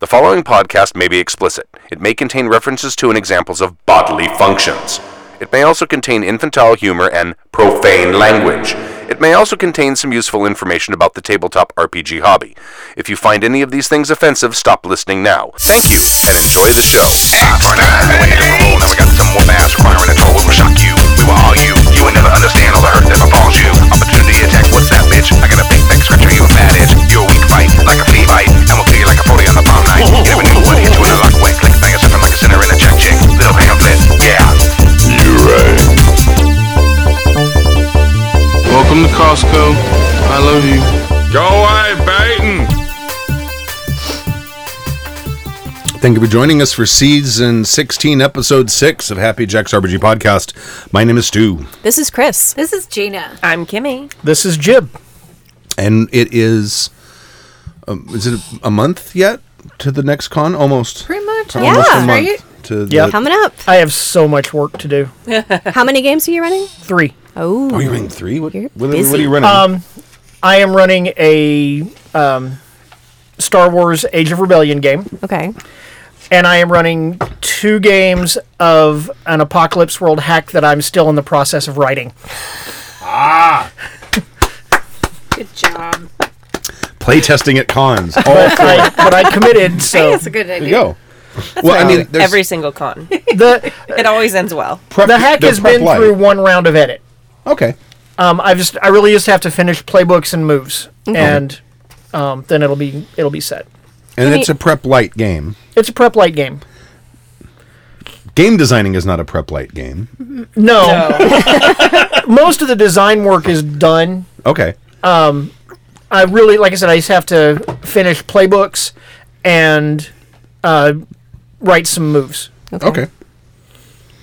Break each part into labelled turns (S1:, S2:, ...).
S1: The following podcast may be explicit. It may contain references to and examples of bodily functions. It may also contain infantile humor and profane language. It may also contain some useful information about the tabletop RPG hobby. If you find any of these things offensive, stop listening now. Thank you and enjoy the show.
S2: Welcome to Costco. I love you.
S3: Go away, Baton!
S4: Thank you for joining us for season 16, episode 6 of Happy Jack's RPG podcast. My name is Stu,
S5: This is Chris.
S6: This is Gina.
S7: I'm Kimmy.
S8: This is Jib.
S4: and it is. Um, is it a month yet to the next con? Almost.
S6: Pretty much.
S4: Almost
S5: Yeah,
S4: a month.
S6: right?
S4: To the,
S8: Yep.
S5: Coming up.
S8: I have so much work to do.
S5: How many games are you running?
S8: Three.
S4: Oh,
S5: Oh,
S4: you're running three? What,
S5: You're
S4: what, are- what are
S5: busy.
S4: you running? Um,
S8: I am running a um, Star Wars Age of Rebellion game,
S5: okay.
S8: and I am running two games of an Apocalypse World hack that I'm still in the process of writing.
S6: Good job.
S4: Play testing at cons. All there
S8: But I, but I committed, so
S6: That's a good
S4: you
S6: idea.
S4: go. well, I mean, there's
S7: Every single con.
S8: the
S7: it always ends well.
S4: prep,
S8: the hack
S4: there's
S8: has
S4: prep
S8: been
S4: light.
S8: through one round of edit.
S4: Okay.
S8: Um, I just I really just have to finish playbooks and moves, and um, then it'll be it'll be set.
S4: And it's a prep light game.
S8: It's a prep light game.
S4: Game designing is not a prep light game.
S8: No. Most of the design work is done.
S4: Okay.
S8: I really, like I said, I just have to finish playbooks and uh, write some moves.
S4: Okay.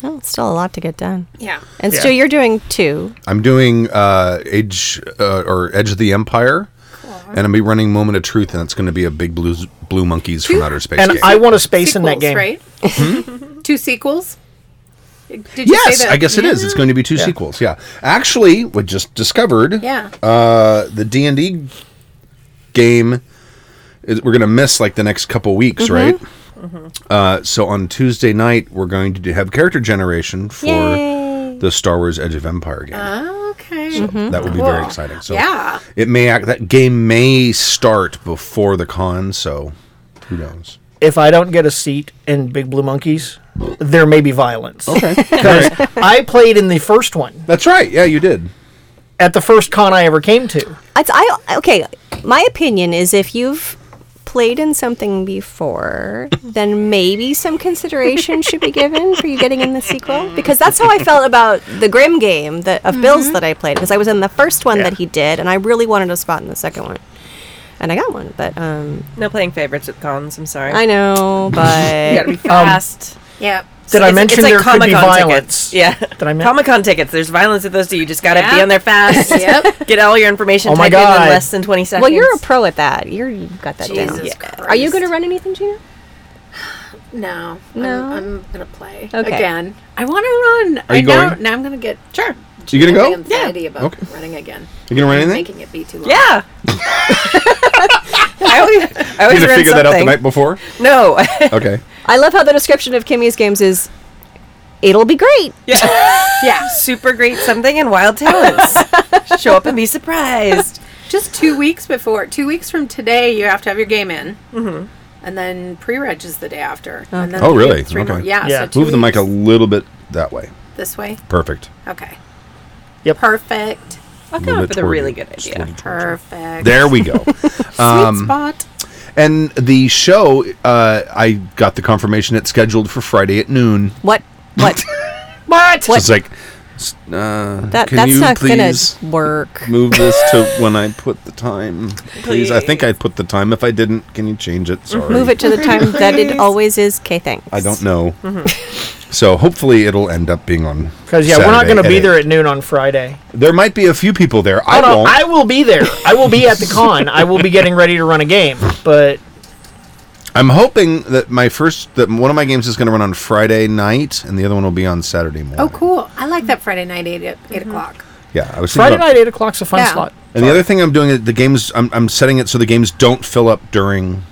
S5: Well, it's still a lot to get done.
S6: Yeah.
S5: And
S8: Yeah.
S5: Stu, you're doing two.
S4: I'm doing uh, Age uh, or Edge of the Empire, and I'm be running Moment of Truth, and it's going to be a big blue blue monkeys from outer space.
S8: And
S4: game.
S8: I want a space
S6: Sequels,
S8: in that game.
S6: right? Two sequels. Did you
S4: yes,
S6: say that?
S4: I guess it is. It's going to be two sequels. Yeah, actually, we just discovered.
S6: Yeah.
S4: uh, the D and D game. Is, we're going to miss like the next couple weeks, right? Uh, so on Tuesday night, we're going to do- have character generation for
S5: Yay.
S4: the Star Wars Edge of Empire game.
S6: Okay.
S4: That would be very
S6: Cool.
S4: exciting. So
S6: Yeah.
S4: it may act that game may start before the con, so who knows?
S8: If I don't get a seat in Big Blue Monkeys, there may be violence.
S4: Okay,
S8: I played in the first one
S4: that's right. Yeah, you did.
S8: at the first con I ever came to.
S5: It's, I okay. My opinion is if you've played in something before, then maybe some consideration should be given for you getting in the sequel. Because that's how I felt about the Grim game that of
S7: Mm-hmm.
S5: Bill's that I played. Because I was in the first one that he did, and I really wanted a spot in the second one, and I got one. But um,
S7: No playing favorites at cons. I'm sorry.
S5: I know,
S7: You gotta
S5: but
S7: be fast.
S6: Yeah.
S8: Did I mention there could be violence?
S7: tickets. Yeah.
S8: Did I men-
S7: Comic Con tickets. There's violence at those two. You just gotta be
S6: Yeah.
S7: on there fast.
S6: Yep.
S7: Get all your information
S8: Oh my
S7: typed in in
S8: God.
S7: less than 20 seconds.
S5: well, you're a pro at that. You're you got that down.
S6: Jesus
S7: Yeah.
S5: Are you going to
S6: Christ.
S5: run anything, Gina?
S6: No.
S5: No?
S6: I'm, I'm gonna play
S5: Okay.
S6: again. I want to run.
S4: Are
S6: I
S4: you
S6: now,
S4: going?
S6: Now I'm gonna get sure.
S4: You gonna go?
S6: Anxiety about
S4: Okay.
S6: running again.
S4: You gonna run anything?
S6: Making it be too long.
S7: Yeah. I always, I always
S4: You gonna
S7: run
S4: figure
S7: something.
S4: that out the night before?
S7: No.
S4: Okay.
S5: I love how the description of Kimmy's games is it'll be great.
S7: yeah.
S6: Yeah.
S7: Super great something and wild talents. Show up and be surprised.
S6: Just two weeks before, two weeks from today, you have to have your game in, mm-hmm. and then pre-reg is the day after. And then
S4: Oh,
S6: you get
S4: really?
S6: Three more.
S4: Okay.
S6: Yeah.
S8: Yeah.
S6: So two
S4: Move the mic
S6: weeks
S4: a little bit that way.
S6: this way.
S4: Perfect.
S6: Okay.
S8: Yep.
S6: Perfect.
S7: I'll
S4: Move
S7: come
S4: it
S7: up with a
S4: toward
S7: really
S4: you.
S7: good
S4: Just
S7: idea.
S4: toward
S6: Perfect.
S4: There um, we go.
S6: Sweet spot.
S4: and the show, uh, I got the confirmation it's scheduled for Friday at noon.
S5: What? What?
S8: What?
S4: So it's like, s- uh,
S5: That,
S4: can
S5: that's
S4: you
S5: not going
S4: please
S5: to work.
S4: move this to when I put the time? Please, I think I put the time. If I didn't, can you change it? Sorry.
S5: Mm-hmm. Move it to the time that it always is. Okay, thanks.
S4: I don't know.
S5: Mm-hmm.
S4: so hopefully it'll end up being on.
S8: Because, yeah, we're not
S4: Saturday
S8: going to be
S4: at
S8: there
S4: eight.
S8: at noon on Friday. Oh,
S4: There might be a few people there. I
S8: no, no,
S4: won't.
S8: I will be there. I will be at the con. I will be getting ready to run a game. But
S4: I'm hoping that my first that one of my games is going to run on Friday night, and the other one will be on Saturday morning.
S6: Oh, cool. I like that Friday night eight, o- eight o'clock.
S4: Yeah, I was thinking
S8: Friday
S4: about-
S8: night, 8 o'clock's a fun
S6: Yeah.
S8: slot.
S4: And the other thing I'm doing is the games I'm, I'm setting it so the games don't fill up during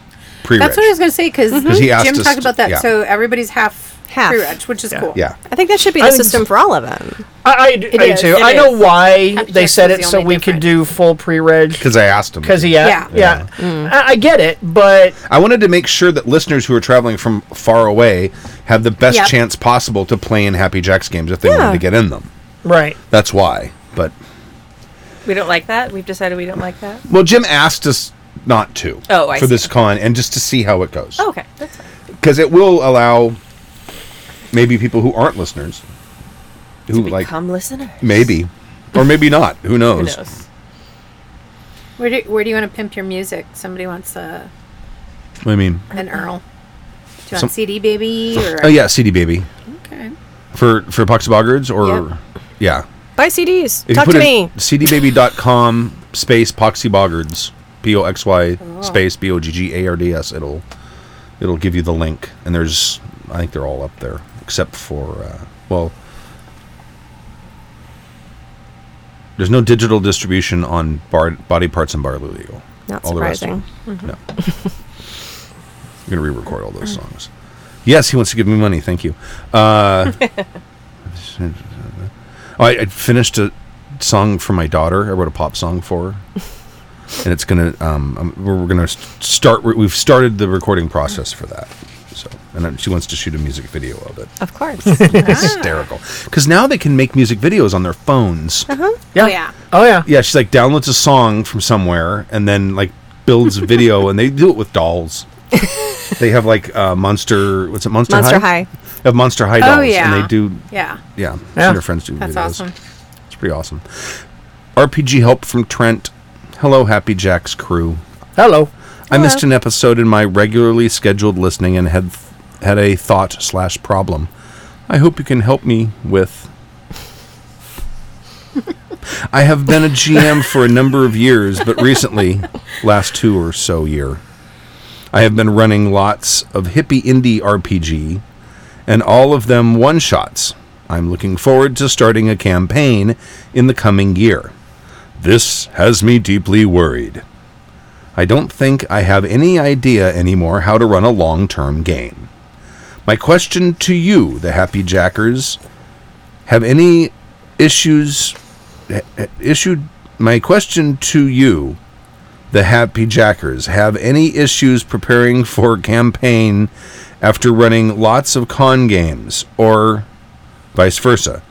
S4: pre
S6: That's what I was going to say because
S4: Mm-hmm. he asked
S6: Jim
S4: us
S6: talked
S4: to-
S6: about that.
S4: yeah.
S6: So everybody's half,
S5: Half.
S6: pre-reg, which is
S8: Yeah.
S6: cool.
S4: Yeah.
S5: I think that should be the
S8: I-
S5: system for all of them.
S8: I, I, I
S6: is,
S8: do.
S6: it
S8: I know
S6: is.
S8: why they
S6: Abject
S8: said
S6: is
S8: it
S6: the
S8: so
S6: only
S8: we could
S6: difference.
S8: do full pre-reg
S4: Because I asked him.
S8: because he had,
S6: Yeah.
S8: yeah, I, I get it, but
S4: I wanted to make sure that listeners who are traveling from far away have the best
S6: Yep.
S4: chance possible to play in Happy Jacks games if they
S5: Yeah.
S4: wanted to get in them.
S8: right.
S4: That's why. But
S7: We don't like that. We've decided we don't like that.
S4: well, Jim asked us not to
S7: Oh, I
S4: for this
S7: see. Oh,
S4: con and just to see how it goes
S7: okay, that's fine.
S4: because it will allow maybe people who aren't listeners who like
S7: Become listener.
S4: maybe or maybe not who knows,
S7: Who knows?
S6: Where do Where do you want to pimp your music? Somebody wants a
S4: i mean
S6: an Earl. Do you
S4: Some-
S6: want CD baby or?
S4: oh yeah cd baby
S6: Okay.
S4: for for pucks boggards or yeah
S5: Buy CDs.
S4: If
S5: Talk
S4: you
S5: to
S4: put
S5: me.
S4: in cdbaby.com space Poxy Boggards, P O X Y
S5: Oh.
S4: space B O G G A R D S. It'll it'll give you the link, and there's I think they're all up there except for uh, well, there's no digital distribution on bar, body parts and bar Lulio.
S5: Not
S4: All the rest
S5: surprising. Mm-hmm.
S4: of them. No, I'm gonna re-record all those songs. Yes, he wants to give me money. Thank you. Uh, I, I finished a song for my daughter. I wrote a pop song for her, and it's gonna. Um, um, we're, we're gonna s- start. we- We've started the recording process for that. So, and then she wants to shoot a music video of it.
S5: Of course.
S6: Ah.
S4: It's hysterical because now they can make music videos on their phones.
S6: Oh yeah.
S8: Oh yeah.
S4: Yeah, she's like downloads a song from somewhere and then like builds a video, and they do it with dolls. they have like uh, monster. What's it? Monster,
S5: Monster
S4: High.
S5: High.
S4: They have Monster High
S6: Oh,
S4: dolls, and
S6: yeah.
S4: they do
S6: Yeah.
S4: yeah, she
S8: Yeah.
S4: and her friends do
S6: That's
S4: videos.
S6: awesome.
S4: It's pretty awesome. RPG help from Trent. Hello, Happy Jack's crew.
S8: Hello.
S4: I missed an episode in my regularly scheduled listening and had had a thought slash problem. I hope you can help me with. I have been a GM for a number of years, but recently, last two or so year, I have been running lots of hippie indie RPG, and all of them one shots. I'm looking forward to starting a campaign in the coming year. This has me deeply worried. I don't think I have any idea anymore how to run a long term game. My question to you, the Happy Jackers, have any issues eh, eh, issued my question to you, the Happy Jackers, have any issues preparing for campaign after running lots of con games or vice versa?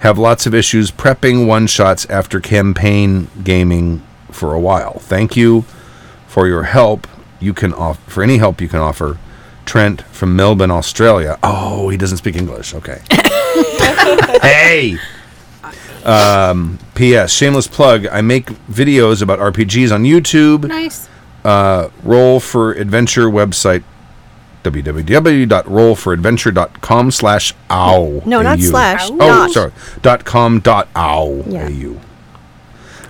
S4: have lots of issues prepping one shots after campaign gaming for a while. Thank you for your help. You can off for any help you can offer. Trent from Melbourne, Australia. Oh, he doesn't speak English. Okay. hey. Um, P.S. Shameless plug. I make videos about RPGs on YouTube
S6: Nice.
S4: uh, Roll for Adventure website www.rollforadventure.com slash ow
S5: No, not
S4: AU.
S5: slash,
S4: oh
S5: not.
S4: sorry dot com dot ow
S5: Yeah.
S4: au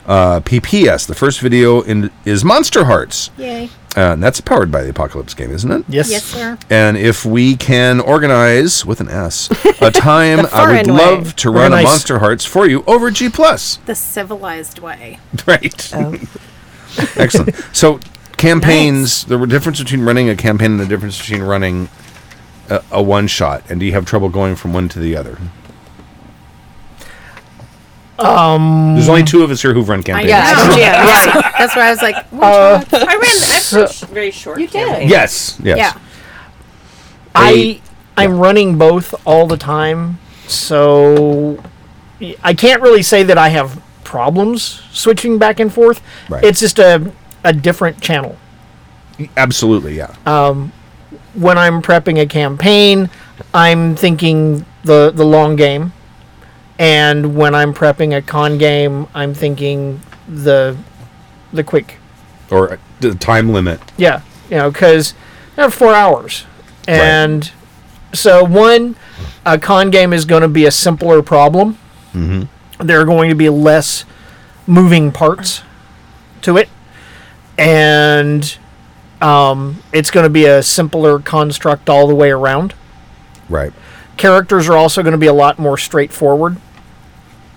S4: uh, pps the first video in is monster hearts
S6: Yay.
S4: uh, and that's powered by the apocalypse game isn't it
S8: Yes.
S6: Yes, sir.
S4: and if we can organize with an s a time i
S5: foreign
S4: would
S5: way.
S4: love to run a
S8: Organize.
S4: monster hearts for you over g plus
S6: The civilized way.
S4: Right. Excellent. So campaigns, the difference between running a campaign and the difference between running a, a one shot. And do you have trouble going from one to the other? Um, There's only two of us here who've run campaigns.
S6: Yeah.
S7: Yeah,
S6: That's why I was like,
S7: I ran. I've
S8: So-
S7: run sh- very short.
S6: You did.
S7: campaigns.
S4: Yes. Yes.
S6: yeah.
S8: I I'm running both all the time, so I can't really say that I have problems switching back and forth.
S4: Right.
S8: It's just a a different channel.
S4: Absolutely. Yeah. Uh,
S8: When I'm prepping a campaign, I'm thinking the the long game, and when I'm prepping a con game, I'm thinking the the quick
S4: or uh, the time limit.
S8: Yeah, you know, because they're four hours, and so one, a con game is going to be a simpler problem. Mm-hmm. There are going to be less moving parts to it, and um, it's going to be a simpler construct all the way around.
S4: Right.
S8: Characters are also going to be a lot more straightforward.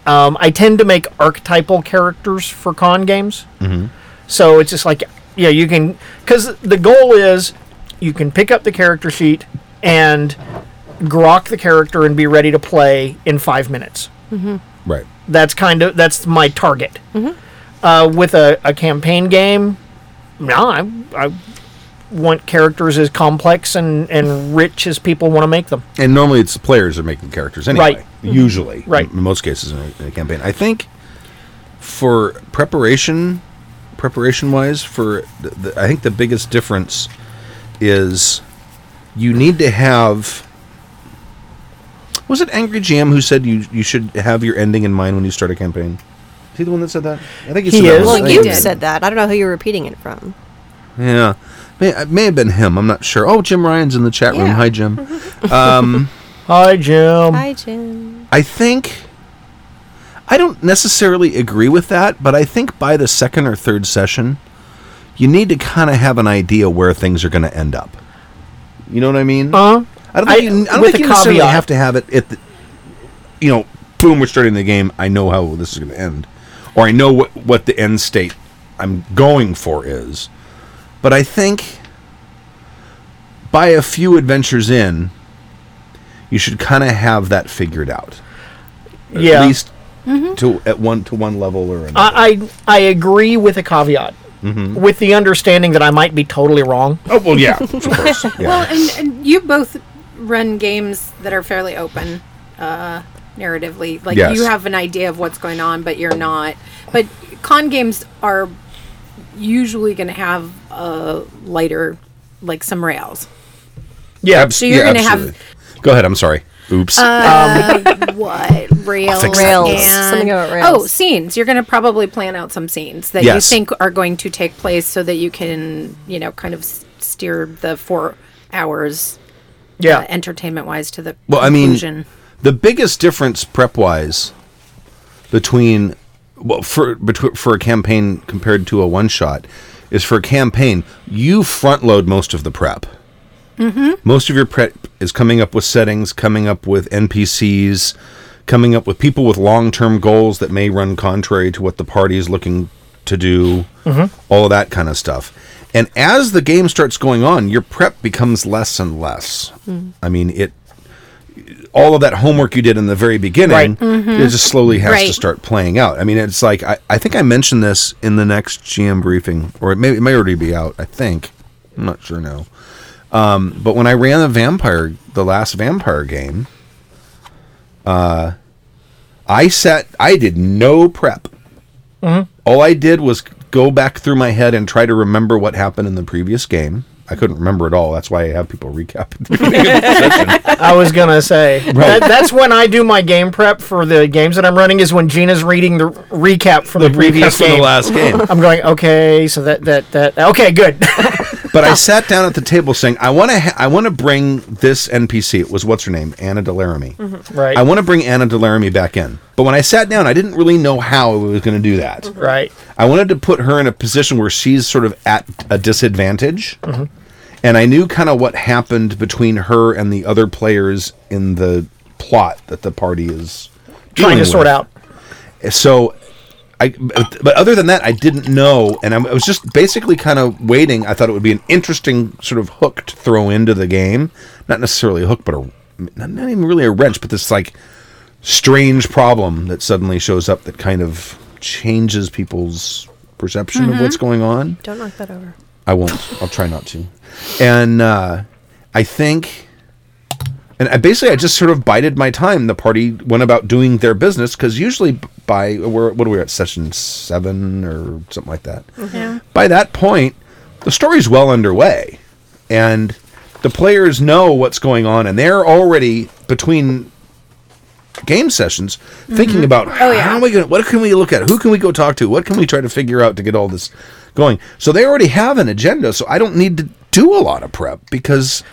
S8: Um, I tend to make archetypal characters for con games, mm-hmm. so it's just like yeah, you can because the goal is you can pick up the character sheet and grok the character and be ready to play in five minutes.
S4: Right.
S8: That's kind of that's my target. Uh, with a, a campaign game, no, I, I want characters as complex and, and rich as people want to make them.
S4: And normally it's the players that are making characters anyway.
S8: Right. Mm-hmm.
S4: Usually.
S8: Right.
S4: In, in most cases in a, in a campaign. I think for preparation, preparation wise, for the, the, I think the biggest difference is you need to have. Was it Angry Jam who said you, you should have your ending in mind when you start a campaign? Is he the one that said that? I think
S8: He
S4: said that
S8: is.
S4: was-
S8: Well,
S4: I
S5: Well,
S4: think
S5: you
S4: it was-
S5: said that. I don't know who you're repeating it from.
S4: yeah. May, it may have been him. I'm not sure. Oh, Jim Ryan's in the chat room.
S5: Yeah.
S4: Hi, Jim.
S8: Mm-hmm.
S4: um,
S8: Hi, Jim.
S5: Hi, Jim.
S4: I think. I don't necessarily agree with that, but I think by the second or third session, you need to kind of have an idea where things are going to end up. You know what I mean?
S8: Uh,
S4: I don't
S8: I-
S4: think you, I don't
S8: with
S4: think
S8: a
S4: you necessarily
S8: caveat.
S4: have to have it at the, you know, boom, we're starting the game. I know how this is going to end, or I know what what the end state I'm going for is. But I think by a few adventures in, you should kind of have that figured out.
S8: yeah.
S4: At least
S6: Mm-hmm.
S4: to at one to one level or another.
S8: I, I I agree with a caveat,
S4: Mm-hmm.
S8: with the understanding that I might be totally wrong.
S4: oh well, yeah, of course. Yeah.
S6: Well, and, and you both run games that are fairly open uh, narratively. Like
S4: Yes.
S6: you have an idea of what's going on, but you're not. But con games are usually going to have a lighter, like some rails.
S8: Yeah,
S4: Abs-
S6: so you're gonna have- Uh,
S4: absolutely. Go ahead. I'm sorry. Oops.
S6: what rails?
S4: fix that.
S5: Um, Rails.
S6: and-
S5: Something about rails.
S6: Oh, scenes. You're going to probably plan out some scenes that
S4: Yes.
S6: you think are going to take place, so that you can, you know, kind of s- steer the four hours
S8: yeah.
S6: entertainment wise to the
S4: Well, I mean,
S6: conclusion.
S4: the biggest difference prep wise between well for betw- for a campaign compared to a one shot is for a campaign you front load most of the prep. Most of your prep is coming up with settings, coming up with NPCs, coming up with people with long term goals that may run contrary to what the party is looking to do, all of that kind of stuff. And as the game starts going on, your prep becomes less and less. I mean, it. All of that homework you did in the very beginning,
S8: Right.
S4: it just slowly has to
S6: Right.
S4: start playing out. I mean, it's like I, I think I mentioned this in the next GM briefing, or it may it may already be out. I think I'm not sure now. Um, But when I ran the vampire, the last vampire game, uh, I sat. I did no prep.
S8: Mm-hmm.
S4: All I did was go back through my head and try to remember what happened in the previous game. I couldn't remember at all. That's why I have people recap. at the beginning of the session.
S8: I was gonna say
S4: Right.
S8: that, that's when I do my game prep for the games that I'm running is when Gina's reading the recap from the, previous
S4: Recap from
S8: game.
S4: the last game.
S8: I'm going okay, so that that that okay, good.
S4: But
S8: Oh.
S4: I sat down at the table saying, "I want to. Ha- I want to bring this NPC. It was what's her name, Anna Delaramie.
S8: right,
S4: I want to bring Anna Delaramie back in. But when I sat down, I didn't really know how I was going to do that.
S8: right,
S4: I wanted to put her in a position where she's sort of at a disadvantage.
S8: Mm-hmm.
S4: And I knew kind of what happened between her and the other players in the plot that the party is
S8: trying
S4: dealing
S8: to sort
S4: with.
S8: out.
S4: So, I but but other than that, I didn't know, and I'm- I was just basically kind of waiting. I thought it would be an interesting sort of hook to throw into the game, not necessarily a hook, but a not, not even really a wrench, but this like strange problem that suddenly shows up that kind of changes people's perception of what's going on.
S5: Mm-hmm. Don't knock that over.
S4: I won't. I'll try not to. And uh, I think, and I basically, I just sort of bided my time. The party went about doing their business because usually b- by we're what are we at session seven or something like that. By that point, the story's well underway, and the players know what's going on, and they're already between game sessions thinking about how are we gonna, what can we look at who can we go talk to what can we try to figure out to get all this going so they already have an agenda so i don't need to do a lot of prep because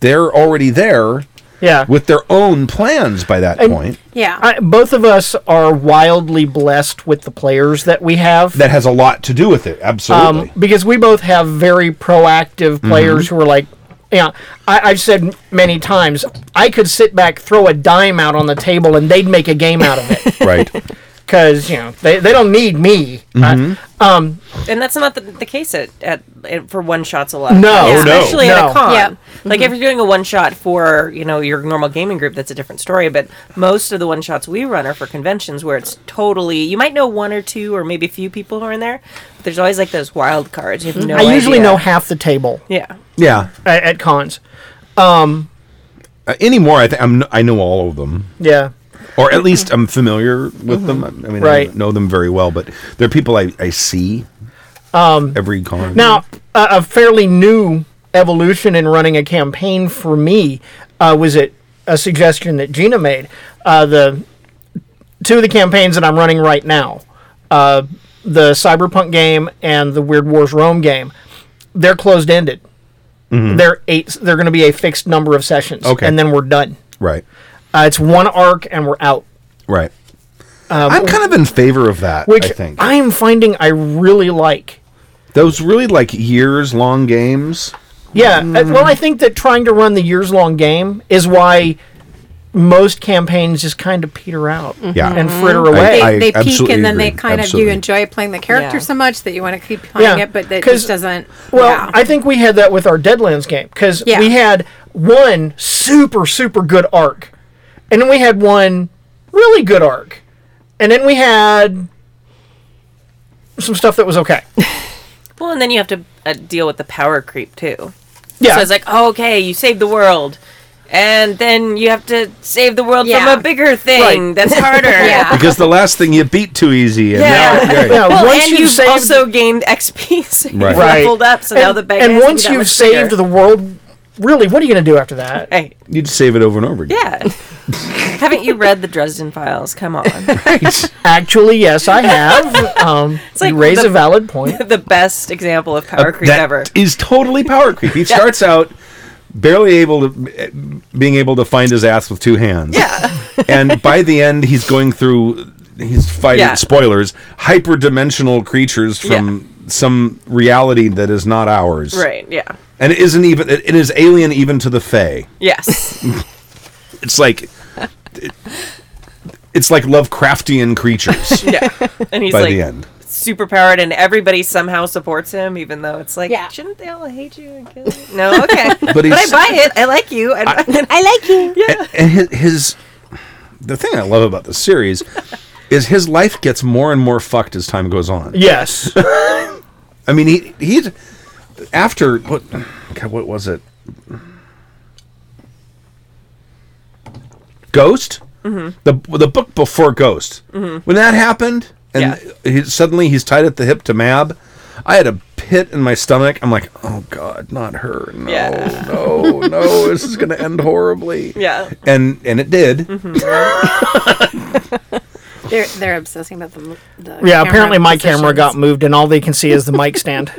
S4: they're already there
S8: Yeah,
S4: with their own plans by that
S8: And-
S4: point
S6: yeah.
S8: I, both of us are wildly blessed with the players that we have.
S4: that has a lot to do with it absolutely
S8: um, because we both have very proactive players who are like, yeah, I, I've said m- many times, I could sit back, throw a dime out on the table, and they'd make a game out of it.
S4: right
S8: because you know they, they don't need me. I, um,
S7: and that's not the, the case at, at, at for one shots a lot. of
S8: No.
S7: times,
S8: Oh,
S4: no.
S7: especially at
S8: No. Mm-hmm.
S7: a con.
S6: Yep.
S7: Like if you're doing a one shot for you know your normal gaming group, that's a different story. But most of the one shots we run are for conventions where it's totally you might know one or two or maybe a few people who are in there. But there's always like those wild cards. You have no.
S8: Mm-hmm. I usually
S7: idea.
S8: know half the table
S7: Yeah.
S4: Yeah.
S8: at, at cons.
S4: Uh, anymore, I think I'm, I know all of them,
S8: Yeah.
S4: or at least I'm familiar with them. I I mean, I
S8: Mm-hmm. Right.
S4: don't know them very well, but they're people I, I see every con.
S8: Um, Now, a, a fairly new evolution in running a campaign for me uh, was it a suggestion that Gina made. Uh, the two of the campaigns that I'm running right now, uh, the Cyberpunk game and the Weird Wars Rome game, they're closed ended. They're eight. They're going to be a fixed number of sessions,
S4: Mm-hmm. Okay.
S8: and then we're done.
S4: right,
S8: Uh, it's one arc, and we're out.
S4: right. I'm kind of in favor of that.
S8: Um, Which
S4: I
S8: I,
S4: think
S8: am finding I really like.
S4: those really like years long games.
S8: Yeah, uh,
S7: Mm-hmm.
S8: well, I think that trying to run the years long game is why most campaigns just kind of peter out
S4: Yeah,
S8: and
S7: Mm-hmm.
S8: fritter
S6: They,
S8: away.
S4: Mm-hmm. I
S6: they peak
S4: absolutely
S6: and then they
S4: agree.
S6: kind of
S4: Absolutely.
S6: you enjoy playing the character
S7: Yeah.
S6: so much that you want to keep playing
S8: Yeah,
S6: it, but that
S8: 'cause-
S6: just doesn't.
S8: well,
S6: yeah.
S8: I think we had that with our Deadlands game because
S6: Yeah.
S8: we had one super, super good arc, and then we had one really good arc, and then we had some stuff that was okay.
S7: Well, and then you have to uh, deal with the power creep too.
S8: Yeah.
S7: So it's like, oh, okay, you saved the world. And then you have to save the world
S6: Yeah.
S7: from a bigger thing that's harder.
S6: yeah.
S4: because the last thing you beat too easy, and
S7: Yeah.
S4: now-
S8: yeah,
S7: Well,
S8: once
S7: and
S8: you've
S7: you've
S8: saved-
S7: also gained XP, so you've
S4: Right.
S8: Right.
S7: leveled up, so now
S8: and,
S7: the bag
S8: and
S7: has to be
S8: once
S7: that
S8: you've
S7: much
S8: saved
S7: bigger.
S8: the world, really, what are you going to do after that?
S7: Hey,
S4: you'd save it over and over again.
S7: yeah. Haven't you read the Dresden Files? Come on.
S8: Actually, yes, I have. Um,
S7: like
S8: you raise
S7: the-
S8: a valid point.
S7: the best example of power creep
S4: Uh, That
S7: ever.
S4: is totally power creep. He starts out barely able to being able to find his ass with two hands. Yeah. and by the end he's going through he's fighting
S7: Yeah.
S4: spoilers, hyperdimensional creatures from some reality that is not ours.
S7: Right, yeah.
S4: And it isn't even it, it is alien even to the fae.
S7: Yes.
S4: It's like it- it's like Lovecraftian creatures
S7: Yeah. And he's
S4: by
S7: like
S4: the end.
S7: super powered and everybody somehow supports him even though it's like
S6: Yeah.
S7: shouldn't they all hate you and kill you? No, okay. but, I
S4: he's-
S7: buy it. I like you. I,
S5: I like you.
S4: and his, his the thing I love about the series is his life gets more and more fucked as time goes on.
S8: Yes.
S4: I mean, he he's after what? God, what was it? Ghost. Mm-hmm. The the book before Ghost.
S7: Mm-hmm.
S4: When that happened, and he, suddenly he's tied at the hip to Mab. I had a pit in my stomach. I'm like, oh god, not her. No,
S7: Yeah.
S4: no, no. This is gonna end horribly.
S7: Yeah. Mm-hmm.
S4: And and it did.
S6: they're they're obsessing about the. the
S8: Yeah, apparently my camera
S6: positions.
S8: got moved and all they can see is the mic stand.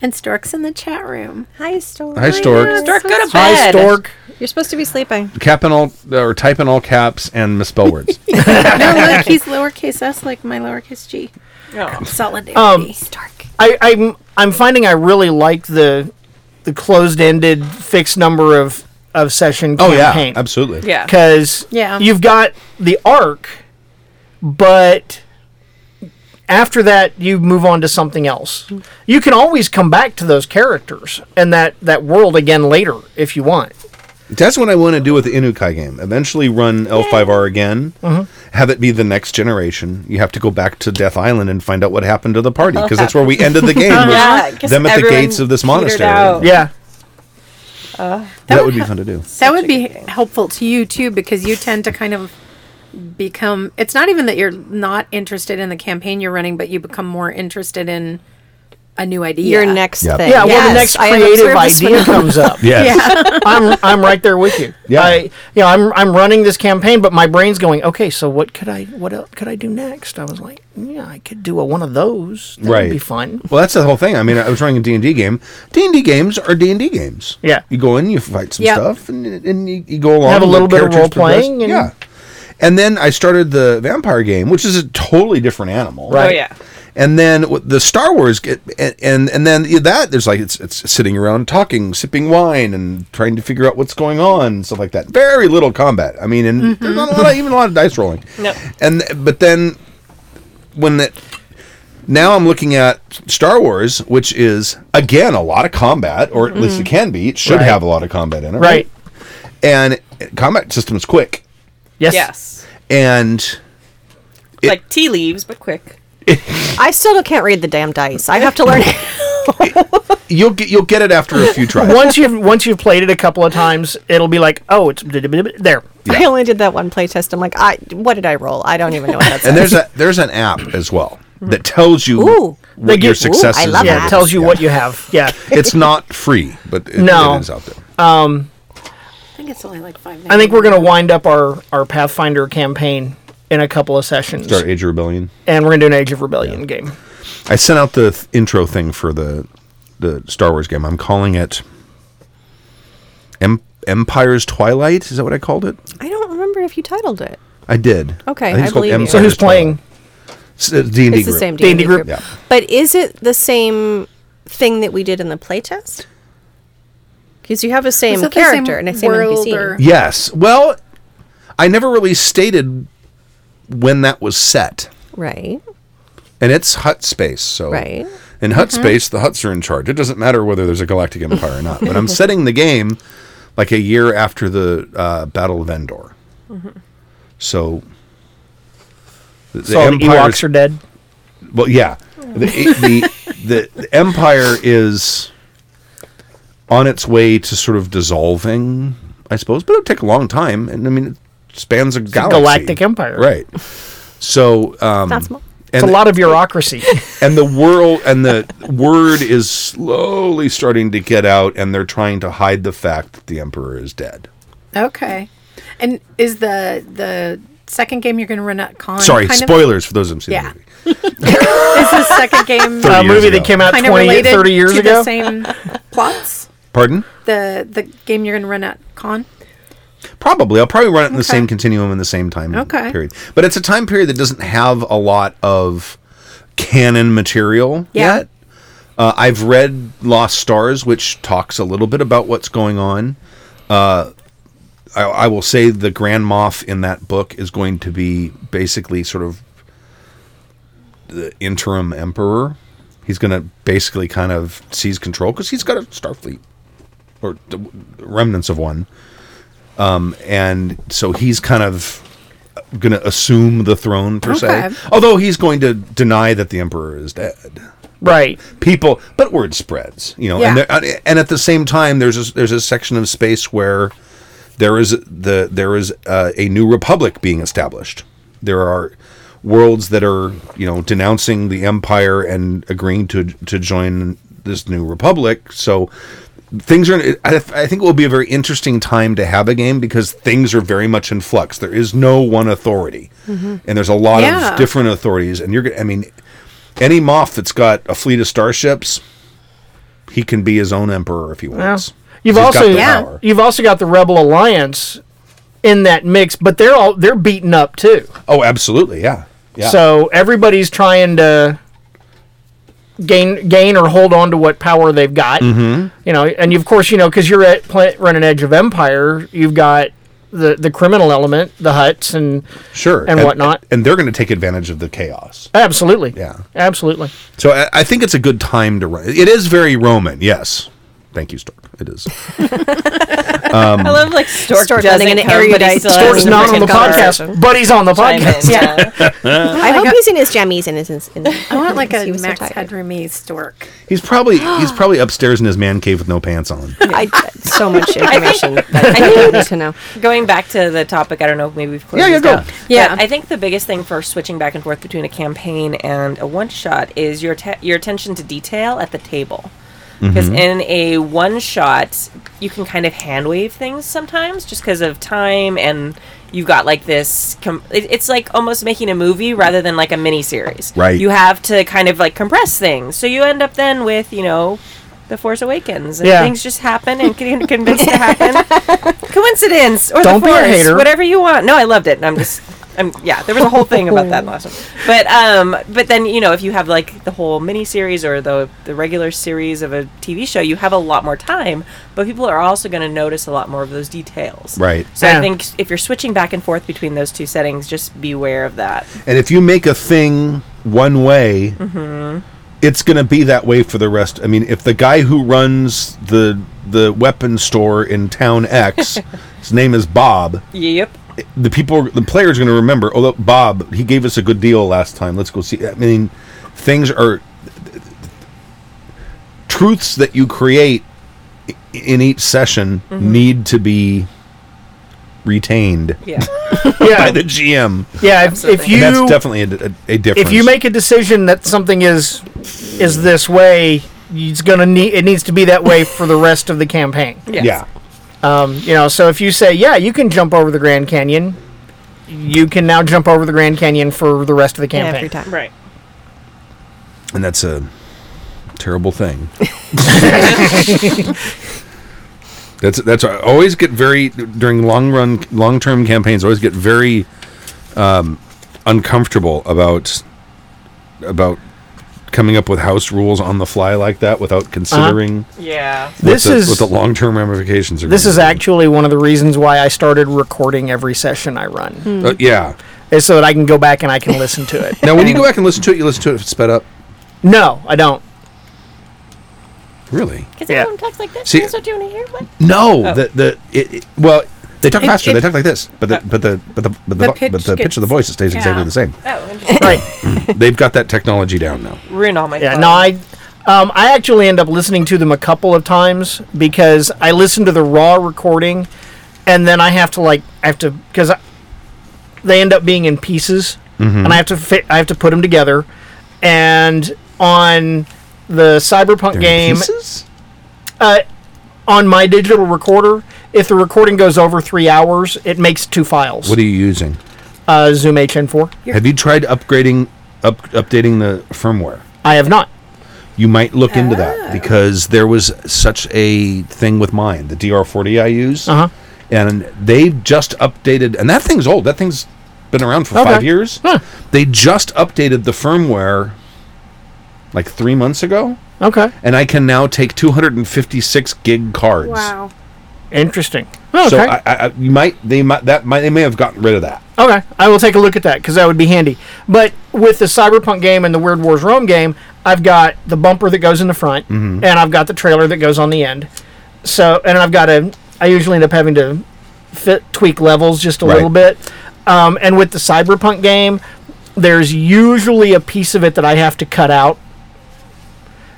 S6: And Stork's in the chat room.
S5: Hi, Stork.
S4: Hi, Stork.
S7: Stork, go to bed.
S8: Hi, Stork.
S5: You're supposed to be sleeping.
S4: Cap in all or type in all caps and misspell words.
S6: no, look, he's lowercase s like my lowercase g.
S7: Oh.
S6: Solidarity.
S8: Um,
S6: Stark.
S8: I, I'm I'm finding I really like the the closed ended fixed number of, of session
S4: Oh yeah,
S8: campaign.
S4: absolutely.
S7: Yeah.
S8: Because
S6: Yeah.
S8: you've got the arc, but after that you move on to something else. You can always come back to those characters and that, that world again later if you want.
S4: That's what I want to do with the Inukai game. Eventually run L5R again,
S7: Mm-hmm.
S4: have it be the next generation. You have to go back to Death Island and find out what happened to the party because that's where we ended the game. was
S7: Oh, Yeah, 'cause
S4: them at the
S7: everyone
S4: gates of this
S7: petered
S4: monastery.
S7: out.
S8: Yeah.
S4: That would be fun to do.
S6: That would be helpful to you too because you tend to kind of become. It's not even that you're not interested in the campaign you're running, but you become more interested in a new idea.
S5: Your next
S4: Yep.
S5: thing.
S8: Yeah, well,
S5: Yes,
S8: the next
S5: I have
S8: creative
S5: observed this
S8: idea comes up.
S4: Yes.
S8: I'm I'm right there with you.
S4: Yeah.
S8: I, you know, I'm I'm running this campaign, but my brain's going, okay, so what could I what else could I do next? I was like, yeah, I could do a, one of those. That
S4: Right.
S8: would be fun.
S4: Well, that's the whole thing. I mean, I was running a D&D game. D&D games are D&D games.
S8: Yeah.
S4: You go in, you fight some
S6: Yep.
S4: stuff, and, and you, you go along.
S8: Have a
S4: and
S8: little
S4: the
S8: bit of
S4: characters
S8: role-playing
S4: progress.
S8: and-
S4: yeah. And then I started the vampire game, which is a totally different animal.
S7: Oh
S8: Right.
S7: yeah.
S4: And then with the Star Wars get and and, and then yeah, that there's like it's it's sitting around talking, sipping wine, and trying to figure out what's going on and stuff like that. Very little combat. I mean, and
S8: Mm-hmm.
S4: there's not a lot of, even a lot of dice rolling.
S7: No.
S4: And but then when that now I'm looking at Star Wars, which is again a lot of combat, or at least it can be. It should
S8: Mm-hmm. Right.
S4: have a lot of combat in it,
S8: Right.
S4: And combat system is quick,
S8: Yes.
S7: Yes.
S4: and It-
S7: like tea leaves, but quick.
S5: I still don't- can't read the damn dice. I have to learn.
S4: you'll get you'll get it after a few tries.
S8: once you've once you've played it a couple of times, it'll be like, oh, it's there.
S5: I only did that one playtest. I'm like, I what did I roll? I don't even know what that's.
S4: And there's a there's an app as well that tells you
S5: Ooh.
S8: They
S4: what
S8: give-
S4: your
S8: ooh,
S4: success
S5: I
S4: is.
S5: love
S4: and
S8: Yeah,
S5: that.
S8: it
S4: everything.
S8: tells you
S4: Yeah.
S8: what you have. Yeah.
S4: It's not free, but it,
S8: No.
S4: it is out there.
S6: I think it's only like five.
S8: I think we're gonna wind up our our Pathfinder campaign in a couple of sessions,
S4: Start Age of Rebellion.
S8: and we're gonna do an Age of Rebellion game.
S4: I sent out the th- intro thing for the the Star Wars game. I'm calling it em- Empire's Twilight. Is that what I called it?
S5: I don't remember if you titled it.
S4: I did.
S5: Okay,
S4: think it's
S5: I
S4: called
S5: believe you.
S8: So
S5: Yeah,
S8: who's
S4: Empire's
S8: playing?
S4: Twilight. It's D and D
S5: It's
S4: group.
S5: the same
S8: D&D
S5: D&D
S8: group.
S5: group.
S4: Yeah.
S5: But is it the same thing that we did in the playtest? Because you have the same
S6: Is it the same
S5: character and the same
S6: world
S5: NPC.
S6: or-
S4: Yes. Well, I never really stated when that was set,
S5: Right.
S4: Hmm. and it's hut space. So
S5: Right.
S4: In hut space, the huts are in charge. It doesn't matter whether there's a galactic empire or not. But I'm setting the game like a year after the uh, Battle of Endor. So the, the
S8: So all the
S4: empire's-
S8: Ewoks are dead.
S4: well, yeah. The, the, the, the empire is on its way to sort of dissolving, I suppose, but it'll take a long time. And I mean, it spans a galaxy.
S8: galactic empire.
S4: Right. So, um,
S5: Not small.
S8: It's
S4: and-
S8: a lot of bureaucracy.
S4: and the world and the word is slowly starting to get out and they're trying to hide the fact that the emperor is dead
S6: Okay. And is the the second game you're going to run at con?
S4: sorry
S6: kind of-
S4: spoilers for those who've seen
S6: Yeah.
S4: the movie
S6: Is the second game
S8: a
S4: years
S8: Uh, movie
S4: ago.
S8: that came out
S6: kind of
S8: 20,
S6: related
S8: 30 years
S6: to
S8: ago.
S6: the same plots?
S4: pardon
S6: The the game you're going to run at con.
S4: probably i'll probably run it in the
S6: Okay.
S4: same continuum in the same time
S6: Okay.
S4: period but it's a time period that doesn't have a lot of canon material
S6: Yeah.
S4: yet uh, i've read lost stars which talks a little bit about what's going on uh, I, I will say the grand moff in that book is going to be basically sort of the interim emperor. He's going to basically kind of seize control because he's got a Starfleet or the remnants of one. Um, and so he's kind of going to assume the throne per
S6: Okay.
S4: se. Although he's going to deny that the emperor is dead.
S8: Right.
S4: People, but word spreads, you know. And
S6: Yeah.
S4: there, uh, and at the same time, there's a, there's a section of space where there is the there is uh, a new republic being established. There are worlds that are you know denouncing the empire and agreeing to to join this new republic. So things are. I, I think it will be a very interesting time to have a game because things are very much in flux. There is no one authority, and there's a lot
S6: Mm-hmm. Yeah.
S4: of different authorities. And you're gonna. I mean, any moth that's got a fleet of starships. He can be his own emperor if he wants.
S8: You've
S4: He's got
S8: also
S4: the
S6: Yeah.
S4: power.
S8: you've also got the Rebel Alliance in that mix, but they're all they're beaten up too.
S4: Oh, absolutely, yeah. Yeah.
S8: So everybody's trying to gain gain or hold on to what power they've got. Mm-hmm. You know, and you, of course you know because you're at pla running Edge of Empire, you've got the the criminal element, the Huts, and
S4: sure,
S8: and whatnot.
S4: and they're going to take advantage of the chaos.
S8: absolutely,
S4: Yeah.
S8: absolutely.
S4: So I, I think it's a good time to run. It is very Roman, yes. Thank you, Stork. It is.
S7: I love like stork,
S5: Stork
S7: doesn't
S5: letting
S7: an
S5: an erudite Stork's
S8: It's not on the podcast, but he's on the podcast.
S7: Yeah.
S5: I hope he's in his jammies and his. In, in,
S6: I want like a
S5: he was so
S6: Max
S5: tired.
S6: Headroomy stork.
S4: He's probably he's probably upstairs in his man cave with no pants on.
S5: I, so much information that I
S7: think-
S5: need to know.
S7: Going back to the topic, I don't know. Maybe we've closed
S4: Yeah, yeah,
S7: this
S4: go.
S7: down.
S6: Yeah.
S7: But I think the biggest thing for switching back and forth between a campaign and a one shot is your te- your attention to detail at the table. Because in a one shot, you can kind of hand wave things sometimes, just because of time and you've got like this. Com- it- it's like almost making a movie rather than like a mini series.
S4: Right.
S7: You have to kind of like compress things, so you end up then with you know. The Force Awakens and
S8: Yeah.
S7: things just happen and get convinced to happen. coincidence or
S8: Don't
S7: the
S8: be a
S7: force,
S8: hater.
S7: whatever you want. No, I loved it. And I'm just, I'm yeah. There was a whole thing about that last one, but um, but then you know if you have like the whole mini series or the the regular series of a TV show, you have a lot more time, but people are also going to notice a lot more of those details.
S4: Right.
S7: So
S8: Yeah.
S7: I think if you're switching back and forth between those two settings, just beware of that.
S4: And if you make a thing one way,
S8: Mm-hmm.
S4: it's going to be that way for the rest. I mean, if the guy who runs the the weapon store in town X, his name is Bob,
S7: Yep.
S4: the people, the players, going to remember. Oh, look, Bob, he gave us a good deal last time. Let's go see. I mean, things are truths that you create i- in each session
S8: Mm-hmm.
S4: need to be retained
S7: Yeah.
S4: by
S8: yeah,
S4: the GM.
S8: yeah. If, if
S7: Absolutely.
S8: you
S4: and that's definitely a, a, a difference.
S8: if you make a decision that something is is this way, it's gonna need it needs to be that way for the rest of the campaign.
S7: Yes.
S4: yeah.
S8: Um, you know, so if you say, yeah, you can jump over the Grand Canyon, you can now jump over the Grand Canyon for the rest of the campaign.
S5: Every time.
S7: Right.
S4: and that's a terrible thing. that's that's I always get very during long run long term campaigns. I always get very um, uncomfortable about about coming up with house rules on the fly like that without considering
S7: Yeah.
S4: what
S8: Uh, This
S4: the,
S8: is-
S4: what the long term ramifications are.
S8: This
S4: gonna
S8: is
S4: be.
S8: actually one of the reasons why I started recording every session I run,
S5: Hmm.
S4: Uh, yeah.
S8: is so that I can go back and I can listen to it.
S4: Now, when you go back and listen to it, you listen to it sped up.
S8: No, I don't.
S4: Really?
S7: Because
S8: Yeah.
S7: everyone talks like this.
S4: See-
S7: that's what you want to hear. What?
S4: No, the the it, it- well, they talk
S6: Oh. It-
S4: faster.
S6: it-
S4: they talk like this, but the but the but the but the,
S6: The
S4: vo-
S6: pitch
S4: but the pitch
S6: gets-
S4: of the voice stays exactly
S6: yeah.
S4: the same.
S7: Oh, interesting.
S8: Right.
S4: They've got that technology down now.
S7: ruin all my.
S8: Yeah,
S7: fun.
S8: no, I um, I actually end up listening to them a couple of times because I listen to the raw recording and then I have to like I have to because they end up being in pieces
S4: Mm-hmm.
S8: and I have to fit, I have to put them together and on the cyberpunk game
S4: pieces.
S8: on my digital recorder if the recording goes over 3 hours it makes two files
S4: What are you using?
S8: uh, Zoom HN4
S4: Have you tried upgrading up updating the firmware?
S8: I have not
S4: You might look into
S6: Oh.
S4: that because there was such a thing with mine, the DR40 I use,
S8: Uh-huh.
S4: and they've just updated. And that thing's old. That thing's been around for five
S8: Okay.
S4: years. They just updated the firmware like three months ago.
S8: okay
S4: and I can now take 256 gig cards.
S6: Wow.
S8: interesting okay
S4: So I, I, I, you might they might that might they may have gotten rid of that.
S8: Okay, I will take a look at that because that would be handy. But with the Cyberpunk game and the Weird Wars Rome game, I've got the bumper that goes in the front, and I've got the trailer that goes on the end. So, and I've got a. I usually end up having to fit tweak levels just a
S4: Right.
S8: little bit. Um, and with the Cyberpunk game, there's usually a piece of it that I have to cut out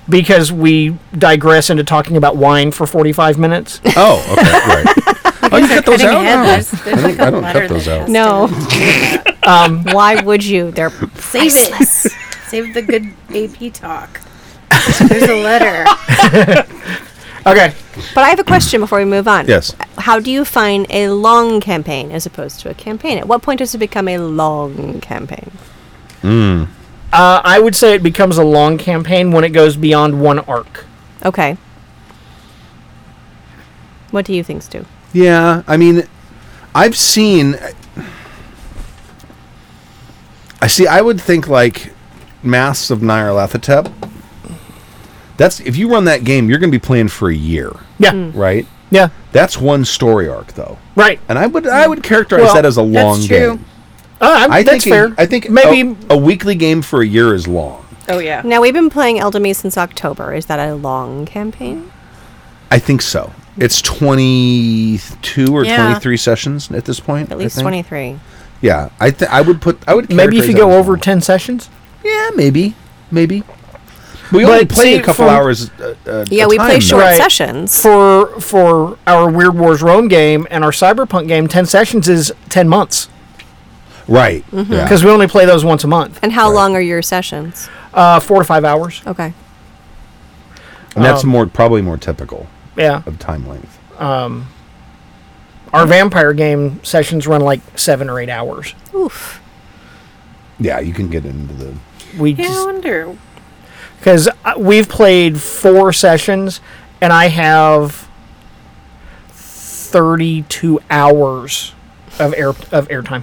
S8: because we digress into talking about wine for 45 minutes.
S4: Oh, okay, right. oh, you cut those
S6: cutting
S4: out?
S6: ahead,
S4: No.
S6: there's- there's
S4: I
S6: like
S4: don't,
S6: a
S4: I don't
S6: letter
S4: cut those
S6: that
S4: out.
S6: has-
S5: No. Why would you? They're
S6: Save it.
S5: priceless.
S6: Save the good AP talk. There's a letter.
S8: okay.
S5: But I have a question before we move on.
S4: Yes.
S5: How do you find a long campaign as opposed to a campaign? At what point does it become a long campaign?
S8: Uh, I would say it becomes a long campaign when it goes beyond one arc.
S5: Okay. What do you think, Stu?
S4: Oh. Yeah, I mean, I've seen. I see. I would think like Masks of Nyarlathotep. That's if you run that game, you're going to be playing for a year,
S8: Yeah.
S6: Mm-hmm.
S4: right?
S8: Yeah.
S4: That's one story arc, though,
S8: Right.
S4: and I would I would characterize
S8: Well,
S4: that as a
S6: that's
S4: long
S6: true.
S4: game.
S8: Uh,
S4: I
S8: that's
S4: think
S8: fair.
S4: A, I think oh,
S8: maybe.
S4: maybe a, weekly game for a year is long.
S7: Oh yeah.
S5: Now we've been playing Elden Ring since October. Is that a long
S4: Mm,
S5: campaign?
S4: I think so. It's twenty two or
S6: Yeah.
S4: twenty three sessions at this point.
S5: At
S4: I
S5: least
S4: think.
S5: twenty three.
S4: Yeah, I th- I would put I would
S8: maybe if you
S4: characterize
S8: go
S4: that as
S8: over
S4: long.
S8: ten sessions.
S4: Yeah, maybe maybe. We
S8: But
S4: only play
S8: see,
S4: a couple
S8: for-
S4: hours. Uh, uh,
S5: Yeah,
S4: a
S5: we
S4: time,
S5: play
S4: though.
S5: short
S8: Right.
S5: sessions.
S8: For for our Weird Wars Rome game and our Cyberpunk game, ten sessions is ten months
S4: Right.
S5: Mm-hmm.
S4: yeah.
S8: because we only play those once a month,
S5: and how long are your sessions?
S8: uh, four to five hours.
S5: Okay.
S4: and that's
S8: um,
S4: more probably more typical
S8: Yeah,
S4: of time length.
S8: our vampire game sessions run like seven or eight hours.
S5: Oof.
S4: Yeah, you can get into the.
S8: We
S6: Yeah, I
S8: just
S6: wonder.
S8: because we've played four sessions and I have 32 hours of air of airtime.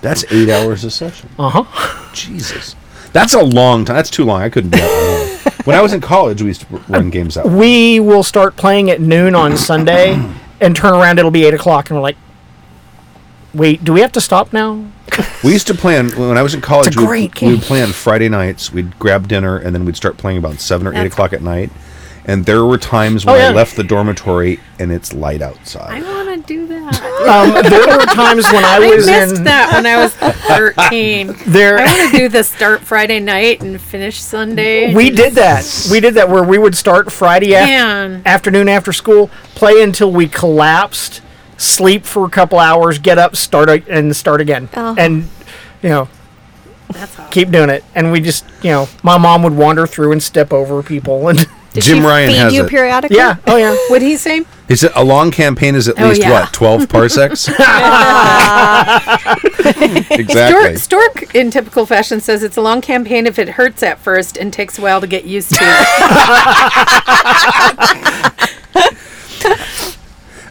S4: That's eight hours a session.
S8: Uh huh.
S4: Jesus. That's a long time. That's too long. I couldn't do that long. When I was in college, we used to r- run games that way.
S8: We will start playing at noon on Sunday, and turn around. It'll be eight o'clock, and we're like, "Wait, do we have to stop now?"
S4: We used to play on, when I was in college,
S8: It's a
S4: we'd-
S8: great game.
S4: we'd, play on Friday nights. We'd grab dinner, and then we'd start playing about 7 or 8 o'clock at night. And there were times when
S8: Oh, yeah.
S4: I left the dormitory and it's light outside.
S6: I want to do that.
S8: Um, there were times when I
S6: I
S8: was
S6: missed
S8: in
S6: that when I was 13. I
S8: there.
S6: want to do the start Friday night and finish Sunday.
S8: We did that. We did that where we would start Friday af-
S6: Man.
S8: afternoon after school, play until we collapsed, sleep for a couple hours, get up, start a- and start again,
S5: Oh.
S8: and you know,
S6: That's awesome.
S8: keep doing it. And we just, you know, my mom would wander through and step over people, and
S5: Did
S4: Jim
S5: she
S4: Ryan
S5: feed
S4: has
S5: you
S4: it.
S5: periodically?
S8: yeah, oh yeah.
S6: What'd he say?
S4: He said a long campaign is at
S8: Oh,
S4: least
S6: yeah.
S4: what twelve parsecs. exactly.
S6: Stork, Stork, in typical fashion, says it's a long campaign if it hurts at first and takes a while to get used to.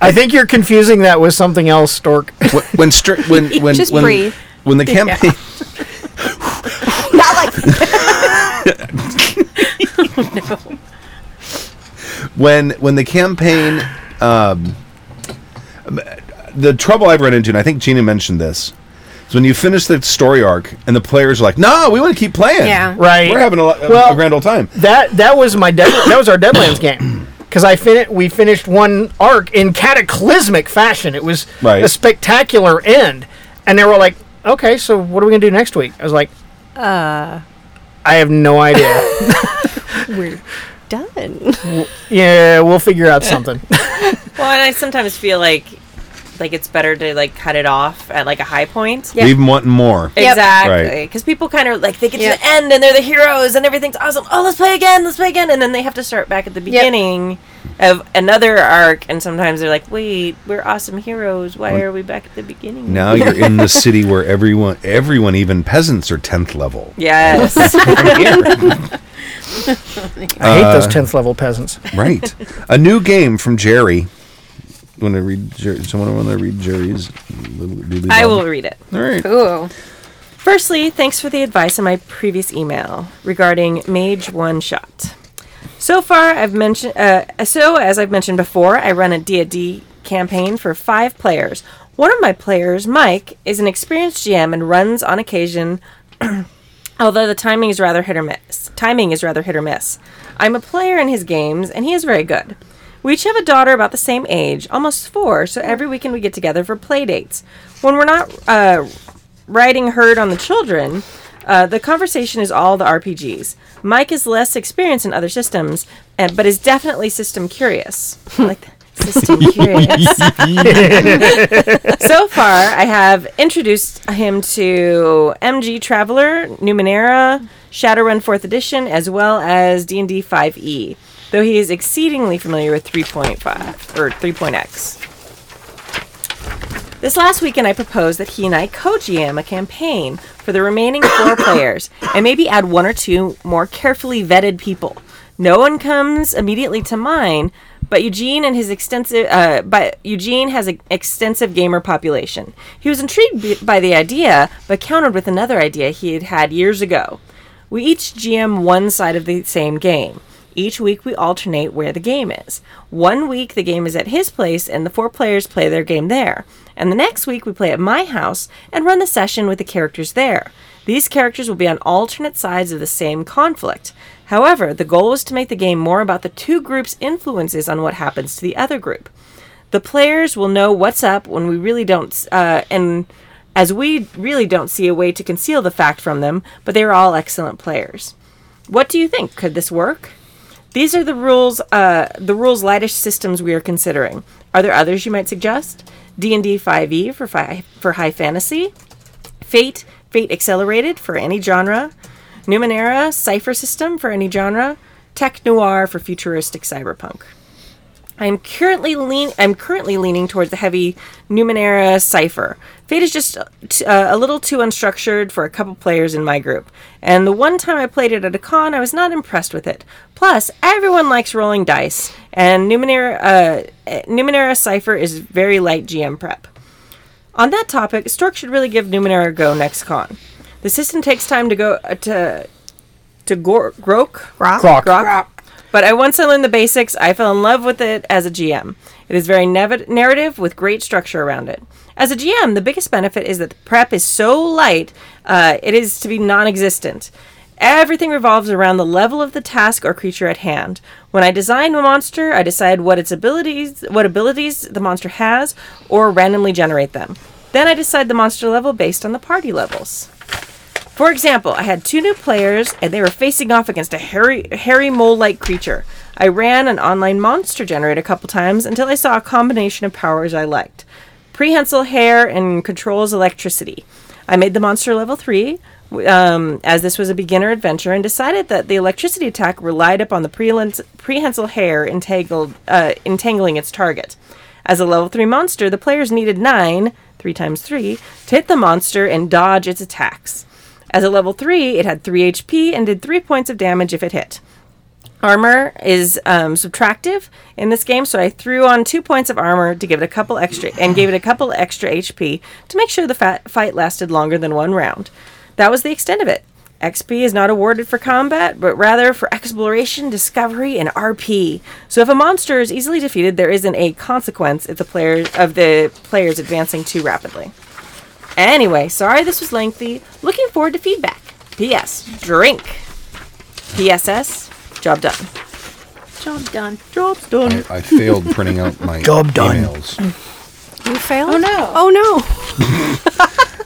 S8: I think you're confusing that with something else, Stork.
S4: When when stri- when when
S5: Just
S4: when,
S5: breathe.
S4: when the campaign
S5: Not like
S4: when when the campaign um, the trouble I've run into, and I think Gina mentioned this, is when you finish the story arc and the players are like, "No, we want to keep playing.
S6: Yeah.
S8: Right.
S4: we're having a, lo- a
S8: Well-
S4: grand old time."
S8: That that was my dead, that was our Deadlands game because I fin- we finished one arc in cataclysmic fashion. It was
S4: Right.
S8: a spectacular end, and they were like, "Okay, so what are we gonna do next week?" I was like, "Uh, I have no idea.
S5: we're done.
S8: yeah, we'll figure out something."
S7: Well, and I sometimes feel like like it's better to like cut it off at like a high point.
S6: Yep.
S4: Leave them wanting more.
S6: Yep.
S7: Exactly,
S4: Right.
S7: because people kind of like they get
S6: Yep.
S7: to the end and they're the heroes and everything's awesome. Oh, let's play again, let's play again, and then they have to start back at the beginning of another arc. And sometimes they're like, "Wait, we're awesome heroes. Why are we back at the beginning?"
S4: Now you're in the city where everyone, everyone, even peasants, are tenth level.
S7: Yes.
S8: I hate those tenth level peasants.
S4: Right. A new game from Jerry. Want to read? Jer- Someone want to read Jerry's?
S7: I will read it.
S4: All right.
S6: Ooh.
S7: Firstly, thanks for the advice in my previous email regarding Mage One Shot. So far, I've mentioned. Uh, so as I've mentioned before, I run a D&D campaign for five players. One of my players, Mike, is an experienced GM and runs on occasion although the timing is rather hit or miss. Timing is rather hit or miss. I'm a player in his games, and he is very good. We each have a daughter about the same age, almost four, so every weekend we get together for play dates. When we're not uh, riding herd on the children, uh, the conversation is all the RPGs. Mike is less experienced in other systems, and, but is definitely system curious. I like that. System curious so far, I have introduced him to MG Traveler, Numenera, Shadowrun 4th Edition, as well as D&D 5e, E, though he is exceedingly familiar with 3.5 or 3.x. This last weekend, I proposed that he and I co-GM a campaign for the remaining four players, and maybe add one or two more carefully vetted people. No one comes immediately to mind, but Eugene and his extensive, uh, but Eugene has an extensive gamer population. He was intrigued b- by the idea, but countered with another idea he had had years ago. We each GM one side of the same game. Each week we alternate where the game is. One week the game is at his place and the four players play their game there. And the next week we play at my house and run the session with the characters there. These characters will be on alternate sides of the same conflict. However, the goal is to make the game more about the two groups' influences on what happens to the other group. The players will know what's up when we really don't, uh, and as we really don't see a way to conceal the fact from them, but they are all excellent players. What do you think? Could this work? These are the rules, uh, the rules lightish systems we are considering. Are there others you might suggest? D&D 5e E for, fi- for high fantasy, Fate, Fate Accelerated for any genre, Numenera, Cypher System for any genre, Tech Noir for futuristic cyberpunk. I'm currently lean. I'm currently leaning towards the heavy Numenera cipher. Fate is just uh, t- uh, a little too unstructured for a couple players in my group, and the one time I played it at a con, I was not impressed with it. Plus, everyone likes rolling dice, and Numenera uh, eh, Numenera cipher is very light GM prep. On that topic, Stork should really give Numenera a go next con. The system takes time to go uh, to to gor- grok
S8: Grok.
S7: Grok. But I once I learned the basics, I fell in love with it as a GM. It is very nav- narrative with great structure around it. As a GM, the biggest benefit is that the prep is so light, uh, it is to be non existent. Everything revolves around the level of the task or creature at hand. When I design a monster, I decide what its abilities, what abilities the monster has, or randomly generate them. Then I decide the monster level based on the party levels. For example, I had two new players and they were facing off against a hairy, hairy mole like creature. I ran an online monster generator a couple times until I saw a combination of powers I liked prehensile hair and controls electricity. I made the monster level 3 w- um, as this was a beginner adventure and decided that the electricity attack relied upon the prehens- prehensile hair entangled, uh, entangling its target. As a level 3 monster, the players needed 9, 3 times 3, to hit the monster and dodge its attacks. As a level 3, it had 3 HP and did 3 points of damage if it hit. Armor is um, subtractive in this game, so I threw on two points of armor to give it a couple extra and gave it a couple extra HP to make sure the fat fight lasted longer than one round. That was the extent of it. XP is not awarded for combat, but rather for exploration, discovery, and RP. So if a monster is easily defeated, there isn't a consequence if the player of the players advancing too rapidly. Anyway, sorry this was lengthy. Looking forward to feedback. P.S. Drink. P.S.S. Job done.
S6: Job done.
S4: I, I failed printing out my
S8: Job done.
S4: emails.
S5: You failed?
S6: Oh no.
S5: Oh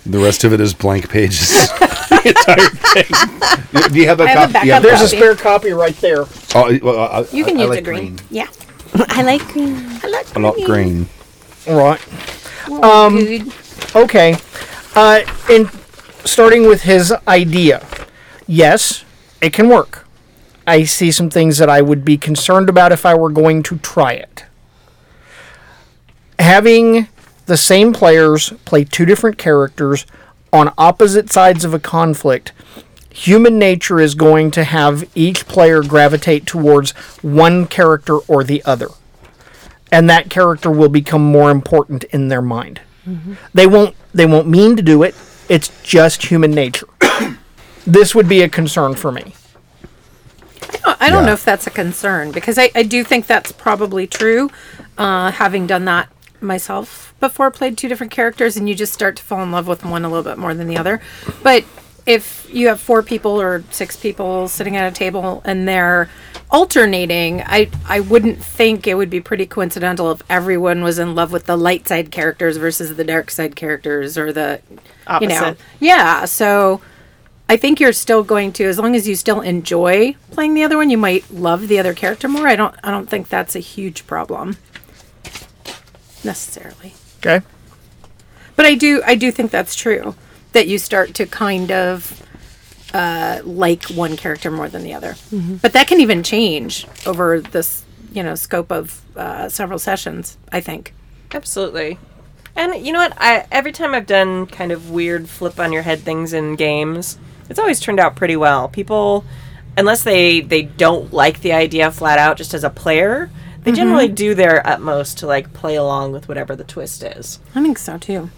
S5: no.
S4: The rest of it is blank pages. the entire thing. Do you have a
S6: I have a
S4: copy? Yeah,
S6: backup
S8: There's a
S6: Copy.
S8: spare copy right there.
S4: Oh, I- well, I-
S6: You can
S4: I- I
S6: use
S4: like
S6: the green.
S5: Yeah. I like green. I like
S4: I like green.
S8: All right.
S5: Um,
S8: Okay. Uh, in starting with his idea, yes, it can work. I see some things that I would be concerned about if I were going to try it. Having the same players play two different characters on opposite sides of a conflict, human nature is going to have each player gravitate towards one character or the other. And that character will become more important in their mind they won't they won't mean to do it it's just human nature this would be a concern for me
S6: I I don't
S4: Yeah.
S6: know if that's a concern because I, I do think that's probably true. Uh, having done that myself before, played two different characters, and you just start to fall in love with one a little bit more than the other. But if you have four people or six people sitting at a table and they're alternating, I, I wouldn't think it would be pretty coincidental if everyone was in love with the light side characters versus the dark side characters or the you know
S7: Opposite.
S6: yeah. So I think you're still going to, as long as you still enjoy playing the other one, you might love the other character more. I don't, I don't think that's a huge problem necessarily,
S8: okay
S6: but I do, I do think that's true that you start to kind of uh, like one character more than the other. But that can even change over this, you know, scope of uh, several sessions. I think.
S7: Absolutely. And you know what? I every time I've done kind of weird flip on your head things in games, it's always turned out pretty well. People unless they they don't like the idea flat out just as a player, they generally do their utmost to like play along with whatever the twist is.
S6: I think so too.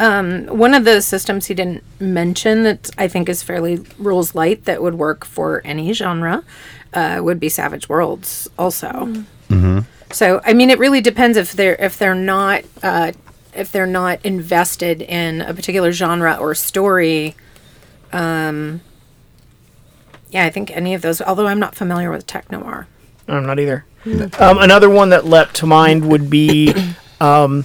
S6: Um, one of the systems he didn't mention that I think is fairly rules light that would work for any genre uh, would be Savage Worlds also.
S8: Mm-hmm.
S6: So I mean, it really depends if they're if they're not uh, if they're not invested in a particular genre or story. Um, yeah, I think any of those. Although I'm not familiar with tech noir.
S8: i'm not either um, another one that leapt to mind would be um,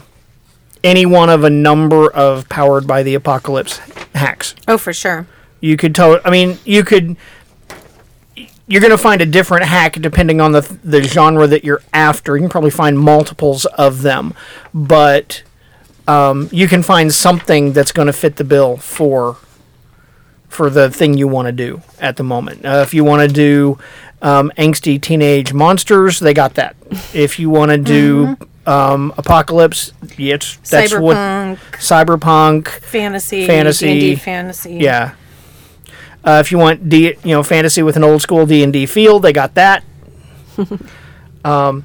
S8: any one of a number of powered by the apocalypse hacks
S6: Oh, for sure.
S8: you could tell i mean you could you're going to find a different hack depending on the the genre that you're after you can probably find multiples of them but um, you can find something that's going to fit the bill for for the thing you want to do at the moment uh, if you want to do um, angsty teenage monsters, they got that. If you want to do um, apocalypse, yeah, it's that's
S6: Cyberpunk,
S8: what cyberpunk.
S6: fantasy,
S8: Fantasy.
S6: D&D fantasy.
S8: Yeah. Uh, if you want D, you know, fantasy with an old school D and D feel, they got that. um, um,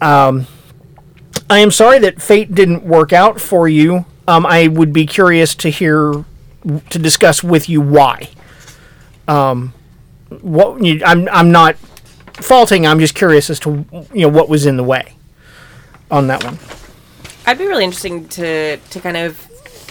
S8: I am sorry that fate didn't work out for you. Um, I would be curious to hear to discuss with you why. Um, what you, I'm I'm not faulting. I'm just curious as to you know what was in the way on that one.
S7: I'd be really interesting to to kind of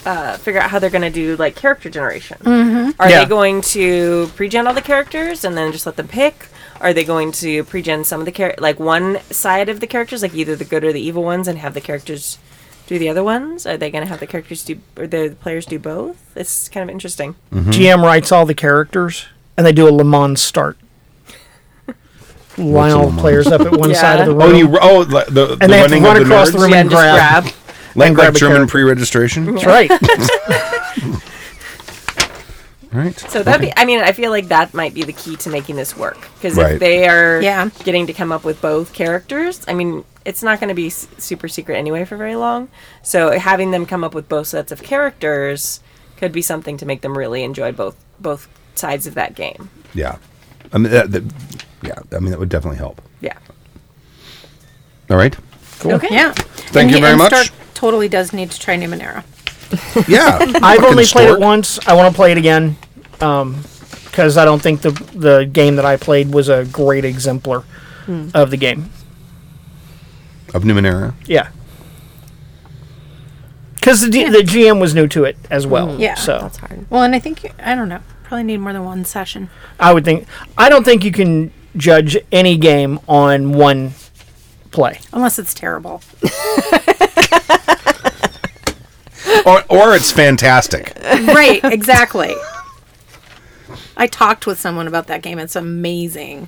S7: uh, figure out how they're going to do like character generation. Are
S8: Yeah.
S7: they going to pre-gen all the characters and then just let them pick? Are they going to pre-gen some of the char- like one side of the characters, like either the good or the evil ones, and have the characters do the other ones? Are they going to have the characters do or the players do both? It's kind of interesting.
S4: Hmm.
S8: GM writes all the characters, and they do a Le Mans start. Line
S4: Le
S8: all the
S4: Mans?
S8: players up at one
S7: Yeah.
S8: side of the
S4: Oh,
S8: room.
S4: you oh the the, the
S8: and they have to
S4: running
S8: run
S4: of the
S8: across the
S4: nerds?
S8: room
S7: Yeah,
S8: and
S7: and just
S8: grab.
S7: grab.
S4: like,
S8: grab
S4: like
S8: a
S4: German
S8: character.
S4: pre-registration.
S6: Mm-hmm.
S8: That's right.
S4: Right.
S7: So that'd be. I mean, I feel like that might be the key to making this work because
S4: Right.
S7: if they are
S6: Yeah.
S7: getting to come up with both characters, I mean, it's not going to be s- super secret anyway for very long. So having them come up with both sets of characters could be something to make them really enjoy both both sides of that game.
S4: yeah. I mean that, that yeah, I mean that would definitely help.
S7: Yeah.
S4: All right. Cool.
S6: Okay. Yeah.
S4: Thank you very much.
S6: Stark totally does need to try Numenera.
S4: Yeah.
S8: I've
S4: Fucking
S8: only played
S4: stork.
S8: it once. I want to play it again because I don't think the the game that I played was a great exemplar of the game.
S4: Of Numenera.
S8: Yeah. Because the, D- the GM was new to it as well.
S6: Yeah.
S8: So
S5: That's hard.
S6: Well, and I think you- I don't know. Probably need more than one session.
S8: I would think I don't think you can judge any game on one play.
S6: Unless it's terrible.
S4: Or, or it's fantastic.
S6: right, exactly. I talked with someone about that game. It's amazing.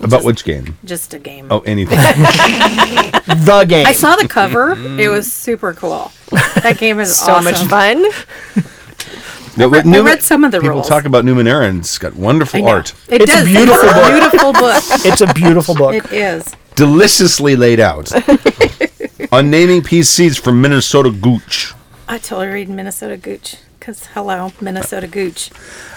S4: About which game?
S6: Just a game.
S4: Oh, anything.
S8: The game.
S6: I saw the cover. it was super cool. That game is
S5: So
S6: awesome.
S5: much fun.
S4: No, but
S6: I
S4: Numen-
S6: read some of the
S4: people
S6: rules.
S4: talk about Numenera and it's got
S6: I
S4: wonderful
S6: know.
S4: art,
S6: It
S8: It's a
S6: does.
S8: beautiful
S6: it's
S8: book.
S6: a beautiful book.
S8: it's a beautiful book.
S6: It is.
S4: deliciously laid out. On naming PCs from Minnesota Gooch.
S6: I totally read Minnesota Gooch because hello, Minnesota Gooch.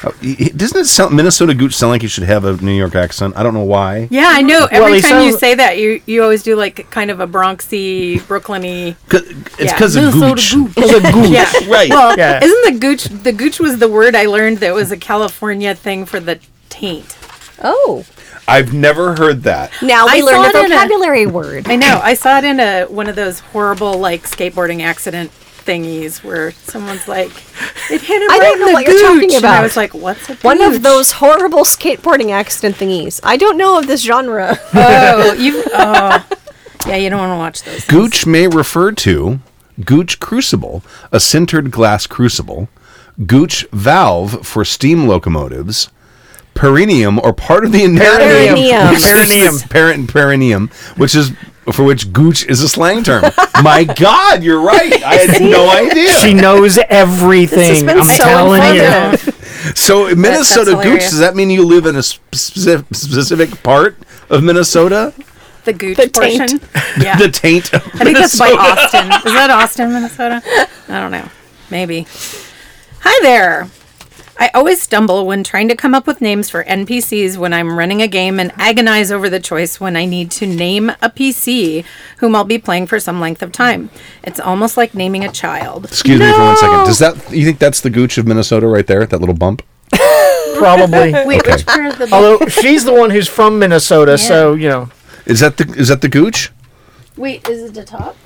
S4: Y- y- Oh, Doesn't it sound Minnesota Gooch sound like you should have a New York accent? I don't know why.
S6: Yeah, I know.
S8: Well,
S6: Every
S8: he
S6: time you
S8: sounds-
S6: say that, you you always do like kind of a Bronxy, Brooklyny.
S4: C- It's
S6: Yeah.
S4: because of
S6: Minnesota
S4: Gooch.
S6: Gooch.
S4: Because of Gooch.
S6: Yeah.
S4: Right.
S6: Well,
S8: Yeah.
S6: isn't the Gooch the Gooch was the word I learned that was a California thing for the taint.
S5: Oh,
S4: I've never heard that.
S5: now we
S6: I
S5: learned
S6: saw
S5: a
S6: it in a-
S5: vocabulary word.
S6: I know. I saw it in a one of those horrible like skateboarding accident thingies where someone's like, "It hit him
S5: I
S6: right
S5: don't
S6: in
S5: know
S6: the
S5: what
S6: gooch,"
S5: you're talking
S6: and I
S5: about.
S6: was like, "What's a
S5: One
S6: gooch?"
S5: of those horrible skateboarding accident thingies. I don't know of this genre.
S6: Oh, you. Oh, yeah. You don't want to watch those.
S4: Gooch may refer to Gooch Crucible, a sintered glass crucible, Gooch valve for steam locomotives, perineum or part of the anatomy
S5: Perineum.
S4: perineum, parent perineum, which is for which Gooch is a slang term. My God, you're right. I had no
S8: She
S4: idea.
S8: knows everything.
S5: This has been
S8: I'm
S5: so
S8: telling you.
S5: informative.
S4: So in Minnesota Gooch,
S6: hilarious.
S4: does that mean you live in a specific, specific part of Minnesota?
S6: The gooch
S5: The
S6: portion.
S5: taint.
S6: Yeah.
S4: The taint. Of
S6: I think that's by Austin. Is that Austin, Minnesota? I don't know. Maybe. Hi there. I always stumble when trying to come up with names for NPCs when I'm running a game and agonize over the choice when I need to name a PC whom I'll be playing for some length of time. It's almost like naming a child.
S4: Excuse me for one second. Does that you think that's the Gooch of Minnesota right there? That little bump.
S8: Probably.
S6: Wait, which part of the
S8: Although she's the one who's from Minnesota, so you know.
S4: Is that the is that the Gooch?
S6: Wait, is it the top?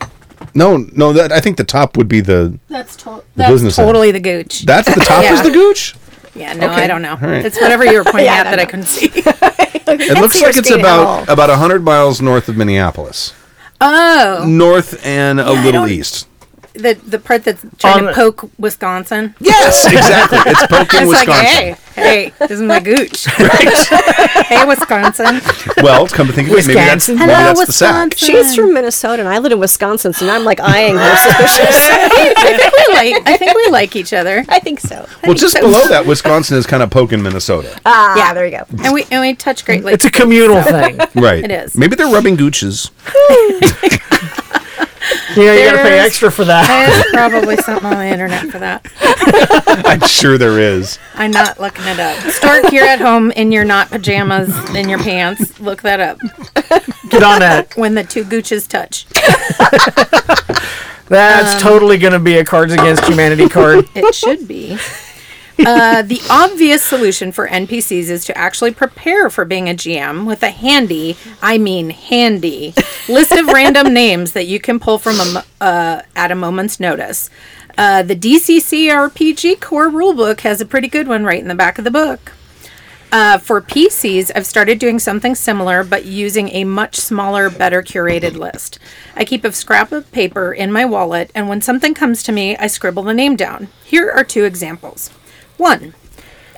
S4: No, no. That I think the top would be the.
S6: That's, to-
S4: business
S6: that's
S4: end.
S6: totally the gooch.
S4: That's the top is
S6: Yeah.
S4: the Gooch.
S6: yeah, no,
S4: Okay,
S6: I don't know.
S4: all right.
S6: It's whatever you were pointing at that I couldn't see.
S4: It looks
S5: see your
S4: like it's
S5: screen at
S4: about about hundred miles north of Minneapolis,
S6: Oh.
S4: north and a
S6: I
S4: little
S6: don't-
S4: east.
S6: the the part that's trying to
S8: On-
S6: poke Wisconsin.
S4: Yes, exactly. It's poking
S6: It's like,
S4: Wisconsin.
S6: hey, hey, this is my gooch. hey, Wisconsin.
S4: Well, come to think of it, maybe that's,
S8: Wisconsin.
S4: maybe
S5: Hello,
S4: that's the sack.
S6: Wisconsin.
S5: She's from Minnesota, and I live in Wisconsin, so now I'm like eyeing her suspicious.
S6: I think we like. I think we like each other.
S5: I think so.
S4: Well, just below that, Wisconsin is kind of poking Minnesota.
S6: Uh,
S5: Ah, yeah, there you go.
S6: And we and we touch Great Lakes.
S8: It's a communal thing.
S4: right.
S6: it is.
S4: Maybe they're rubbing gooches.
S8: Yeah, you gotta pay
S6: There's-
S8: extra for that.
S6: There's probably something on the internet for that.
S4: I'm sure there is.
S6: I'm not looking it up. Stork, you're at home in your not pajamas in your pants. Look that up.
S8: Get on that.
S6: When the two gooches touch,
S8: That's
S6: Um,
S8: totally gonna be a Cards Against Humanity card.
S6: it should be. Uh, the obvious solution for NPCs is to actually prepare for being a GM with a handy, I mean handy, list of random names that you can pull from a mo- uh, at a moment's notice. Uh, the DCC RPG core rulebook has a pretty good one right in the back of the book. Uh, for PCs, I've started doing something similar, but using a much smaller, better curated list. I keep a scrap of paper in my wallet, and when something comes to me, I scribble the name down. Here are two examples. One,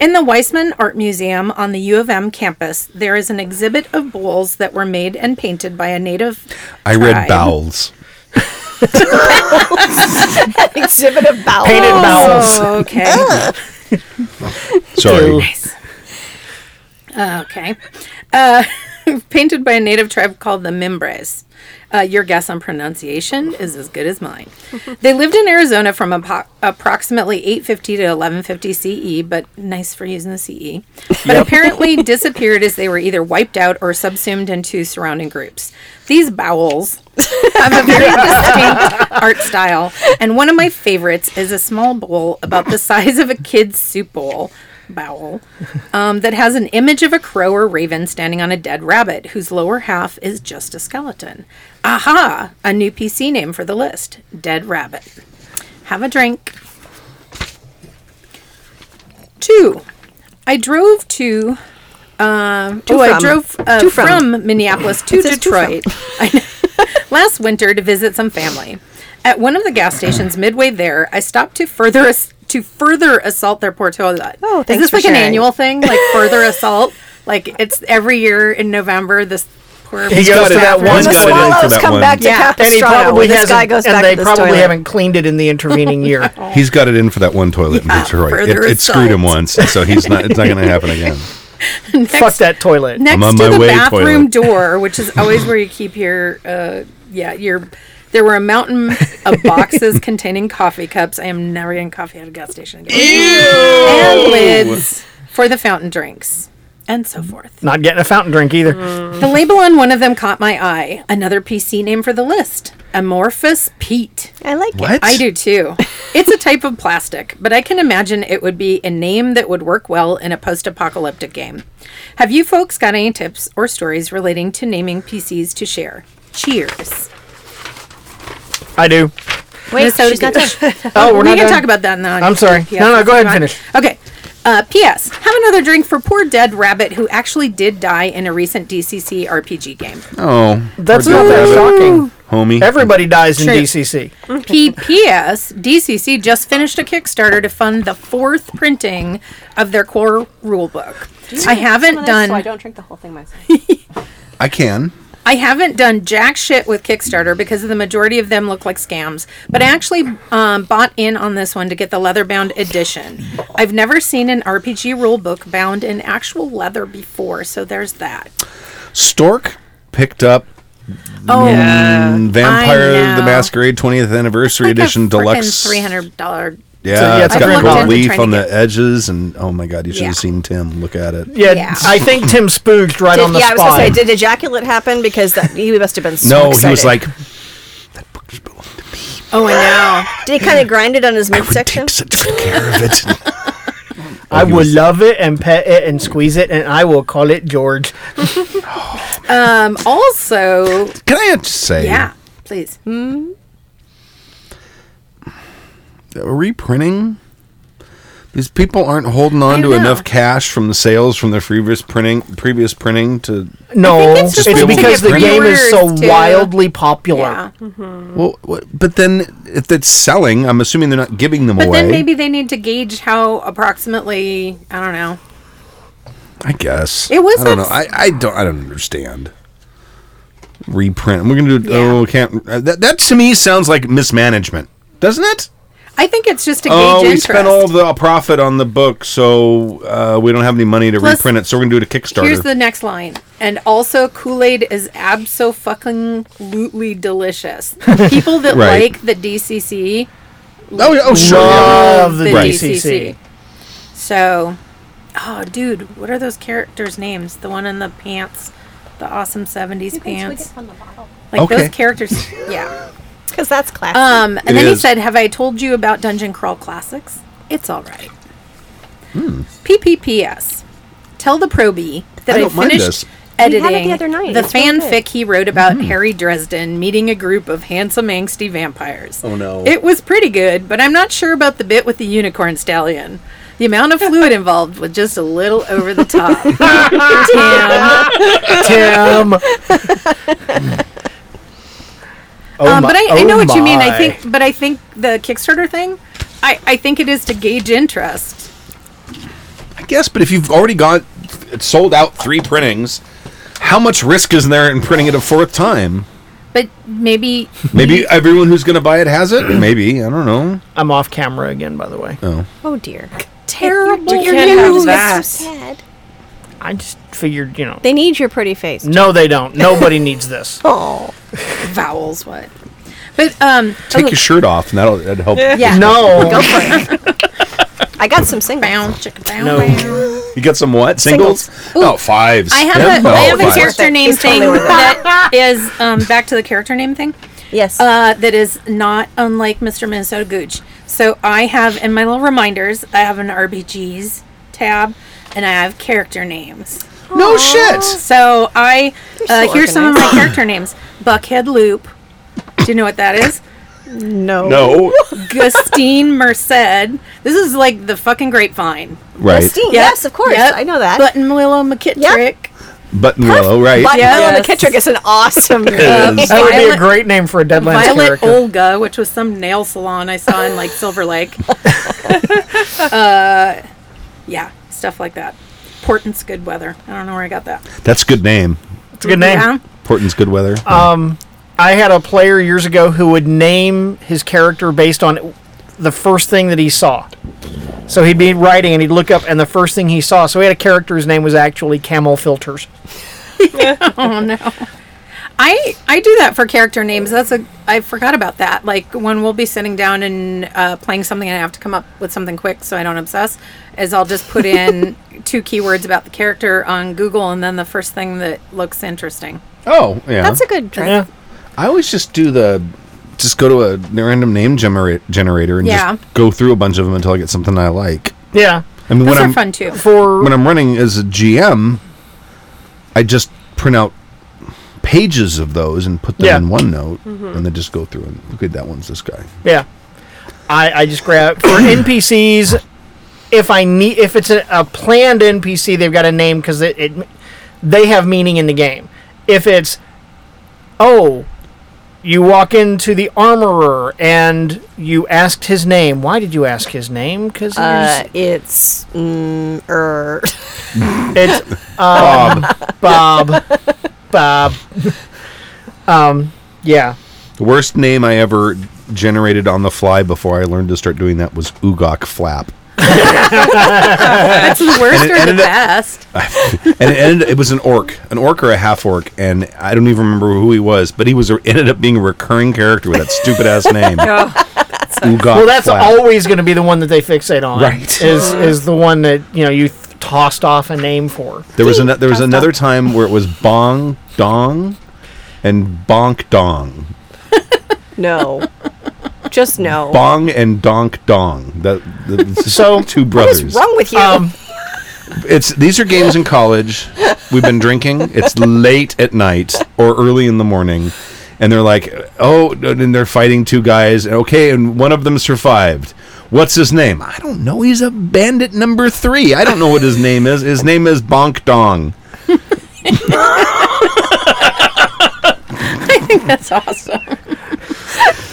S6: in the Weissman Art Museum on the U of M campus, there is an exhibit of bowls that were made and painted by a native.
S4: I read
S6: tribe.
S4: bowels.
S5: Exhibit of bowels.
S8: Painted bowels.
S6: Oh, okay.
S4: Sorry.
S6: Okay. Uh, painted by a native tribe called the Mimbres. Uh, your guess on pronunciation is as good as mine. they lived in Arizona from apo- approximately 850 to 1150 CE, E, but nice for using the CE. But apparently disappeared as they were either wiped out or subsumed into surrounding groups. These bowels have a very distinct art style, and one of my favorites is a small bowl about the size of a kid's soup bowl. Bowel um, that has an image of a crow or raven standing on a dead rabbit whose lower half is just a skeleton. Aha! A new PC name for the list Dead Rabbit. Have a drink. Two. I drove to. Um, oh, I
S5: from.
S6: drove uh,
S5: To
S6: from.
S5: from.
S6: Minneapolis to
S5: It says to from.
S6: Detroit I know. last winter to visit some family. At one of the gas stations midway there, I stopped to further ass- to further assault their portola.
S5: Oh,
S6: is
S5: thanks
S6: this
S5: for
S6: like an
S5: sharing.
S6: annual thing? Like further assault? Like it's every year in November. This poor
S8: He goes to that
S5: When
S8: one
S5: the
S4: He's got it in for
S5: swallows
S4: that
S5: come
S4: one.
S5: back to
S6: Yeah. And he
S8: And he
S5: Capistrano,
S8: probably
S5: this
S8: hasn't,
S5: guy goes
S8: and
S5: back
S8: they
S5: to this
S8: probably
S5: toilet.
S8: haven't cleaned it in the intervening year.
S4: He's got it in for that one toilet in Detroit. It,
S6: further
S4: it screwed him
S6: assault.
S4: once, so he's not. It's not going to happen again.
S8: Fuck that toilet.
S6: next
S4: on
S6: to
S4: my
S6: the
S4: way,
S6: bathroom
S4: toilet.
S6: door, which is always where you keep your uh, yeah your. There were a mountain of boxes containing coffee cups. I am never getting coffee at a gas station again. And lids for the fountain drinks and so forth.
S8: Not getting a fountain drink either.
S6: The label on one of them caught my eye. Another PC name for the list: Amorphous Pete.
S5: I like it.
S4: What?
S6: I do too. It's a type of plastic, but I can imagine it would be a name that would work well in a post apocalyptic game. Have you folks got any tips or stories relating to naming PCs to share? Cheers.
S8: I do.
S5: Wait,
S6: Minnesota
S5: she's not
S6: dish.
S5: done.
S8: Oh, we're
S6: we
S8: not
S6: can
S8: done?
S6: talk about that in the
S8: I'm sorry.
S6: Yeah,
S8: No, no, go ahead and
S6: fine.
S8: finish.
S6: Okay. Uh, P.S. Have another drink for poor dead rabbit who actually did die in a recent DCC RPG game.
S4: Oh,
S8: That's
S4: poor
S8: not
S4: Dad
S8: that
S4: Rabbit.
S8: shocking.
S4: homie.
S8: Everybody dies in
S6: True. Mm-hmm.
S8: DCC.
S6: PPS DCC just finished a Kickstarter to fund the fourth printing of their core rulebook. I haven't
S5: So I
S6: done
S5: don't drink the whole thing myself.
S4: I can.
S6: I haven't done jack shit with Kickstarter because the majority of them look like scams. But I actually um, bought in on this one to get the leather bound edition. I've never seen an RPG rulebook bound in actual leather before, so there's that.
S4: Stork picked up
S6: Oh,
S4: mm, Vampire
S6: I
S4: the
S6: know.
S4: Masquerade 20th Anniversary Edition Deluxe.
S6: three hundred dollar.
S4: Yeah,
S8: So, yeah,
S4: it's
S8: I've
S4: got
S8: looked
S4: gold
S8: into
S4: leaf
S6: trying
S4: on
S6: to
S4: the
S6: get-
S4: edges, and oh my god, you should
S6: Yeah.
S4: have seen Tim look at it.
S8: Yeah,
S6: Yeah.
S8: I think Tim spooked right on
S5: Did,
S8: the
S5: yeah, I was
S8: spot.
S5: gonna say, did ejaculate happen? Because that, he must have been so
S4: No, he was
S5: excited.
S4: like,
S6: Oh, I know.
S5: did he kind of grind it on his
S4: I would
S5: midsection?
S4: take such good care of it.
S8: I
S4: he
S8: will
S4: was-
S8: love it and pet it and squeeze it, and I will call it George.
S6: Um, also,
S4: Can I just say,
S6: yeah, please.
S4: reprinting These people aren't holding on
S6: I
S4: to
S6: know.
S4: enough cash from the sales from their previous printing, previous printing to.
S8: No,
S6: it's
S8: it's,
S6: just
S4: something
S8: because the
S4: different.
S8: game is so
S6: Viewers, too.
S8: wildly popular.
S6: Yeah.
S4: Well, what- but then if that's selling, I'm assuming they're not giving them
S6: But
S4: away.
S6: then maybe they need to gauge how approximately, I don't know.
S4: I guess
S6: It was
S4: I don't know.
S6: that-
S4: I, I don't. I don't understand. Reprint. We're gonna do.
S6: Yeah.
S4: Oh, can't. uh, That, that to me sounds like mismanagement, doesn't it?
S6: I think it's just to gauge
S4: Oh, we
S6: interest.
S4: spent all the profit on the book, so uh, we don't have any money to
S6: Plus,
S4: reprint it. So we're gonna do it a Kickstarter.
S6: Here's the next line. And also, Kool Aid is abso fucking lutely delicious. People that
S4: Right.
S6: like the DCC
S4: oh, yeah, oh, sure. yeah.
S8: Love the
S6: the
S4: Right.
S6: DCC.
S8: DCC.
S6: So, oh, dude, what are those characters' names? The one in the pants, the awesome '70s pants. Like
S4: Okay.
S6: those characters. yeah.
S5: Because that's classic.
S6: Um, and
S4: It
S6: then he
S4: is.
S6: said, "Have I told you about Dungeon Crawl Classics? It's all right." PPPS. Tell the probie that
S4: Hmm. I
S6: I,
S4: don't mind this. Hmm.
S6: finished
S5: had it
S6: editing
S5: the other night.
S6: the
S5: It's really good.
S6: fanfic he wrote about Harry Dresden meeting a group of handsome angsty vampires.
S4: Oh, no.
S6: It was pretty good, but I'm not sure about the bit with the unicorn stallion. The amount of fluid involved was just a little over the top. Damn.
S8: Tim. Oh
S6: um,
S8: my-
S6: but I, I
S8: oh
S6: know what you mean. I
S8: my.
S6: think, but I think the Kickstarter thing, I, I think it is to gauge interest.
S4: I guess, but if you've already got it sold out three printings, how much risk is there in printing it a fourth time?
S6: But maybe
S4: Maybe everyone who's going to buy it has it. Maybe I don't know.
S8: I'm off camera again, by the way.
S5: oh dear.
S6: terrible
S5: You
S7: can't have
S6: news.
S7: that.
S5: Sad.
S8: I just figured, you know.
S5: They need your pretty face.
S8: No, they don't. Nobody needs this.
S5: Oh.
S6: Vowels, what? But um,
S4: Take
S6: oh,
S4: your shirt off, and that'll that'd help.
S6: yeah.
S8: No.
S5: I got some singles.
S6: Bow, chicka, bow,
S8: No.
S6: bow.
S4: You got some what singles? Oh, fives.
S6: I have a,
S4: Yeah,
S6: I
S4: oh,
S6: have a
S4: fives.
S6: character name
S7: It's
S6: thing
S7: totally worth it.
S6: that is um, back to the character name thing.
S5: Yes.
S6: Uh, that is not unlike Mr. Minnesota Gooch. So I have in my little reminders, I have an RBGs tab, and I have character names.
S4: No shit.
S6: So I uh,
S5: so
S6: here's some of my character names: Buckhead Loop. Do you know what that is?
S5: no.
S4: No.
S6: Gustine Merced. This is like the fucking grapevine.
S4: Right.
S5: Christine,
S6: Yep,
S5: Yes, of course.
S6: yep.
S5: I know that.
S6: Button Willow McKittrick.
S4: Button willow. Right.
S5: but
S6: Yes.
S5: Ella McKittrick is an awesome name.
S4: Is-
S8: That would be a
S6: Violet-
S8: great name for a Deadlands
S6: Violet
S8: character.
S6: Olga, which was some nail salon I saw in like Silver Lake. uh, yeah, stuff like that. Portent's good weather. I don't know where I got that.
S4: That's a good name.
S8: It's a good name.
S6: Yeah.
S4: Portland's good weather.
S6: Uh,
S8: I had a player years ago who would name his character based on the first thing that he saw. So he'd be writing and he'd look up, and the first thing he saw. So he had a character whose name was actually Camel Filters.
S6: I I do that for character names. That's a I forgot about that. Like when we'll be sitting down and uh, playing something, and I have to come up with something quick so I don't obsess. Is I'll just put in two keywords about the character on Google, and then the first thing that looks interesting.
S4: oh yeah.
S5: That's a good trick.
S8: Yeah.
S4: I always just do the just go to a random name genera- generator and
S6: Yeah.
S4: just go through a bunch of them until I get something I like.
S8: Yeah.
S4: I mean,
S6: Those
S4: when
S6: are
S4: I'm
S6: fun too.
S8: For
S4: when I'm running as a GM, I just print out pages of those and put them
S8: Yeah. Mm-hmm.
S4: in OneNote, and then just go through and okay, that one's this guy.
S8: Yeah, I, I just grab for NPCs. If I need, if it's a, a planned NPC, they've got a name because it, it they have meaning in the game. If it's oh, you walk into the armorer and you asked his name. Why did you ask his name? Because
S5: Uh, it's mm, er.
S8: it's um, Bob. Bob. um. Yeah.
S4: The worst name I ever generated on the fly before I learned to start doing that was Ugok Flap,
S6: That's the worst
S4: it
S6: or the
S4: ended up-
S6: best.
S4: and it, ended, it was an orc, an orc or a half orc, and I don't even remember who he was, but he was a, ended up being a recurring character with that stupid ass name,
S6: Oh.
S4: Ugok.
S8: Well, that's
S4: Flap.
S8: always going to be the one that they fixate on.
S4: Right.
S8: Is is the one that you know you th- tossed off a name for.
S4: There was an, there was another time where it was Bong Dong and Bonk Dong.
S5: No. Just no.
S4: Bong and Donk Dong. That, that's
S8: So-
S4: two
S5: What
S4: brothers.
S5: is wrong with you?
S8: Um,
S4: It's these are games in college. We've been drinking. It's late at night or early in the morning, and they're like, oh, and they're fighting two guys. and Okay, and one of them survived. What's his name? I don't know. He's a bandit number three. I don't know what his name is. His name is Bonk Dong.
S6: That's awesome.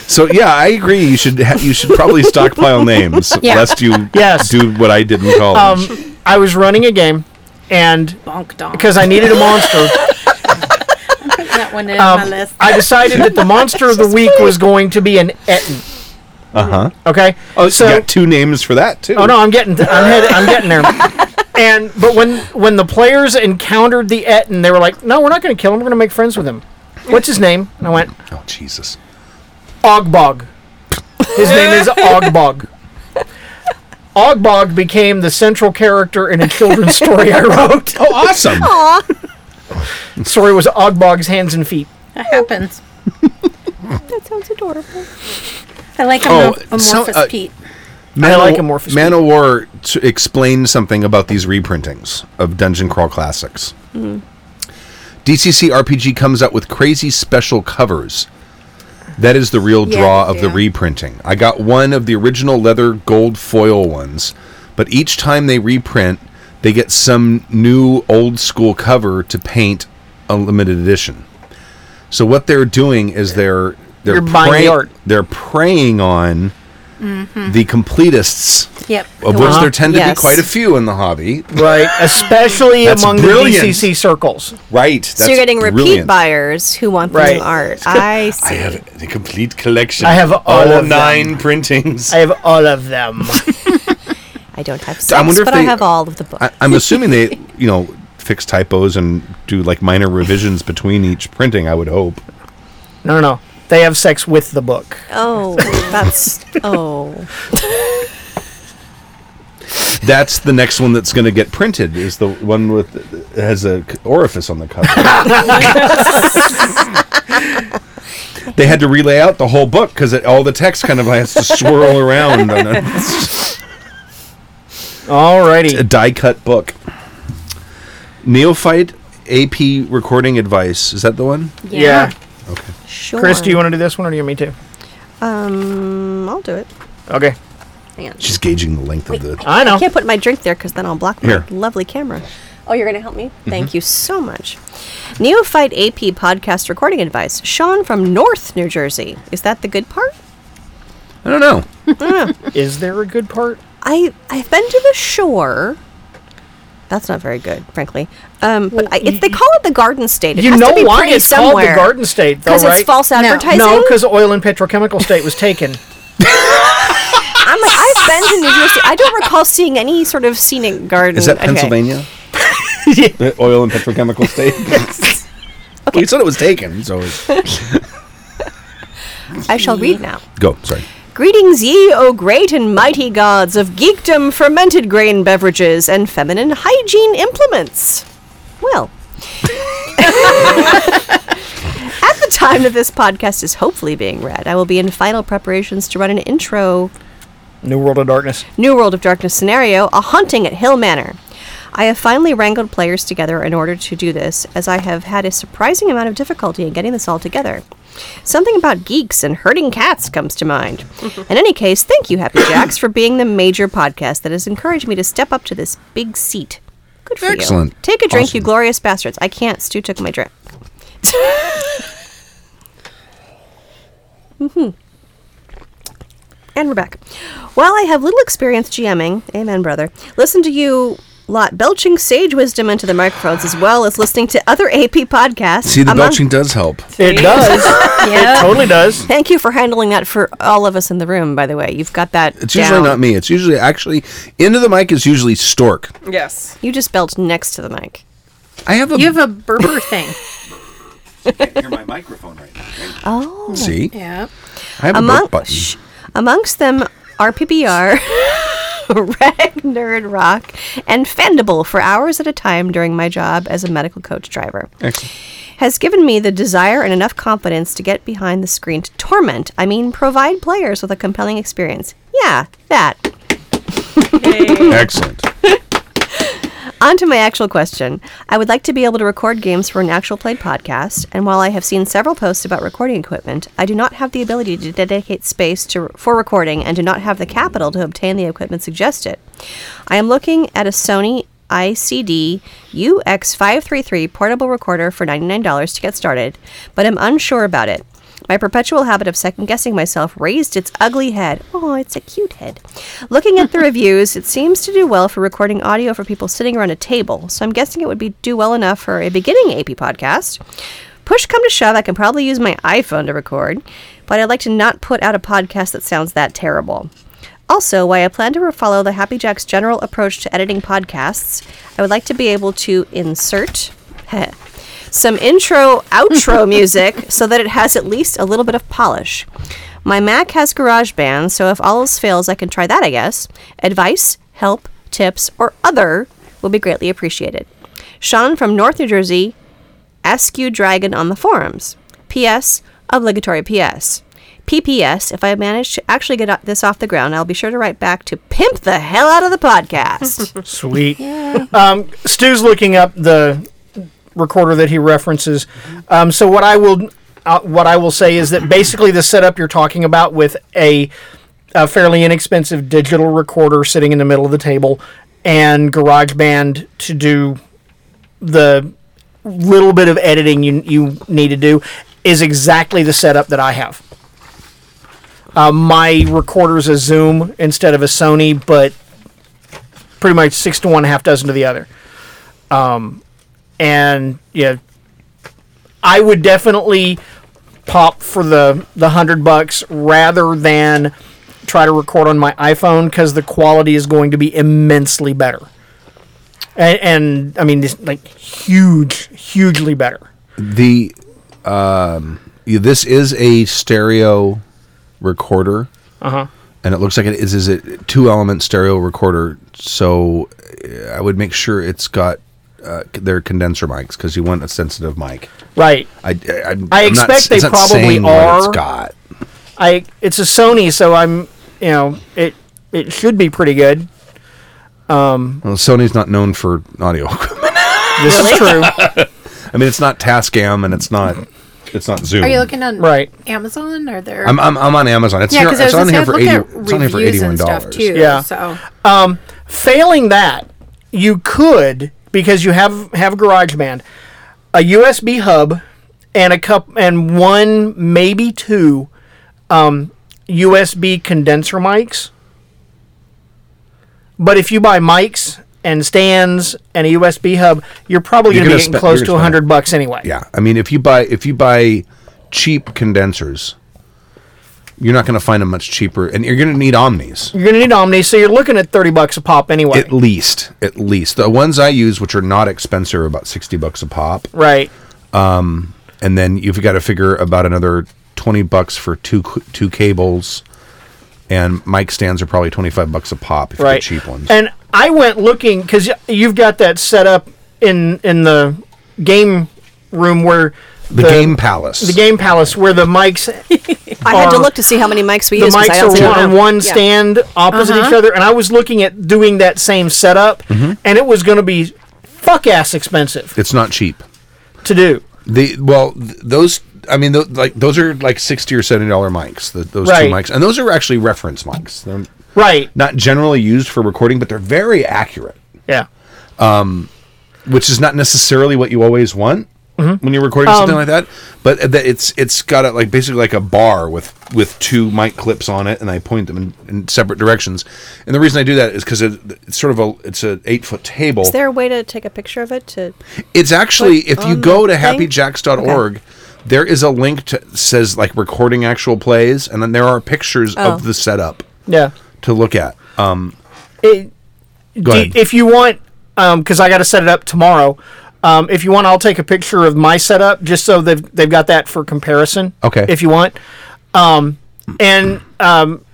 S4: So yeah, I agree. You should ha- you should probably stockpile names
S6: Yeah.
S4: lest you
S8: Yes.
S4: do what I did in college.
S8: Um, I was running a game, and
S6: Bonk donk.
S8: because I needed a monster,
S6: Put that one in my
S8: um,
S6: list.
S8: I decided that the monster of the week was going to be an Etten.
S4: uh huh.
S8: Okay.
S4: Oh, so you got two names for that too.
S8: Oh no, I'm getting, I'm headed, I'm getting there. And but when when the players encountered the Etten, they were like, "No, we're not going to kill him. We're going to make friends with him." What's his name? And I went,
S4: Oh Jesus.
S8: Ogbog. His name is Ogbog. Ogbog became the central character in a children's story I wrote.
S4: Oh, awesome.
S8: The story was Ogbog's hands and feet.
S6: That happens.
S5: That sounds adorable.
S6: I like
S4: Oh,
S6: amorph- amorphous
S4: so- uh,
S6: Pete.
S4: Man
S8: I
S4: o-
S8: like amorphous
S4: Man o' War t- explained something about these reprintings of Dungeon Crawl classics.
S8: Hmm.
S4: DCC RPG comes out with crazy special covers. That is the real
S5: Yeah,
S4: draw
S5: they
S4: of the
S5: do.
S4: reprinting. I got one of the original leather gold foil ones, but each time they reprint, they get some new old school cover to paint a limited edition. So what they're doing is they're they're
S8: You're buying the
S4: prey-
S8: art.
S4: They're preying on
S8: Mm-hmm.
S4: the completists,
S6: Yep.
S4: of
S6: The
S4: which
S6: one-
S4: there tend to
S5: Uh-huh. Yes.
S4: be quite a few in the hobby.
S8: Right. Especially
S4: That's
S8: among
S4: brilliant.
S8: the DCC circles.
S4: Right.
S5: so you're getting repeat
S4: brilliant.
S5: buyers who want the
S8: Right.
S5: new art. I see.
S4: I have the complete collection.
S8: I have all of them.
S4: nine printings.
S8: I have all of them.
S5: I don't have
S4: I
S5: six,
S4: wonder if
S5: but I
S4: they-
S5: have all of the books.
S4: I, I'm assuming they, you know, fix typos and do like minor revisions between each printing. I would hope.
S8: No, no, no. They have sex with the book.
S5: oh, that's oh.
S4: That's the next one that's going to get printed. Is the one with that has a c- orifice on the cover. they had to relay out the whole book because all the text kind of has to swirl around. On a, a
S8: Alrighty.
S4: die cut book. Neophyte AP recording advice. Is that the one?
S8: Yeah.
S5: Sure.
S8: Chris, do you want to do this one or do you want me to?
S5: Um, I'll do it.
S8: Okay.
S5: Hang on.
S4: She's gauging the length of the.
S8: I
S6: Oh.
S8: know.
S5: I can't put my drink there because then I'll block my
S4: Here.
S5: lovely camera. Oh, you're going to help me? Thank
S8: Mm-hmm.
S5: you so much. Neophyte AP podcast recording advice. Sean from North New Jersey. Is that the good part?
S4: I don't know.
S8: Is there a good part?
S5: I I've been to the shore. That's not very good, frankly. Um, but I, it, they call it the Garden State. It
S8: you
S5: has to
S8: know
S5: be
S8: why
S5: pretty
S8: it's called
S5: somewhere.
S8: the Garden State, though,
S5: Because
S8: right?
S5: it's false advertising.
S8: No, because oil and petrochemical state was taken.
S5: I'm like I've been to New Jersey. I don't recall seeing any sort of scenic garden.
S4: Is that
S5: Okay.
S4: Pennsylvania? the oil and petrochemical state. okay. You said it was taken, so it's-
S5: I shall read now.
S4: go. Sorry.
S5: Greetings, ye, O great and mighty gods of geekdom, fermented grain beverages, and feminine hygiene implements. Well, at the time that this podcast is hopefully being read, I will be in final preparations to run an intro
S8: New World of Darkness.
S5: New World of Darkness scenario, a haunting at Hill Manor. I have finally wrangled players together in order to do this, as I have had a surprising amount of difficulty in getting this all together. Something about geeks and herding cats comes to mind. In any case, thank you, Happy Jacks, for being the major podcast that has encouraged me to step up to this big seat. Good for you.
S4: Excellent.
S5: Take a drink, you
S4: Awesome.
S5: glorious bastards. I can't. Stu took my drink. Mm-hmm. And we're back. While I have little experience GMing, amen, brother, listen to you lot belching sage wisdom into the microphones as well as listening to other AP podcasts.
S4: See, the
S5: among-
S4: belching does help.
S8: It does.
S6: Yeah.
S8: totally does.
S5: Thank you for handling that for all of us in the room, by the way. You've got that.
S4: It's usually
S5: down.
S4: not me. It's usually actually into the mic is usually stork.
S7: Yes.
S5: You just belched next to the mic.
S4: I have a.
S6: You have a Berber thing.
S4: hear my microphone right now. Oh. See,
S6: Yeah.
S4: I have a book
S5: Among-
S4: button.
S5: shh. amongst them are PBR, Rag Nerd Rock, and Fendable for hours at a time during my job as a medical coach driver. Has given me the desire and enough confidence to get behind the screen to torment, I mean, provide players with a compelling experience. Yeah, that.
S4: Excellent.
S5: On to my actual question. I would like to be able to record games for an actual played podcast, and while I have seen several posts about recording equipment, I do not have the ability to dedicate space to, for recording and do not have the capital to obtain the equipment suggested. I am looking at a Sony ICD UX533 portable recorder for $99 to get started, but I'm unsure about it. My perpetual habit of second guessing myself raised its ugly head. Oh, it's a cute head. Looking at the reviews, it seems to do well for recording audio for people sitting around a table, so I'm guessing it would be do well enough for a beginning AP podcast. Push come to shove, I can probably use my iPhone to record, but I'd like to not put out a podcast that sounds that terrible. Also, while I plan to follow the Happy Jack's general approach to editing podcasts, I would like to be able to insert some intro outro music so that it has at least a little bit of polish. My Mac has GarageBand, so if all else fails, I can try that, I guess. Advice, help, tips, or other will be greatly appreciated. Sean from North New Jersey, Askew Dragon on the forums. P.S. Obligatory P.S. PPS, if I manage to actually get o- this off the ground, I'll be sure to write back to pimp the hell out of the podcast.
S8: Sweet. Um, Stu's looking up the recorder that he references. Um, so what I will uh, what I will say is that basically the setup you're talking about with a, a fairly inexpensive digital recorder sitting in the middle of the table and GarageBand to do the little bit of editing you you need to do is exactly the setup that I have. Uh, my recorder's a Zoom instead of a Sony, but pretty much six to one, half dozen to the other. Um, and yeah, I would definitely pop for the the hundred bucks rather than try to record on my iPhone because the quality is going to be immensely better. And, and I mean, this like huge, hugely better.
S4: The um, y- this is a stereo recorder,
S8: Uh-huh.
S4: and it looks like it is is a two element stereo recorder. So uh, I would make sure it's got uh, c- their condenser mics because you want a sensitive mic.
S8: Right.
S4: I, I, am
S8: I expect they probably
S4: What
S8: are.
S4: it's got.
S8: I it's a Sony, so I'm you know it it should be pretty good.
S4: Well, Sony's not known for audio. equipment.
S8: This is true,
S4: I mean, it's not Tascam and it's not it's not Zoom.
S6: Are you looking on
S8: right?
S6: Amazon or there?
S4: I'm, I'm, I'm on Amazon. It's,
S6: yeah,
S4: here,
S6: because I
S4: it's
S6: was
S4: on
S6: gonna say,
S4: here
S6: I'd look
S4: for eighty.
S6: at
S4: It's on here for
S6: reviews
S4: eighty-one
S6: and stuff
S4: dollars.
S6: too.
S8: Yeah.
S6: So
S8: Failing that, you could because you have have GarageBand, a USB hub, and a cup and one maybe two um, USB condenser mics. But if you buy mics and stands and a USB hub, you're probably
S4: You're
S8: going to be
S4: gonna
S8: getting
S4: spe-
S8: close
S4: you're
S8: to a
S4: gonna spend-
S8: hundred bucks anyway.
S4: Yeah, I mean, if you buy if you buy cheap condensers, you're not going to find them much cheaper, and you're going to need omnis
S8: You're going to need Omni, so you're looking at thirty bucks a pop anyway.
S4: at least. At least the ones I use, which are not expensive, are about sixty bucks a pop,
S8: right.
S4: and then you've got to figure about another twenty bucks for two c- two cables, and mic stands are probably twenty five bucks a pop if you
S8: right
S4: get cheap ones.
S8: and i went looking because you've got that set up in in the game room where
S4: the, Game Palace.
S8: the game palace where the mics
S5: I had to
S8: Or-
S5: look to see how many mics we
S8: the
S5: use. 'cause I
S8: mics
S5: don't think
S8: are
S5: I
S8: on
S5: know.
S8: one stand opposite each
S5: Uh-huh.
S8: other and i was looking at doing that same setup
S4: Mm-hmm.
S8: and it was going to be fuck ass expensive
S4: It's not cheap.
S8: to do
S4: The well, th- those I mean, th- like those are like sixty or seventy dollar mics. th those
S8: Right.
S4: two mics, and those are actually reference mics. They're
S8: right
S4: not generally used for recording, but they're very accurate,
S8: yeah
S4: which is not necessarily what you always want when you're recording something like that. But uh, that it's it's got a, like basically like a bar with with two mic clips on it, and I point them in, in separate directions. And the reason I do that is because it, it's sort of a it's an eight foot table.
S5: Is there a way to take a picture of it? To
S4: It's actually if you
S5: on
S4: go to
S5: the thing?
S4: happyjacks.org, there is a link to says like recording actual plays, and then there are pictures
S5: Oh.
S4: of the setup
S8: yeah
S4: to look at. Um,
S8: it,
S4: go
S8: Do-
S4: ahead.
S8: if you want, because I got to set it up tomorrow. Um, if you want, I'll take a picture of my setup just so they've they've got that for comparison.
S4: Okay.
S8: If you want, um, and um,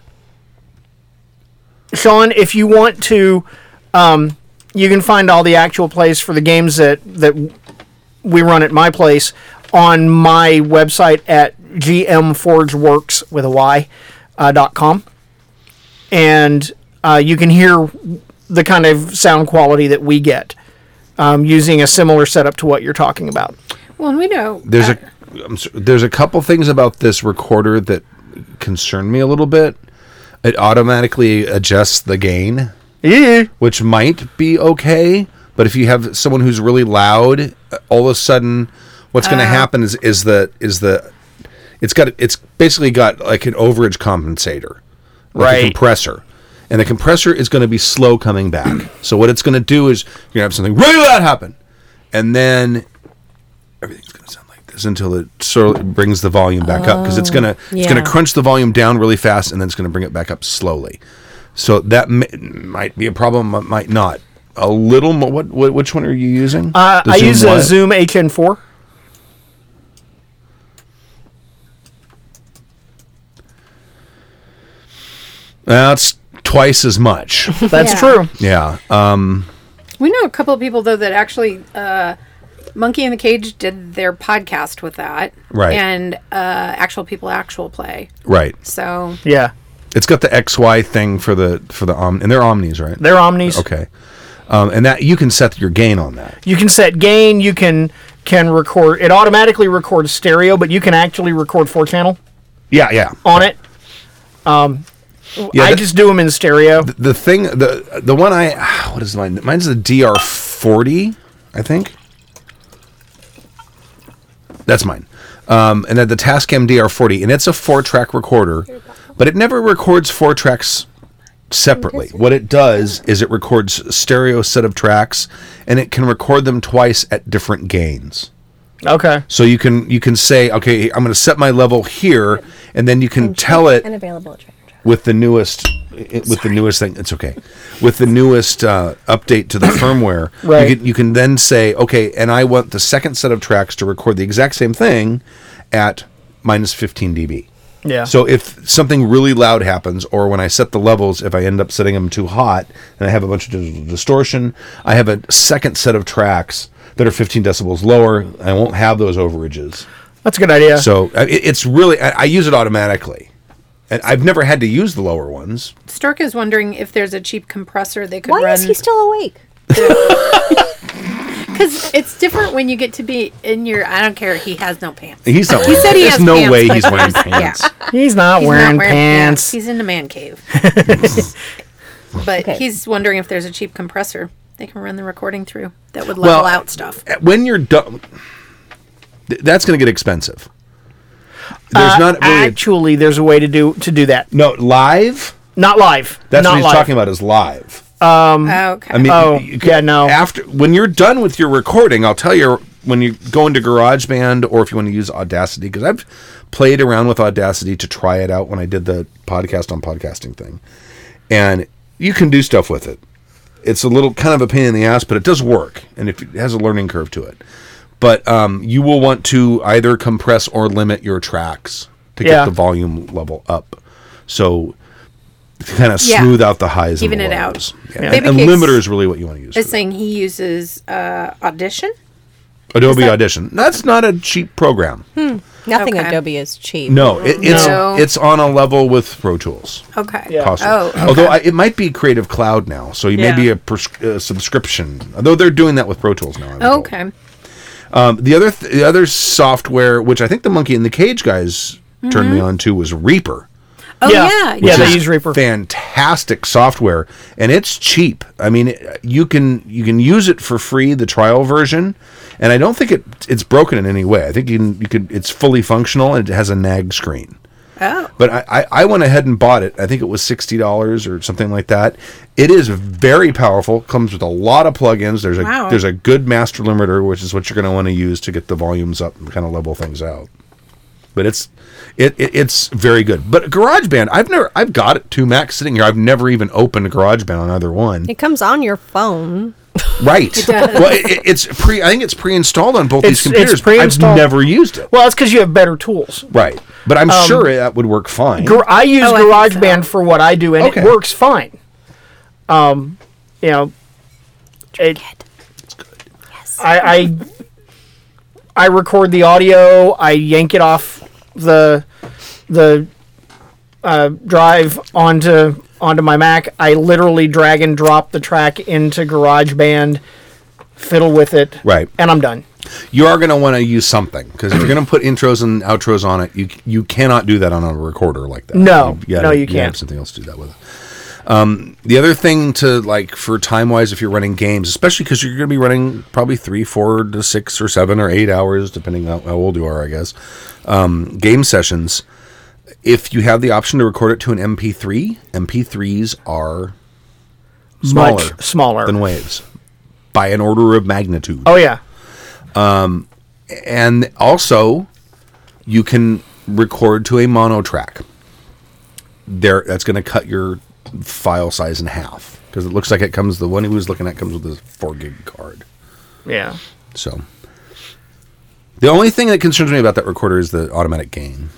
S8: Sean, if you want to, um, you can find all the actual plays for the games that that we run at my place on my website at gmforgeworks with a y uh, dot com and uh, you can hear the kind of sound quality that we get. Um, um, using a similar setup to what you're talking about.
S6: Well, and we know Uh,
S4: There's
S6: that-
S4: a
S5: Uh,
S4: I'm sorry, there's a couple things about this recorder that concern me a little bit. It automatically adjusts the gain, which might be okay, but if you have someone who's really loud, uh, all of a sudden, what's
S5: Oh.
S4: going to happen is is the is the it's got it's basically got like an overage compensator, like
S8: Right.
S4: a compressor. And the compressor is going to be slow coming back. so what it's going to do is you're going to have something really loud happen, and then everything's going to sound like this until it sort of brings the volume back up because it's
S8: Oh,
S4: going to it's going
S5: yeah.
S4: to crunch the volume down really fast and then it's going to bring it back up slowly. So that mi- might be a problem, it might not. A little more. What, what? Which one are you using?
S8: Uh,
S4: The
S8: I use a
S4: what?
S8: Zoom HN4.
S4: That's twice as much.
S8: That's
S6: Yeah.
S8: true.
S4: yeah. Uh,
S6: we know a couple of people though that actually uh, Monkey in the Cage did their podcast with that,
S4: Right.
S6: And uh, actual people, actual play.
S4: right.
S6: So
S8: Yeah,
S4: It's got the XY thing for the for the om and they're omnis, right?
S8: they're omnis.
S4: okay. Um, and that you can set your gain on that.
S8: You can set gain. You can can record. It automatically records stereo, but you can actually record four channel
S4: Yeah, yeah.
S8: on it.
S4: yeah
S8: I
S4: that-
S8: just do them in stereo.
S4: the thing the the one I ah, what is mine? Mine's the DR forty, I think. That's mine. Um, and then the Tascam DR forty, and it's a four track recorder, but it never records four tracks separately. What it does is it records a stereo set of tracks, and it can record them twice at different gains.
S8: Okay.
S4: So you can you can say, okay, I'm going to set my level here, and then you can tell it
S5: and available at Trader Joe's.
S4: with the newest it- with the newest thing it's okay with the newest uh, update to the firmware
S8: Right.
S4: you, can, you can then say okay and i want the second set of tracks to record the exact same thing at minus 15 db
S8: Yeah.
S4: so if something really loud happens or when i set the levels if i end up setting them too hot and i have a bunch of digital distortion i have a second set of tracks that are 15 decibels lower i won't have those overages
S8: that's a good idea.
S4: so uh, it, it's really I, I use it automatically and i've never had to use the lower ones
S6: Stark is wondering if there's a cheap compressor they could
S5: Why
S6: run
S5: is he still awake?
S6: because it's different when you get to be in your. I don't care. He has no pants.
S4: He's not.
S6: He
S4: wearing
S6: said he
S4: pants.
S6: has
S4: There's no
S6: pants,
S4: way
S6: but
S4: he's wearing
S6: he's- yeah.
S4: pants. Uh,
S8: he's not
S6: He's not
S8: wearing pants.
S6: He's in a man cave. but he's wondering if there's a cheap compressor they can run the recording through that would level
S4: Well, uh,
S6: out stuff.
S4: When you're done, th- that's going to get expensive.
S6: Uh,
S4: There's not really a,
S8: Actually, there's a way to do to do that.
S4: no live.
S8: Not live.
S4: That's
S8: not
S4: what he's
S8: live.
S4: talking about is live.
S6: okay.
S4: I mean,
S8: Oh,
S4: could-
S8: yeah, no.
S4: After when you're done with your recording, I'll tell you when you go into GarageBand or if you want to use Audacity because I've played around with Audacity to try it out when I did the podcast on podcasting thing, and you can do stuff with it. It's a little kind of a pain in the ass, but it does work, and if it has a learning curve to it. But um, you will want to either compress or limit your tracks to
S8: Yeah.
S4: get the volume level up. So to kind of
S6: Yeah.
S4: smooth out the highs
S6: Even
S4: and
S6: it
S4: the
S6: out.
S4: lows. Yeah.
S6: They
S4: And
S6: became-
S4: limiter is really what you want to use.
S6: It's
S4: for
S6: saying he uses uh, Audition.
S4: that. Adobe Audition. That's not a cheap program.
S5: Nothing
S6: Okay.
S5: Adobe is cheap.
S4: No, it, it's
S6: Hmm. No.
S4: it's on a level with Pro Tools.
S6: Okay.
S8: Yeah.
S4: Cost-
S6: Oh, okay.
S4: although I, it might be Creative Cloud now, so you
S7: Yeah.
S4: may be a pers- uh, subscription. Although they're doing that with Pro Tools now. I was told.
S6: Oh, Okay.
S4: Um, the other th- the other software, which I think the Monkey in the Cage guys
S6: Mm-hmm.
S4: turned me on to, was Reaper.
S6: Oh yeah.
S8: Yeah. Yeah,
S4: which
S8: they
S4: is
S8: use Reaper.
S4: Fantastic software, and it's cheap. I mean, it- you can you can use it for free, the trial version, and I don't think it it's broken in any way. I think you can, you could it's fully functional and it has a nag screen.
S6: Oh.
S4: But I, I, I went ahead and bought it. I think it was sixty dollars or something like that. It is very powerful. Comes with a lot of plugins. There's a
S6: Wow.
S4: there's a good master limiter, which is what you're going to want to use to get the volumes up and kind of level things out. But it's it, it it's very good. But GarageBand, I've never I've got it two Macs sitting here. I've never even opened GarageBand on either one.
S5: It comes on your phone.
S4: Right. well, it, it- it's pre. I think it's pre-installed on both
S8: It's- it's
S4: these computers.
S8: pre-installed.
S4: I've never used it.
S8: Well, um, that's because you have better tools.
S4: Right. But I'm sure that would work fine.
S8: Gar- I use
S6: Oh, I think
S8: GarageBand
S6: so.
S8: for what I do, and
S4: Okay.
S8: it works fine. Um, you know, it, I, I I record the audio. I yank it off the the uh, drive onto onto my Mac. I literally drag and drop the track into GarageBand, fiddle with it,
S4: Right.
S8: And I'm done.
S4: you are going to want to use something because if you're going to put intros and outros on it, you you cannot do that on a recorder like that.
S8: No.
S4: gotta-
S8: No, you
S4: gotta have
S8: can't.
S4: something else to do that with. it. Um, the other thing to like for time wise, if you're running games, especially because you're going to be running probably three, four to six or seven or eight hours, depending on how old you are, I guess. Um, game sessions. If you have the option to record it to an MP3, MP3s are smaller,
S8: Much smaller.
S4: than waves by an order of magnitude
S8: oh yeah.
S4: and also you can record to a mono track there that's going to cut your file size in half because it looks like it comes the one he was looking at comes with a four gig card
S8: Yeah.
S4: so the only thing that concerns me about that recorder is the automatic gain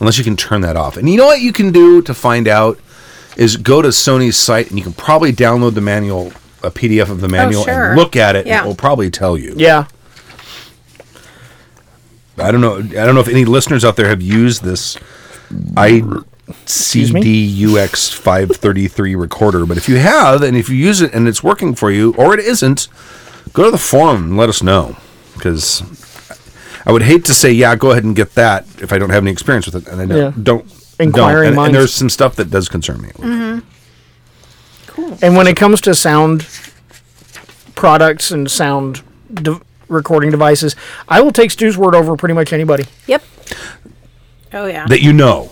S4: unless you can turn that off and you know what you can do to find out is go to sony's site and you can probably download the manual a pdf of the manual
S6: Oh, sure.
S4: and look at it
S6: Yeah.
S4: and it will probably tell you
S8: Yeah.
S4: I don't know. I don't know if any listeners out there have used this ICDUX five thirty three recorder, but if you have, and if you use it and it's working for you, or it isn't, go to the forum and let us know. Because I would hate to say, yeah, go ahead and get that if I don't have any experience with it, and I don't.
S8: Yeah.
S4: don't
S8: Inquiring
S4: don't. And, and
S8: minds.
S4: there's some stuff that does concern me.
S6: Mm-hmm.
S8: And when it comes to sound products and sound de- recording devices, I will take Stu's word over pretty much anybody.
S5: Yep.
S6: Oh yeah.
S4: That you know,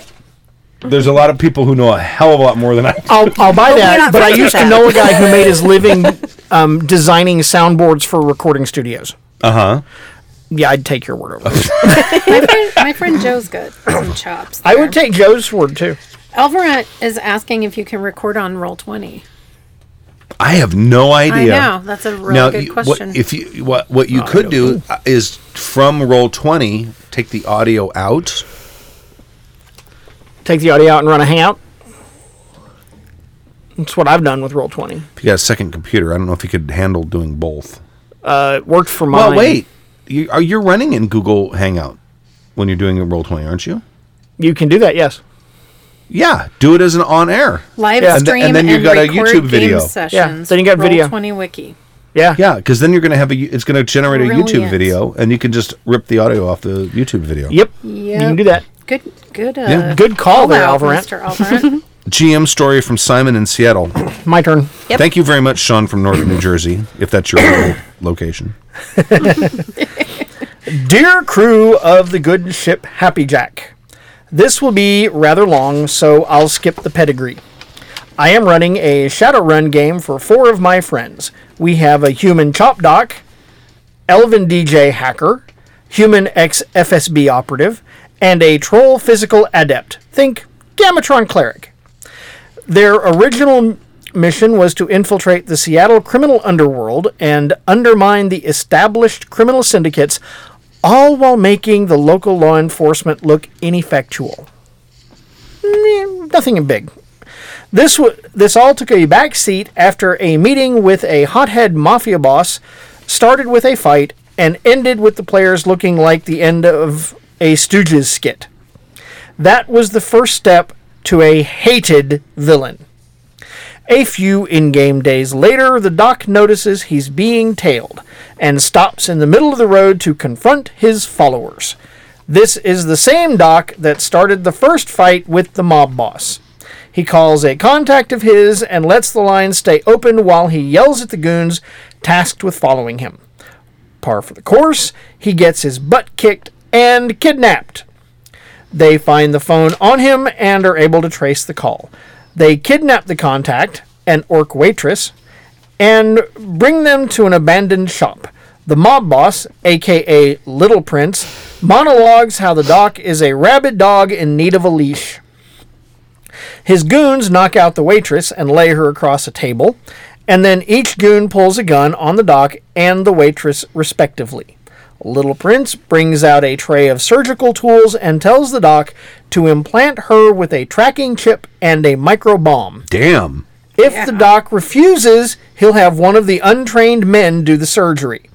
S4: there's a lot of people who know a hell of a lot more than I. do.
S8: I'll, I'll buy that,
S5: not
S8: but I
S5: friends with
S8: used to
S5: that.
S8: know a guy who made his living um, designing soundboards for recording studios. Uh huh.
S6: Uh-huh.
S8: Yeah, I'd take your word over.
S6: my, friend, my friend Joe's got some chops.
S8: I would
S6: there.
S8: take Joe's word too.
S6: Alvarant is asking if you can record on roll twenty.
S4: I have no idea.
S6: I know that's a really good
S4: you-
S6: question.
S4: What, if you what what you could do uh, is from roll twenty, take the audio out.
S8: Take the audio out and run a hangout. That's what I've done with Roll Twenty.
S4: If you got a second computer, I don't know if you could handle doing both.
S8: It worked for mine.
S4: Well, wait, you are you're running in Google Hangout when you're doing a roll twenty, aren't you?
S8: You can do that, yes.
S4: Yeah, do it as an on air.
S6: Live
S8: Yeah. And
S4: th-
S6: stream
S4: and
S6: and,
S4: then you got a
S6: record
S4: YouTube
S6: game
S4: video. Yeah,
S6: sessions.
S8: then you got
S6: roll
S8: video.
S6: Twenty wiki.
S8: Yeah.
S4: Yeah, because then you're gonna have a you- it's gonna generate a YouTube
S6: Brilliant.
S4: video, and you can just rip the audio off the YouTube video.
S8: Yep. You
S6: Yep.
S8: can do that.
S6: Good. Good. Uh,
S4: Yeah.
S8: Good call there,
S6: out,
S8: Alvarant.
S6: Mr. Alvarant.
S4: GM story from Simon in Seattle.
S8: My turn.
S5: Yep.
S4: Thank you very much, Sean from Northern New Jersey, if that's your real location.
S8: Dear crew of the good ship Happy Jack, this will be rather long, so I'll skip the pedigree. I am running a Shadowrun game for four of my friends. We have a human Chop Doc, Elven DJ Hacker, human ex FSB operative, and a troll physical adept. Think Gamatron Cleric. Their original mission was to infiltrate the Seattle criminal underworld and undermine the established criminal syndicates, all while making the local law enforcement look ineffectual. Mm, Nothing big. This w- this all took a back seat after a meeting with a hothead mafia boss started with a fight and ended with the players looking like the end of a Stooges skit. That was the first step to a hated villain. A few in game days later, the doc notices he's being tailed and stops in the middle of the road to confront his followers. This is the same doc that started the first fight with the mob boss. He calls a contact of his and lets the line stay open while he yells at the goons tasked with following him. Par for the course, he gets his butt kicked and kidnapped. They find the phone on him and are able to trace the call. They kidnap the contact, an orc waitress, and bring them to an abandoned shop. The mob boss, aka Little Prince, monologues how the doc is a rabid dog in need of a leash. His goons knock out the waitress and lay her across a table, and then each goon pulls a gun on the doc and the waitress, respectively. Little Prince brings out a tray of surgical tools and tells the doc to implant her with a tracking chip and a micro bomb.
S4: Damn.
S8: If the doc refuses, he'll have one of the untrained men do the surgery.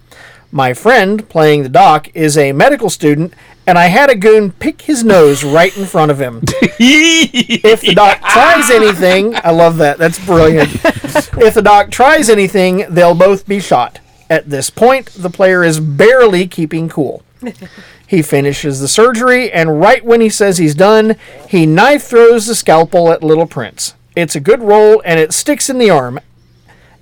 S8: My friend playing the doc is a medical student, and I had a goon pick his nose right in front of him. if the doc tries anything, I love that. That's brilliant. if the doc tries anything, they'll both be shot. At this point, the player is barely keeping cool. He finishes the surgery, and right when he says he's done, he knife throws the scalpel at Little Prince. It's a good roll, and it sticks in the arm.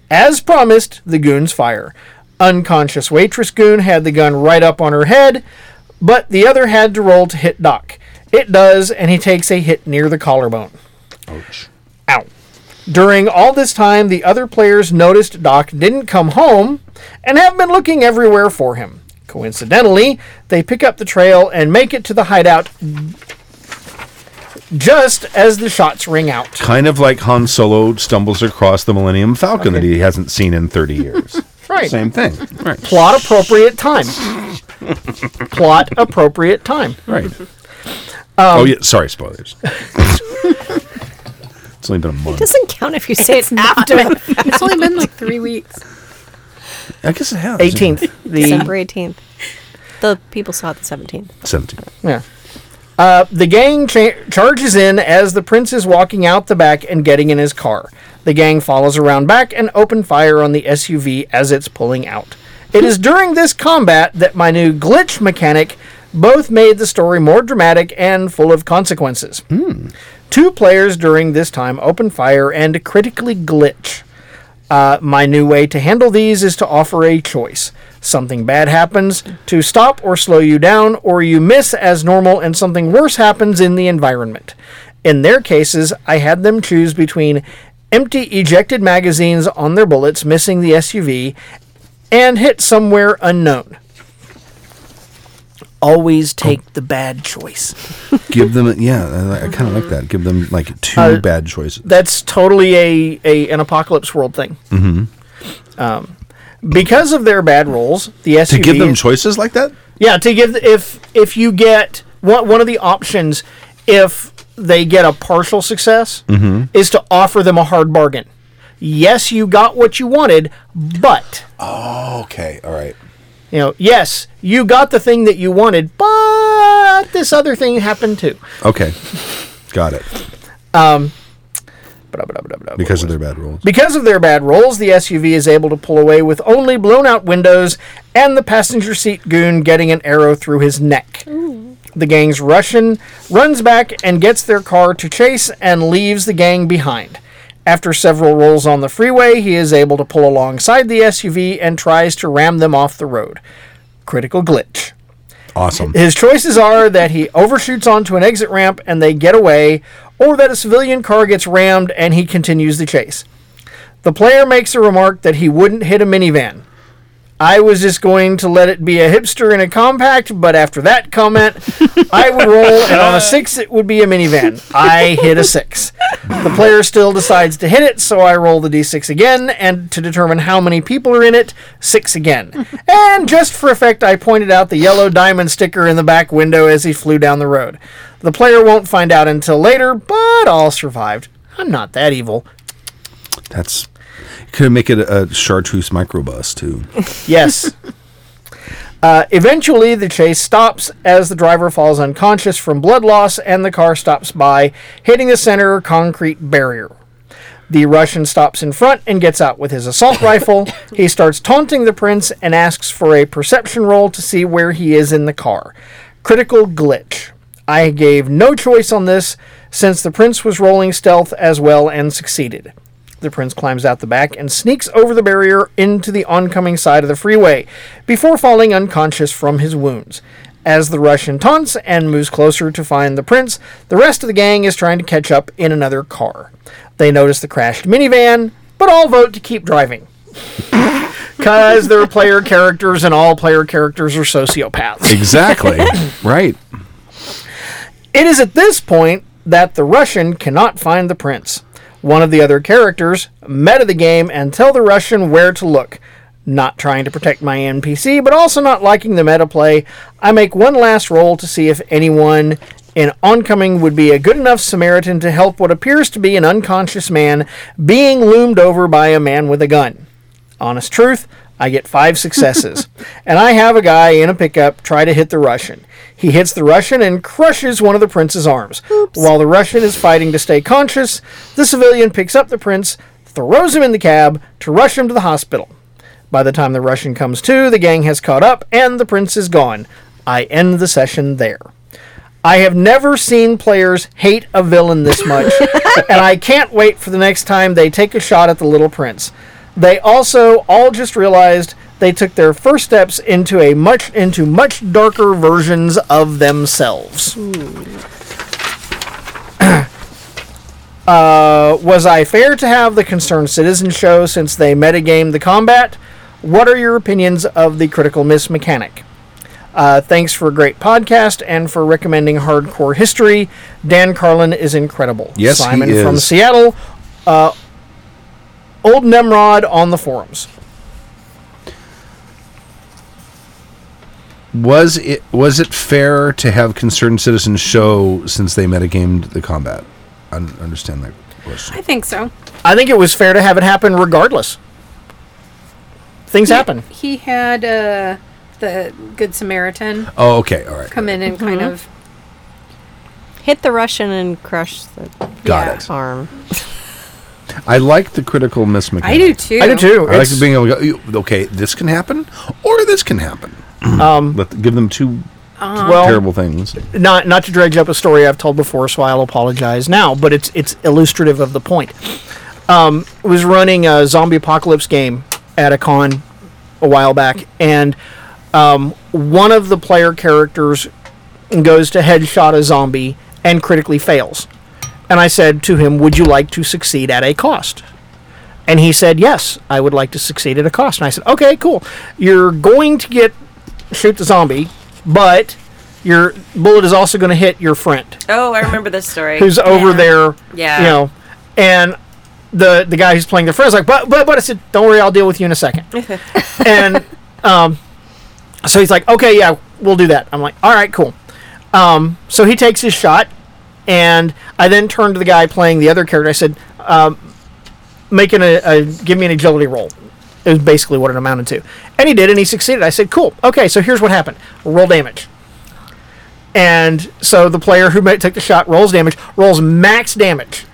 S8: As promised, the goons fire. Unconscious waitress goon had the gun right up on her head, but the other had to roll to hit Doc. It does, and he takes a hit near the collarbone. Ouch. Ow. During all this time, the other players noticed Doc didn't come home and have been looking everywhere for him. Coincidentally, they pick up the trail and make it to the hideout just as the shots ring out.
S4: Kind of like Han Solo stumbles across the Millennium Falcon that he hasn't seen in 30 years.
S8: Right.
S4: Same thing. Right.
S8: Plot appropriate time. Plot appropriate time.
S4: Right. oh yeah, sorry, spoilers. it's only been a month.
S5: Doesn't count if you say it's after
S6: it's only been like three weeks.
S4: I guess it has.
S8: 18th. The
S5: December 18th. The people saw it the 17th.
S4: 17.
S8: Yeah. Uh, the gang cha- charges in as the prince is walking out the back and getting in his car. The gang follows around back and open fire on the SUV as it's pulling out. It is during this combat that my new glitch mechanic both made the story more dramatic and full of consequences. Two players during this time open fire and critically glitch. Uh, my new way to handle these is to offer a choice. Something bad happens to stop or slow you down, or you miss as normal and something worse happens in the environment. In their cases, I had them choose between empty ejected magazines on their bullets, missing the SUV, and hit somewhere unknown. Always take the bad choice.
S4: Give them, yeah, I, I kind of like that. Give them like two bad choices.
S8: that's totally a, a an apocalypse world thing. Mm-hmm. Um, because of their bad rolls, the SUV
S4: To give them choices like that?
S8: yeah to give the- if if you get one one of the options if they get a partial success
S4: Mm-hmm.
S8: is to offer them a hard bargain. Yes, you got what you wanted, but
S4: Oh, Okay, all right.
S8: you know yes you got the thing that you wanted, but this other thing happened too.
S4: Okay. Got it.
S8: Ba-da-ba-da-ba-da-ba.
S4: Because of their bad rolls.
S8: Because of their bad rolls, the SUV is able to pull away with only blown out windows and the passenger seat goon getting an arrow through his neck. The gang's Russian runs back and gets their car to chase and leaves the gang behind. After several rolls on the freeway, he is able to pull alongside the SUV and tries to ram them off the road. Critical glitch.
S4: Awesome.
S8: His choices are that he overshoots onto an exit ramp and they get away, or that a civilian car gets rammed and he continues the chase. The player makes a remark that he wouldn't hit a minivan. I was just going to let it be a hipster in a compact, but after that comment, I would roll, and on a six, it would be a minivan. I hit a six. The player still decides to hit it, so I roll the d6 again, and to determine how many people are in it, six again. And just for effect, I pointed out the yellow diamond sticker in the back window as he flew down the road. The player won't find out until later, but all survived. I'm not that evil.
S4: That's could make it a, a chartreuse microbus too.
S8: Yes. Uh, eventually, the chase stops as the driver falls unconscious from blood loss and the car stops by, hitting the center concrete barrier. The Russian stops in front and gets out with his assault rifle. He starts taunting the prince and asks for a perception roll to see where he is in the car. Critical glitch. I gave no choice on this since the prince was rolling stealth as well and succeeded. The prince climbs out the back and sneaks over the barrier into the oncoming side of the freeway before falling unconscious from his wounds. As the Russian taunts and moves closer to find the prince, the rest of the gang is trying to catch up in another car. They notice the crashed minivan, but all vote to keep driving. Because they're player characters and all player characters are sociopaths.
S4: Exactly. right.
S8: It is at this point that the Russian cannot find the prince. One of the other characters meta the game and tell the Russian where to look. Not trying to protect my NPC, but also not liking the meta play, I make one last roll to see if anyone in oncoming would be a good enough Samaritan to help what appears to be an unconscious man being loomed over by a man with a gun. Honest truth, I get five successes. and I have a guy in a pickup try to hit the Russian. He hits the Russian and crushes one of the prince's arms. While the Russian is fighting to stay conscious, the civilian picks up the prince, throws him in the cab to rush him to the hospital. By the time the Russian comes to, the gang has caught up and the prince is gone. I end the session there. I have never seen players hate a villain this much, and I can't wait for the next time they take a shot at the little prince. They also all just realized they took their first steps into a much into much darker versions of themselves. uh, was I fair to have the concerned citizen show since they metagamed the combat? What are your opinions of the critical miss mechanic? Uh, thanks for a great podcast and for recommending hardcore history. Dan Carlin is incredible.
S4: Yes, he
S8: Simon from
S4: is.
S8: Seattle. Uh, old Nemrod on the forums.
S4: Was it was it fair to have concerned citizens show since they metagamed the combat? I don't understand that question.
S6: I think so.
S8: I think it was fair to have it happen regardless. Things happen.
S6: He had uh, the Good Samaritan
S4: Oh, okay, all right,
S6: come in and kind
S8: Mm-hmm.
S6: of
S5: Hit the Russian and crush the
S4: got
S6: yeah.
S4: it.
S5: arm.
S4: I like the critical miss mechanic.
S6: I do too.
S8: I do too.
S4: I like
S8: It's-
S4: being able to go, "You- okay, this can happen, or this can happen.
S8: um,
S4: Let give them two
S8: well,
S4: terrible things.
S8: not not to dredge up a story I've told before, so I'll apologize now. But it's it's illustrative of the point. Um, was running a zombie apocalypse game at a con a while back, and um, one of the player characters goes to headshot a zombie and critically fails. And I said to him, "Would you like to succeed at a cost?" And he said, "Yes, I would like to succeed at a cost." And I said, "Okay, cool. You're going to get shoot the zombie, but your bullet is also going to hit your friend
S7: Oh, I remember this story.
S8: who's over there.
S7: Yeah.
S8: You know, and the the guy who's playing the friend's like, but but but I said, don't worry, I'll deal with you in a second. and um, so he's like, okay, yeah, we'll do that. I'm like, all right, cool. Um, so he takes his shot, and I then turned to the guy playing the other character. I said, um, making a, a give me an agility roll. It was basically what it amounted to, and he did, and he succeeded. I said, cool, okay. So here's what happened: roll damage. And so the player who ma- took the shot rolls damage, rolls max damage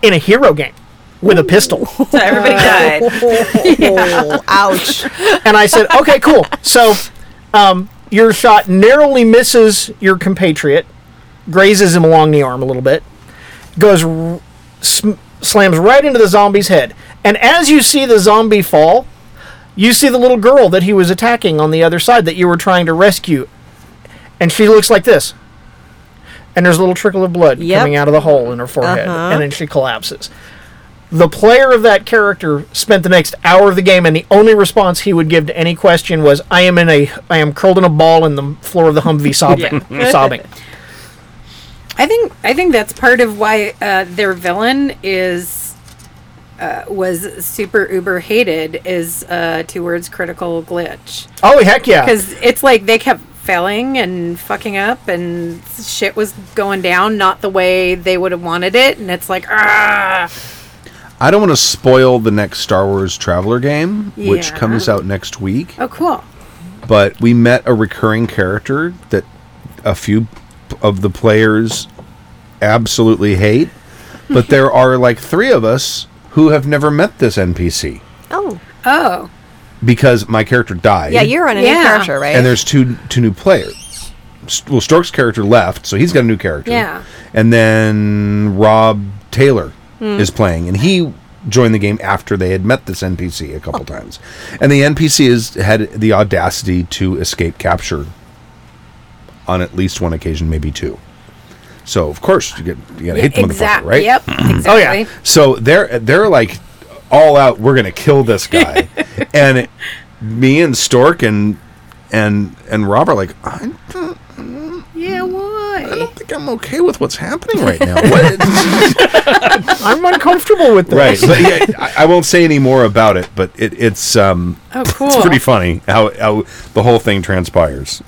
S8: in a hero game with a pistol.
S7: So everybody died.
S5: Ouch.
S8: and I said, okay, cool. So um, your shot narrowly misses your compatriot, grazes him along the arm a little bit, goes, r- sm- slams right into the zombie's head. And as you see the zombie fall, you see the little girl that he was attacking on the other side that you were trying to rescue. And she looks like this. And there's a little trickle of blood
S5: Yep.
S8: coming out of the hole in her forehead.
S5: Uh-huh.
S8: And then she collapses. The player of that character spent the next hour of the game, and the only response he would give to any question was, "I am in a, I am curled in a ball in the floor of the Humvee, sobbing, sobbing."
S6: I think I think that's part of why uh, their villain is uh, was super uber hated is uh, two words critical glitch
S8: Oh heck yeah!
S6: because it's like they kept failing and fucking up and shit was going down not the way they would have wanted it and it's like ah
S4: I don't want to spoil the next Star Wars Traveler game, which
S6: Yeah.
S4: comes out next week.
S6: oh cool
S4: but we met a recurring character that a few p- of the players absolutely hate. But there are like three of us who have never met this NPC
S5: Oh,
S6: oh
S4: because my character died.
S5: yeah, you're on a new
S6: Yeah.
S5: character, right?
S4: and there's two two new players. S- Well, Stork's character left, so he's got a new character.
S6: Yeah.
S4: and then Rob Taylor is playing, and he joined the game after they had met this NPC a couple times, and the NPC has had the audacity to escape capture on at least one occasion, maybe two. So of course you get you gotta hate the motherfucker,
S6: exactly
S4: right?
S6: yep
S8: oh
S6: exactly
S8: yeah,
S4: So they're they're like all out. We're gonna kill this guy, and it- me and Stork and and and Rob are like, I don't,
S6: yeah
S4: I
S6: why
S4: don't think I'm okay with what's happening right now. What?
S8: I'm uncomfortable with this.
S4: right? But yeah, I, I won't say any more about it, but it, it's um,
S6: oh cool
S4: it's pretty funny how how the whole thing transpires.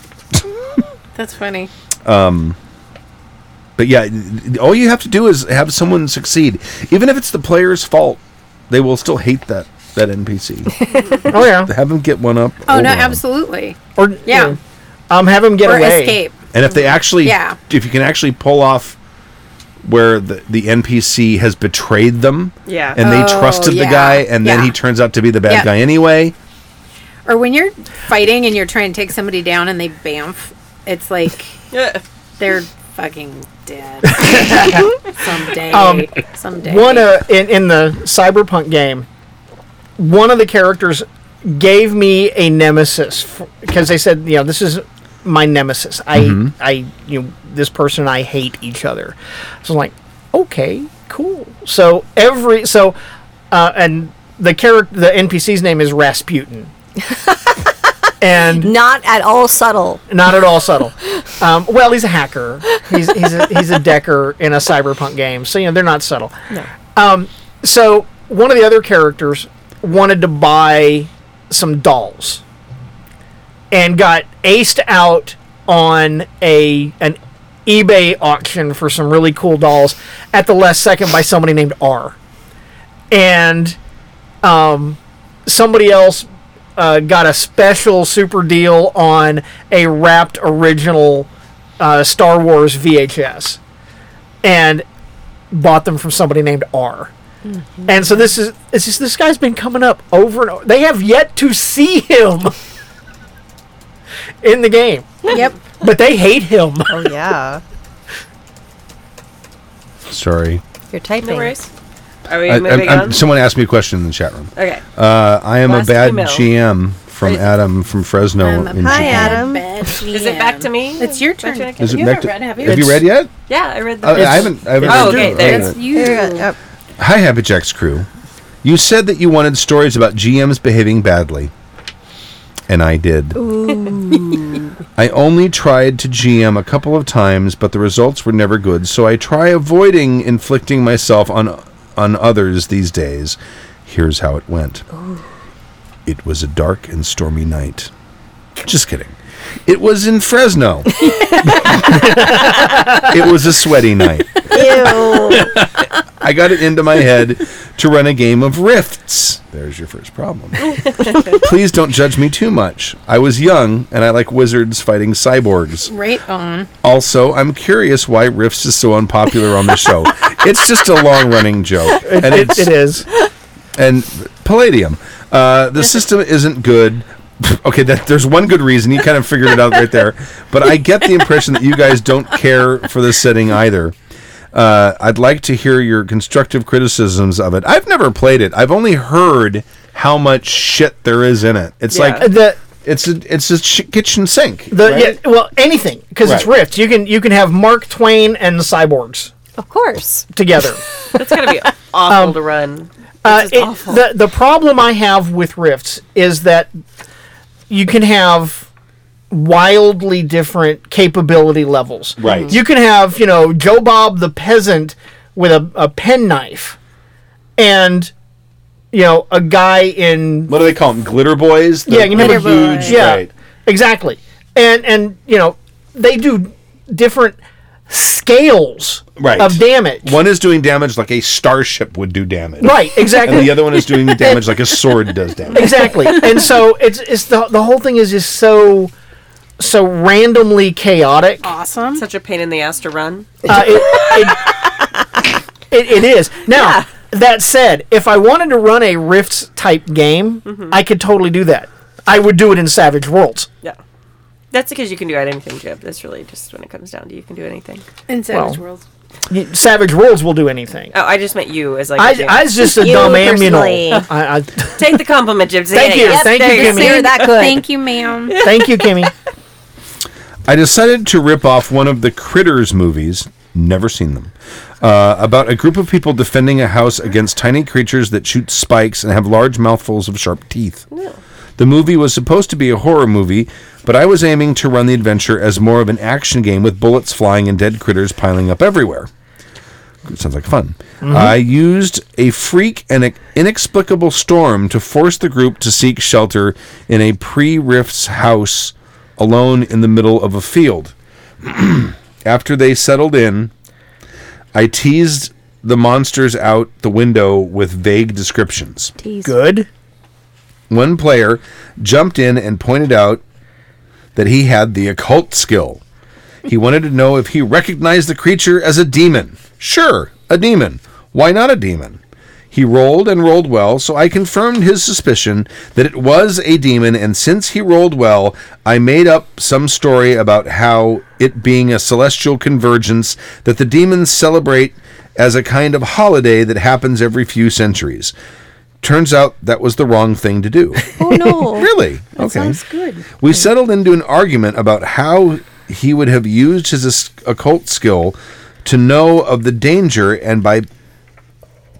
S6: that's funny
S4: But yeah, all you have to do is have someone succeed, even if it's the player's fault. They will still hate that that NPC.
S8: Oh yeah.
S4: Have him get one up.
S6: Oh,
S4: over
S6: no,
S4: on him.
S6: absolutely.
S8: Or
S6: Yeah.
S8: um, have him get
S6: Or
S8: away.
S6: escape.
S4: And if they actually,
S6: Yeah.
S4: if you can actually pull off where the, the NPC has betrayed them,
S7: Yeah.
S4: and they
S6: Oh,
S4: trusted the
S6: yeah.
S4: guy, and then
S6: Yeah.
S4: he turns out to be the bad
S6: Yeah.
S4: guy anyway.
S6: Or when you're fighting and you're trying to take somebody down and they bamf, it's like
S7: Yeah.
S6: they're fucking dead. someday.
S8: Um,
S6: someday.
S8: One uh, in in the cyberpunk game, one of the characters gave me a nemesis because they said, you know, this is my nemesis. I I you know this person and I hate each other. So I'm like, okay, cool. So every so, uh, and the character the NPC's name is Rasputin. and
S5: Not at all subtle.
S8: not at all subtle. Um, well, he's a hacker. He's he's a, he's a decker in a cyberpunk game, so you know they're not subtle. No. Um, so one of the other characters wanted to buy some dolls and got aced out on a an eBay auction for some really cool dolls at the last second by somebody named R, and um, somebody else uh, got a special super deal on a wrapped original uh, Star Wars VHS and bought them from somebody named R. And so this is it's just, this guy's been coming up over and over. They have yet to see him in the game,
S6: Yep.
S8: but they hate him.
S7: Oh yeah.
S4: Sorry,
S5: You're typing.
S7: No worries. Are we
S4: I,
S7: moving
S4: I'm- I'm-
S7: on?
S4: someone asked me a question in the chat room.
S7: okay.
S4: Uh, I am
S7: Last
S4: a bad
S7: email.
S4: GM from Adam from Fresno in
S5: Um, hi, Adam.
S4: Japan.
S7: Is it back to me?
S6: It's your turn.
S7: Back to me?
S4: Is it
S6: You
S4: back
S6: haven't
S4: to-
S6: read, have you?
S4: Have you read yet? Uh,
S7: Yeah, I read the.
S4: I, I haven't. I haven't
S7: Oh,
S4: read
S7: okay,
S4: it.
S7: there
S4: I
S7: it
S4: haven't.
S6: That's you.
S4: Hi, Habijack's crew. You said that you wanted stories about GMs behaving badly. And I did. I only tried to GM a couple of times, but the results were never good, so I try avoiding inflicting myself on on others these days. Here's how it went. It was a dark and stormy night. Just kidding. It was in Fresno. it was a sweaty night.
S5: Ew.
S4: I got it into my head to run a game of rifts. There's your first problem. Please don't judge me too much. I was young and I like wizards fighting cyborgs.
S6: Right on.
S4: Also, I'm curious why rifts is so unpopular on the show. it's just a long running joke. And it's
S8: It is.
S4: and palladium. Uh, the system isn't good. okay, that, there's one good reason. You kind of figured it out right there. But I get the impression that you guys don't care for the setting either. Uh, I'd like to hear your constructive criticisms of it. I've never played it. I've only heard how much shit there is in it. It's
S7: Yeah.
S8: Uh,
S4: like
S8: The
S4: it's a it's a sh- kitchen sink.
S8: the yeah, well anything because it's
S4: Right.
S8: rift. You can you can have Mark Twain and the cyborgs
S5: of course.
S8: together.
S7: That's gotta be awful
S8: Um,
S7: to run.
S8: Uh,
S7: This is
S8: it-
S7: awful.
S8: The the problem I have with rifts is that you can have wildly different capability levels.
S4: Right.
S8: You can have you know Joe Bob the peasant with a, a penknife, and you know a guy in
S4: What do they call them? Glitter boys. The
S8: yeah, you remember
S6: Glitter
S8: huge,
S6: boy.
S8: yeah,
S4: right.
S8: exactly. And and you know they do different scales
S4: Right.
S8: of damage.
S4: One is doing damage like a starship would do damage,
S8: Right, exactly.
S4: and the other one is doing damage like a sword does damage.
S8: exactly. And so it's it's the the whole thing is just so so randomly chaotic. Uh,
S6: Awesome.
S7: Such a pain in the ass to run.
S8: it, it- it- it is now. That said, if I wanted to run a Rifts type game,
S7: Mm-hmm.
S8: I could totally do that. I would do it in Savage Worlds.
S7: Yeah. That's because you can do anything, Jib. That's really just when it comes down to you can do anything.
S6: In Savage Worlds.
S8: Y- Savage Worlds will do anything.
S7: Oh, I just meant you as like. a
S8: I,
S7: GM.
S8: I was just a
S5: You
S8: dumb ammunal.
S5: personally.
S8: I, I,
S7: Take the compliment, Jib.
S8: Thank you, thank you, Kimmy.
S5: You're that good.
S6: Thank you, ma'am.
S8: thank you, Kimmy.
S4: I decided to rip off one of the Critters movies, never seen them, uh, about a group of people defending a house against tiny creatures that shoot spikes and have large mouthfuls of sharp teeth. The movie was supposed to be a horror movie, but I was aiming to run the adventure as more of an action game with bullets flying and dead critters piling up everywhere. It sounds like fun. I used a freak and an inexplicable storm to force the group to seek shelter in a pre rifts house alone in the middle of a field. After they settled in, I teased the monsters out the window with vague descriptions.
S8: Good.
S4: One player jumped in and pointed out that he had the occult skill. He wanted to know if he recognized the creature as a demon. Sure, a demon. Why not a demon? He rolled and rolled well, so I confirmed his suspicion that it was a demon, and since he rolled well, I made up some story about how it being a celestial convergence that the demons celebrate as a kind of holiday that happens every few centuries. Turns out that was the wrong thing to do.
S5: Oh no.
S4: really?
S6: That sounds good.
S4: We settled into an argument about how he would have used his as- occult skill to know of the danger and by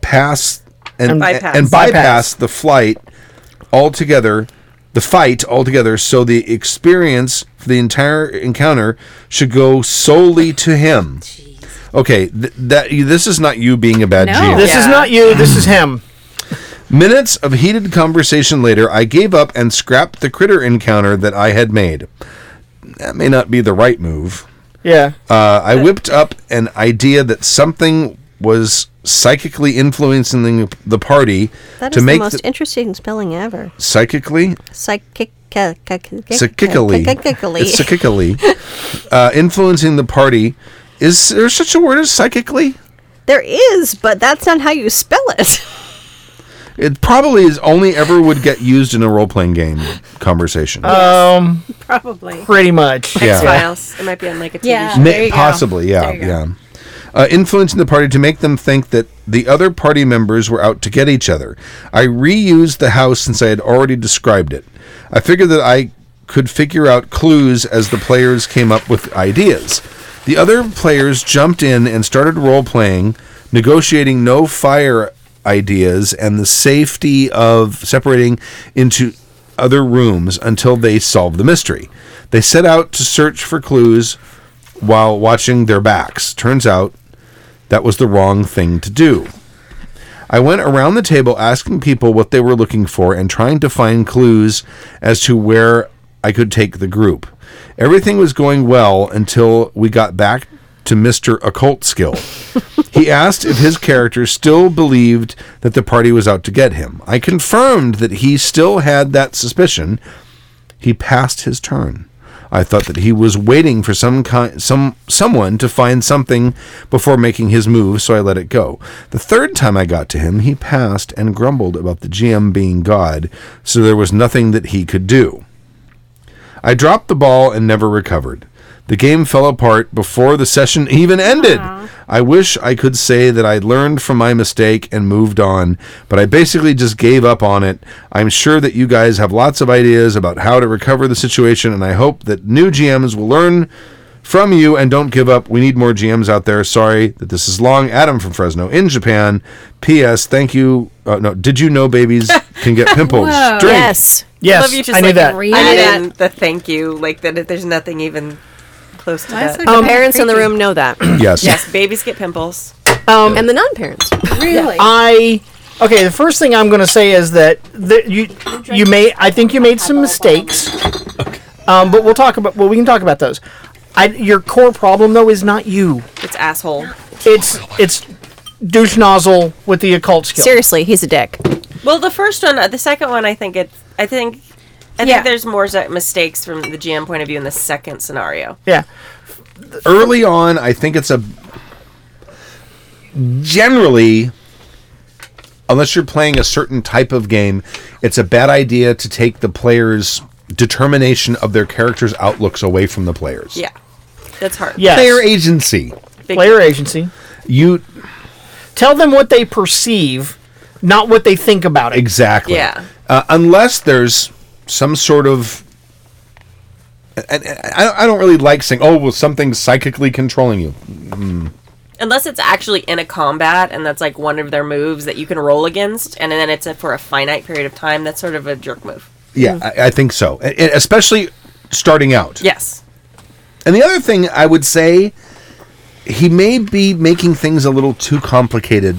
S4: pass and,
S7: And bypass.
S4: and bypass,
S8: Bypass.
S4: the flight altogether, the fight altogether. So the experience for the entire encounter should go solely to him. Okay, th- that this is not you being a bad
S6: No.
S4: GM.
S6: This
S8: This is not you. This is him.
S4: Minutes of heated conversation later, I gave up and scrapped the critter encounter that I had made. That may not be the right move.
S8: Yeah.
S4: Uh, I whipped up an idea that something was psychically influencing the- the party
S5: That
S4: to
S5: is the
S4: make
S5: most
S4: the-
S5: interesting spelling ever.
S4: psychically
S5: Psychic. Psychically.
S4: psychically it's psychically uh, influencing the party is there such a word as psychically
S5: There is, but that's not how you spell it.
S4: it probably is only ever would get used in a role-playing game conversation
S8: Um.
S6: Probably.
S8: Pretty much.
S4: yeah
S7: Files. It might be on like a TV
S6: Yeah.
S7: show.
S4: Ma-
S6: There you go.
S4: possibly, yeah,
S6: There you go.
S4: yeah. Uh, influencing the party to make them think that the other party members were out to get each other. I reused the house since I had already described it. I figured that I could figure out clues as the players came up with ideas. The other players jumped in and started role playing, negotiating no fire ideas and the safety of separating into other rooms until they solved the mystery. They set out to search for clues while watching their backs. Turns out that was the wrong thing to do. I went around the table asking people what they were looking for and trying to find clues as to where I could take the group. Everything was going well until we got back to Mr. Occult Skill. he asked if his character still believed that the party was out to get him. I confirmed that he still had that suspicion, he passed his turn. I thought that he was waiting for some kind, some someone to find something before making his move, so I let it go. The third time I got to him, he passed and grumbled about the GM being God, so there was nothing that he could do. I dropped the ball and never recovered. The game fell apart before the session even ended. I wish I could say that I learned from my mistake and moved on, but I basically just gave up on it. I'm sure that you guys have lots of ideas about how to recover the situation, and I hope that new GMs will learn from you and don't give up. We need more GMs out there. Sorry that this is long. Adam from Fresno in Japan. P.S. Thank you. Uh, no, did you know babies can get pimples? Drink.
S5: Yes.
S8: Yes.
S7: Love you just
S8: I knew
S7: like
S8: that.
S5: Read it.
S7: add in the thank you, like that. If there's nothing even close to that.
S5: The parents in the room know that.
S4: Yes.
S7: yes, babies get pimples.
S5: Um, and the non-parents.
S6: Really?
S8: I okay. The first thing I'm going to say is that the, you you may I think you made some mistakes, um, but we'll talk about well we can talk about those. I, your core problem though is not you.
S7: It's asshole.
S8: It's it's douche nozzle with the occult skill.
S5: Seriously, he's a dick.
S7: Well, the first one, uh, the second one, I think it's. I think. I
S6: Yeah.
S7: think there's more z- mistakes from the GM point of view in the second scenario.
S8: Yeah.
S4: early on, I think it's a generally, unless you're playing a certain type of game, it's a bad idea to take the player's determination of their character's outlooks away from the players.
S7: Yeah, that's hard.
S8: Yes.
S4: Player agency.
S7: Big-
S8: Player agency.
S4: You
S8: Tell them what they perceive, not what they think about it.
S4: exactly.
S7: Yeah.
S4: Uh, unless there's some sort of and- and I I don't really like saying, "Oh, well, something's psychically controlling you."
S7: unless it's actually in a combat and that's like one of their moves that you can roll against, and then it's a, for a finite period of time. That's sort of a jerk move.
S4: Yeah,
S7: Mm-hmm.
S4: I, I think so. E- e- especially starting out.
S7: Yes.
S4: And the other thing I would say, he may be making things a little too complicated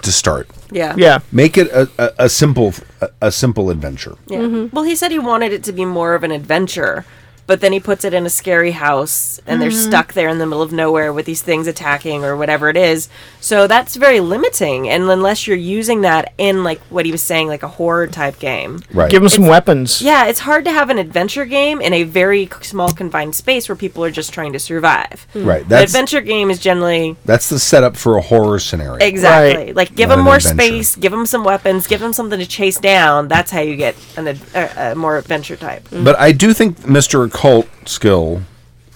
S4: to start.
S7: Yeah.
S8: Yeah.
S4: Make it a, a, a simple a, a simple adventure.
S7: Yeah. Well, he said he wanted it to be more of an adventure But then he puts it in a scary house, and they're stuck there in the middle of nowhere with these things attacking or whatever it is. So that's very limiting, and unless you're using that in like what he was saying, like a horror type game.
S4: Right.
S8: Give them some weapons.
S7: Yeah, it's hard to have an adventure game in a very c- small confined space where people are just trying to survive.
S4: Right.
S7: The
S4: That's
S7: adventure game is generally
S4: that's the setup for a horror scenario.
S7: exactly like give
S4: Not
S7: them
S4: an
S7: more
S4: adventure.
S7: space, give them some weapons, give them something to chase down. That's how you get an ad- uh, a more adventure type.
S4: But I do think Mr. Occult skill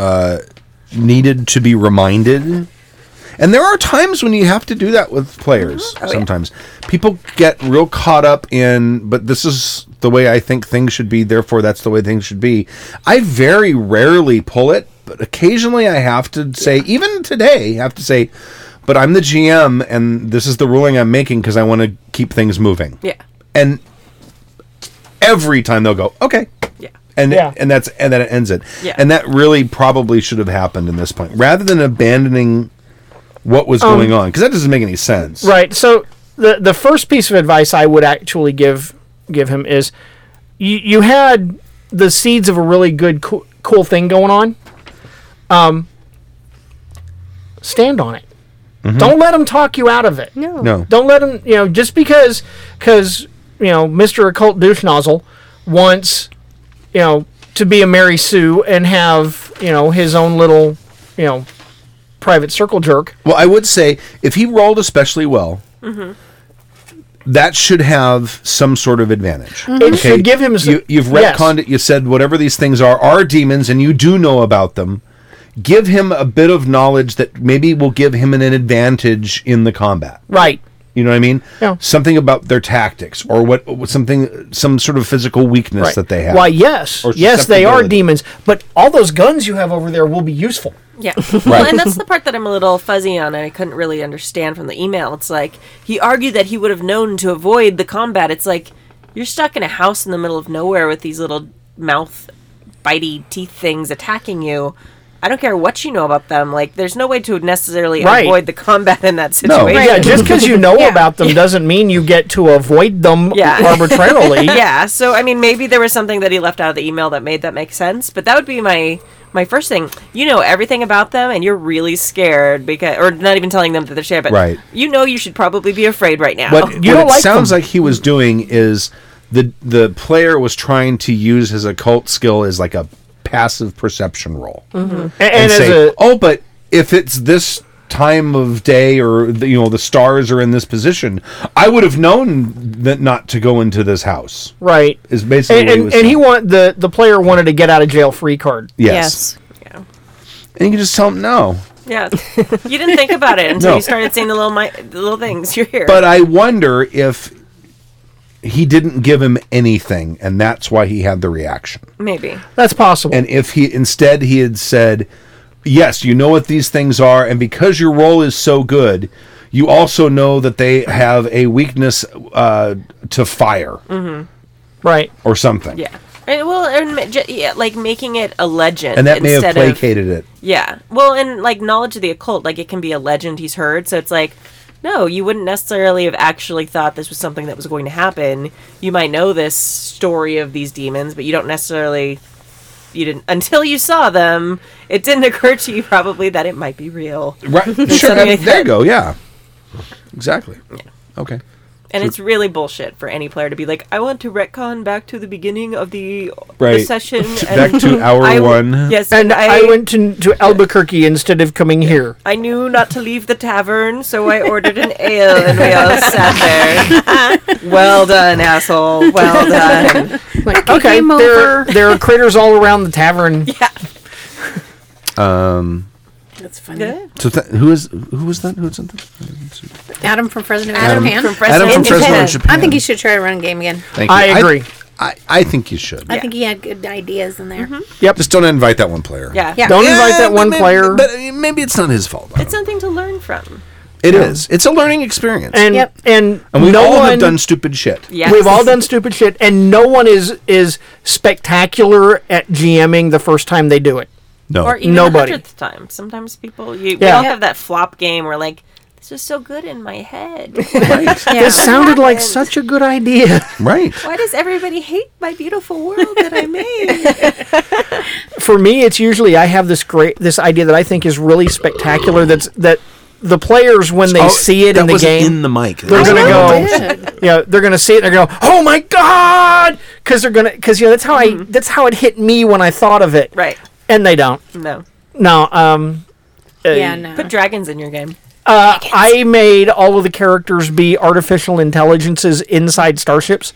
S4: uh, needed to be reminded. And there are times when you have to do that with players sometimes. People get real caught up in, but this is the way I think things should be, therefore that's the way things should be. I very rarely pull it, but occasionally I have to say, even today, I have to say, but I'm the GM and this is the ruling I'm making because I want to keep things moving.
S7: Yeah.
S4: And every time they'll go, okay.
S7: Yeah.
S4: And
S8: Yeah.
S4: and that's and then it ends it.
S7: Yeah.
S4: And that really probably should have happened in this point, rather than abandoning what was going on, because that doesn't make any sense.
S8: Um, Right. So the the first piece of advice I would actually give give him is you you had the seeds of a really good cool, cool thing going on. Um stand on it. Don't let them talk you out of it.
S5: No.
S4: No.
S8: Don't let them, you know, just because cuz you know, Mr. Occult Douche Nozzle wants you know to be a Mary Sue and have, you know, his own little, you know, private circle jerk.
S4: Well, I would say if he rolled especially well,
S8: Mm-hmm.
S4: that should have some sort of advantage.
S8: Mm-hmm. It should give him some-
S4: You, you've
S8: yes.
S4: retconned it. You said whatever these things are are demons, and you do know about them. Give him a bit of knowledge that maybe will give him an advantage in the combat.
S8: Right.
S4: You know what I mean?
S8: Yeah.
S4: Something about their tactics or what what- something some sort of physical weakness that they have.
S8: Why, yes,
S4: Or
S8: yes, they are
S4: susceptibility.
S8: demons, but all those guns you have over there will be useful.
S7: Yeah. Well, and that's the part that I'm a little fuzzy on and I couldn't really understand from the email. It's like he argued that he would have known to avoid the combat. It's like you're stuck in a house in the middle of nowhere with these little mouth bitey teeth things attacking you. I don't care what you know about them. Like there's no way to necessarily
S8: Right.
S7: avoid the combat in that
S4: No.
S7: situation.
S8: Yeah, just because you know
S6: Yeah.
S8: about them doesn't mean you get to avoid them
S7: Yeah.
S8: arbitrarily.
S7: yeah so i mean maybe there was something that he left out of the email that made that make sense but that would be my my first thing you know everything about them and you're really scared because or not even telling them that they're scared but
S4: Right.
S7: you know you should probably be afraid right now
S4: What,
S8: You
S4: what
S8: don't
S4: it
S8: like
S4: sounds
S8: them.
S4: like he was doing is the the player was trying to use his occult skill as like a passive perception role
S8: A- Mm-hmm. And,
S4: and,
S8: as
S4: say,
S8: a
S4: "Oh, but if it's this time of day or the, you know the stars are in this position, I would have known that not to go into this house."
S8: right,
S4: Is basically
S8: and,
S4: what he
S8: and,
S4: was
S8: and he
S4: saying.
S8: want the the player wanted to get out of jail free card.
S4: yes. and you can just tell him no.
S7: yeah you didn't think about it until
S4: No.
S7: you started seeing the little mi- the little things you're here
S4: But I wonder if he didn't give him anything, and that's why he had the reaction.
S7: maybe
S8: That's possible.
S4: And if he instead he had said, "Yes, you know what these things are, and because your role is so good, you also know that they have a weakness uh, to fire
S8: right,
S4: or something,"
S7: Mm-hmm. yeah and, well and ma- ju- yeah, like making it a legend
S4: and that may have
S7: instead of-
S4: placated it.
S7: Yeah. Well, and like knowledge of the occult, like it can be a legend he's heard. So it's like, no, you wouldn't necessarily have actually thought this was something that was going to happen. You might know this story of these demons, but you don't necessarily. You didn't until you saw them. It didn't occur to you probably that it might be real,
S4: Right? sure.
S7: something
S4: that-
S7: like
S4: there you
S7: that.
S4: go. Yeah. Exactly. Okay.
S7: and it's really bullshit for any player to be like, "I want to retcon back to the beginning of the, the
S4: Right.
S7: session,
S4: Back to hour
S7: I w-
S4: one.
S7: Yes,
S8: and I, went to to Albuquerque instead of coming here.
S7: I knew not to leave the tavern, so I ordered an ale, and we all sat there. well done, asshole. Well done.
S8: Like, okay,
S6: game
S8: there there are critters all around the tavern.
S6: That's funny.
S4: So th- who is who was that? Who was that?
S6: Adam from Fresno, Adam,
S4: Adam
S6: Pan.
S7: From Fresno.
S4: Adam from
S7: in
S4: Fresno in
S7: Japan.
S4: Japan.
S6: I think he should try a run game again.
S4: Thank you.
S8: I agree.
S4: I, I, I think you should.
S6: I think he had good ideas in there.
S4: Just don't invite that one player.
S7: Yeah.
S6: Yeah.
S8: Don't invite that one
S4: maybe,
S8: player.
S4: But uh, maybe it's not his fault.
S7: It's something to learn from.
S4: It is. It's a learning experience.
S8: and
S6: Yep.
S8: and,
S4: And we
S8: no
S4: all
S8: one
S4: have done stupid shit.
S7: Yes.
S8: We've all done stupid shit, and no one is is spectacular at GMing the first time they do it.
S4: No.
S7: Or e- even
S8: Nobody.
S7: the hundredth time. Sometimes people, you, we
S8: Yeah.
S7: all have that flop game where, like, this is so good in my head.
S4: right.
S8: This sounded like such a good idea.
S4: right.
S7: Why does everybody hate my beautiful world that I made?
S8: for me, it's usually I have this great this idea that I think is really spectacular. That's that the players when they
S4: Oh,
S8: see it
S4: that
S8: in the
S4: wasn't
S8: game
S4: in the mic.
S8: they're gonna
S6: know,
S7: Oh,
S8: go. You know, they're gonna see it. and They're gonna, go, oh my god, because they're gonna, because you know that's how I, that's how it hit me when I thought of it.
S7: Mm-hmm. Right.
S8: And they don't.
S7: No.
S8: No. Um. uh,
S6: yeah, no.
S7: Put dragons in your game.
S8: uh, I made all of the characters be artificial intelligences inside starships,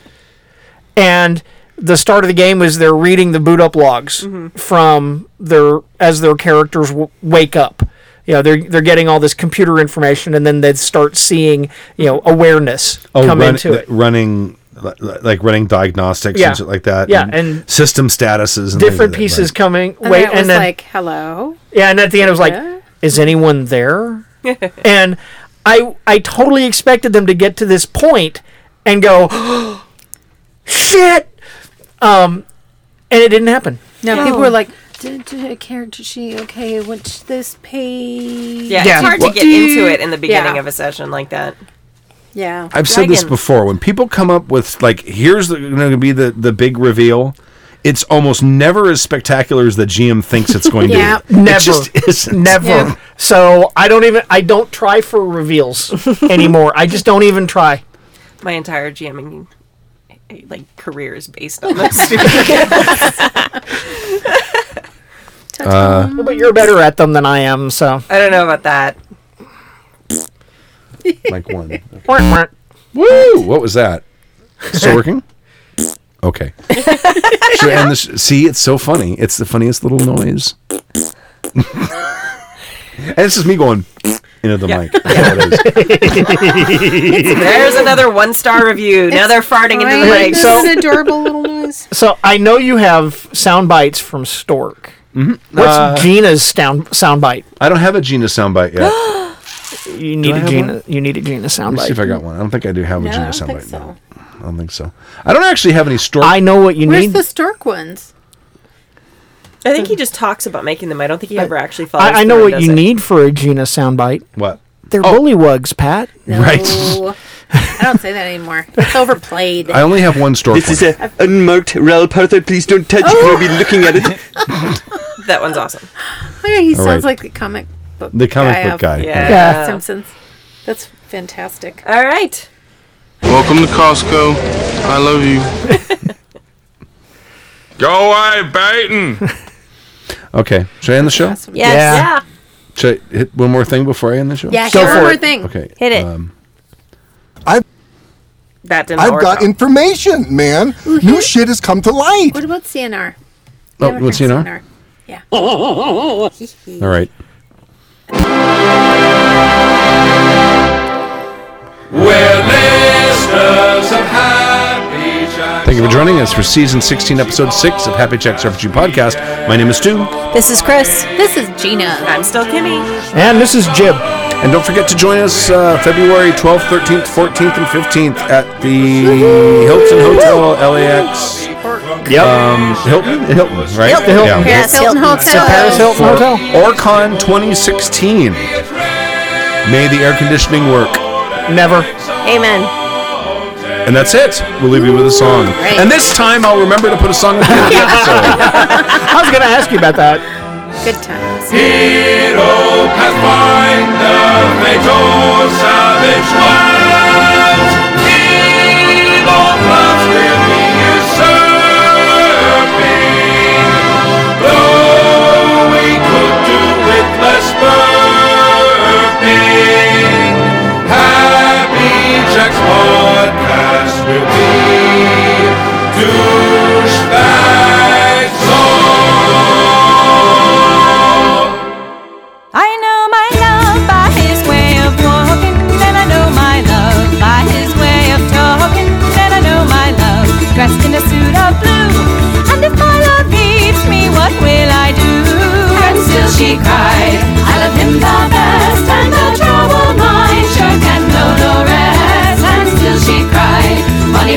S8: and the start of the game is they're reading the boot up logs
S6: Mm-hmm.
S8: from their as their characters w- wake up. You know, they're they're getting all this computer information, and then they start seeing you know awareness come
S4: Oh, run-
S8: into
S4: li-
S8: it.
S4: running li- li- like running diagnostics
S8: Yeah.
S4: and shit like that.
S8: Yeah, and
S4: system statuses and
S8: different
S4: things
S8: pieces
S4: like that,
S8: coming.
S6: And
S8: wait,
S6: then it was
S8: and then
S6: like, hello.
S8: yeah, and at the end it was like,
S6: Yeah.
S8: is anyone there? and I I totally expected them to get to this point and go, shit, um, and it didn't happen.
S6: No, people were like, did, did it care? Did she okay? What's this page?
S7: Yeah,
S8: Yeah.
S7: it's hard to
S8: What-
S7: get into it in the beginning
S6: Yeah.
S7: of a session like that.
S6: Yeah.
S4: I've said this
S7: Dragon.
S4: before. When people come up with like, here's the, going to be the the big reveal. It's almost never as spectacular as the GM thinks it's going
S6: Yeah.
S4: to be. It
S8: Never.
S4: just isn't.
S8: Never.
S6: Yeah.
S8: So I don't even I don't try for reveals anymore. I just don't even try.
S7: My entire GMing like career is based on this.
S8: But you're better at them than I am. So
S7: I don't know about that.
S4: like one.
S8: Wah, wah.
S4: Woo! What was that? Still working? Okay. Should I end this? See, it's so funny. It's the funniest little noise. and it's just me going into the mic. That's all it is.
S7: There's another one star review. Now they're farting into the
S6: Right?
S7: mic.
S6: This
S8: So-
S6: is adorable little noise.
S8: so I know you have sound bites from Stork.
S4: Mm-hmm.
S8: What's
S4: Uh,
S8: Gina's sound sound bite?
S4: I don't have a Gina soundbite yet.
S8: You need
S4: I
S8: a
S4: have
S8: Gina. You need a Gina
S4: Let me see if I
S8: soundbite.
S4: got one. I don't think I do have a
S6: No, I
S4: Gina
S6: don't think
S4: soundbite.
S6: so.
S4: No, I don't think so. I don't actually have any stork.
S8: I know what you
S6: Where's
S8: need.
S6: the Stork ones?
S7: I think he just talks about making them. I don't think he ever actually follows.
S8: I, I know
S7: through and
S8: what
S7: does
S8: you
S7: it.
S8: need for a Gina soundbite.
S4: what?
S8: They're
S4: Oh.
S8: bullywugs, Pat.
S6: No.
S4: Right.
S6: I don't say that anymore. It's overplayed.
S4: I only have one stork.
S9: This is a unmarked RAL Parther. Please don't touch it. We'll be looking at it.
S7: That one's awesome.
S6: Oh, yeah, he
S4: All
S6: sounds
S4: right.
S6: like the comic book
S4: the comic
S6: guy
S4: book
S6: of
S4: guy.
S7: Yeah.
S8: Yeah.
S6: Simpsons. That's fantastic.
S7: All right.
S2: Welcome to Costco. I love you.
S3: Go away, Baton!
S4: Okay. Should I end the show?
S6: Awesome.
S5: Yes.
S8: Yeah.
S7: Yeah.
S4: Should I hit one more thing before I end the show?
S6: Yeah,
S10: Go
S6: here's
S10: for
S6: one more
S10: it.
S6: thing.
S4: Okay.
S5: Hit it.
S7: That didn't
S10: I've
S7: work
S10: got
S7: out.
S10: information, man. New shit has come to light.
S6: What about CNR?
S4: Oh,
S6: Never
S4: what's
S6: heard
S4: CNR? All right.
S3: We're listeners of Happy Jack.
S4: Thank you for joining us for season 16, episode 6 of Happy Jacks RPG Podcast. My name is Stu.
S5: This is Chris.
S6: This is Gina.
S7: I'm still Kimmy.
S8: And this is Jib.
S4: And don't forget to join us uh, February 12th, 13th, 14th, and 15th at the Hilton Hotel LAX.
S8: Yep.
S4: Um, Hilton? Hilton, right?
S5: Hilton.
S4: Yeah.
S6: Paris Hilton
S8: Paris
S6: Hotel.
S8: Hilton Hotel.
S4: Orcon 2016. May the air conditioning work.
S8: Never.
S5: Amen.
S4: And that's it. We'll leave you with a song. And this time I'll remember to put a song at the end of the episode.
S8: I was going to ask you about that.
S6: Good times.
S3: Hero Pathfinder, Fatal Savage Wilds. Evil plots will be usurping. Though we could do with less burping. Happy Jack's podcast will be douchebags all.
S11: I know my love by his way of walking, and I know my love by his way of talking, and I know my love dressed in a suit of blue. And if my love leaves me, what will I do? And still she cried, I love him the best, and the trouble mine sure can know no rest. And still she cried, money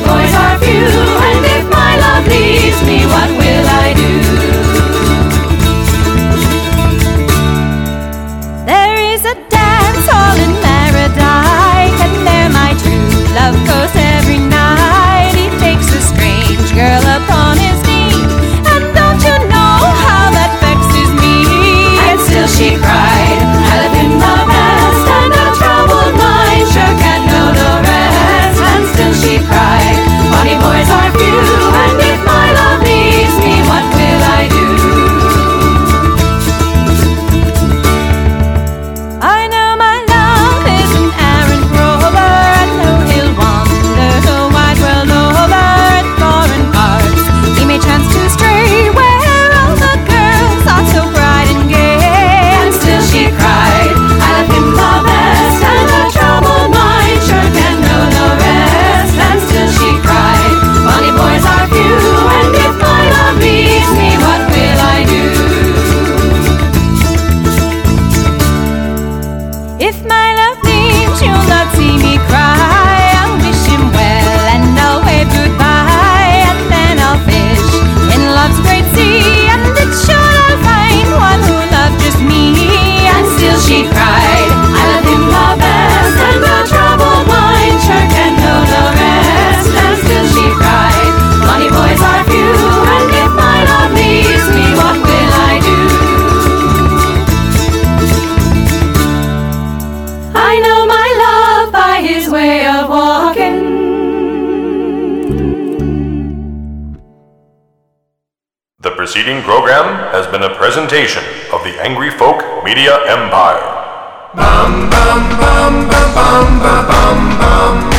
S11: If my love leaves, you'll not see me cry. I'll wish him well and I'll wave goodbye, and then I'll fish in love's great sea. And it sure I'll find one who loved just me. And still she cried, I love him the best, and no trouble mine sure can know the rest. And still she cried, money boys are few, and if my love leaves me, what will I do? I know my love by his way of walking.
S12: The preceding program has been a presentation of the Angry Folk Media Empire.
S3: bum bum bum bum bum bum bum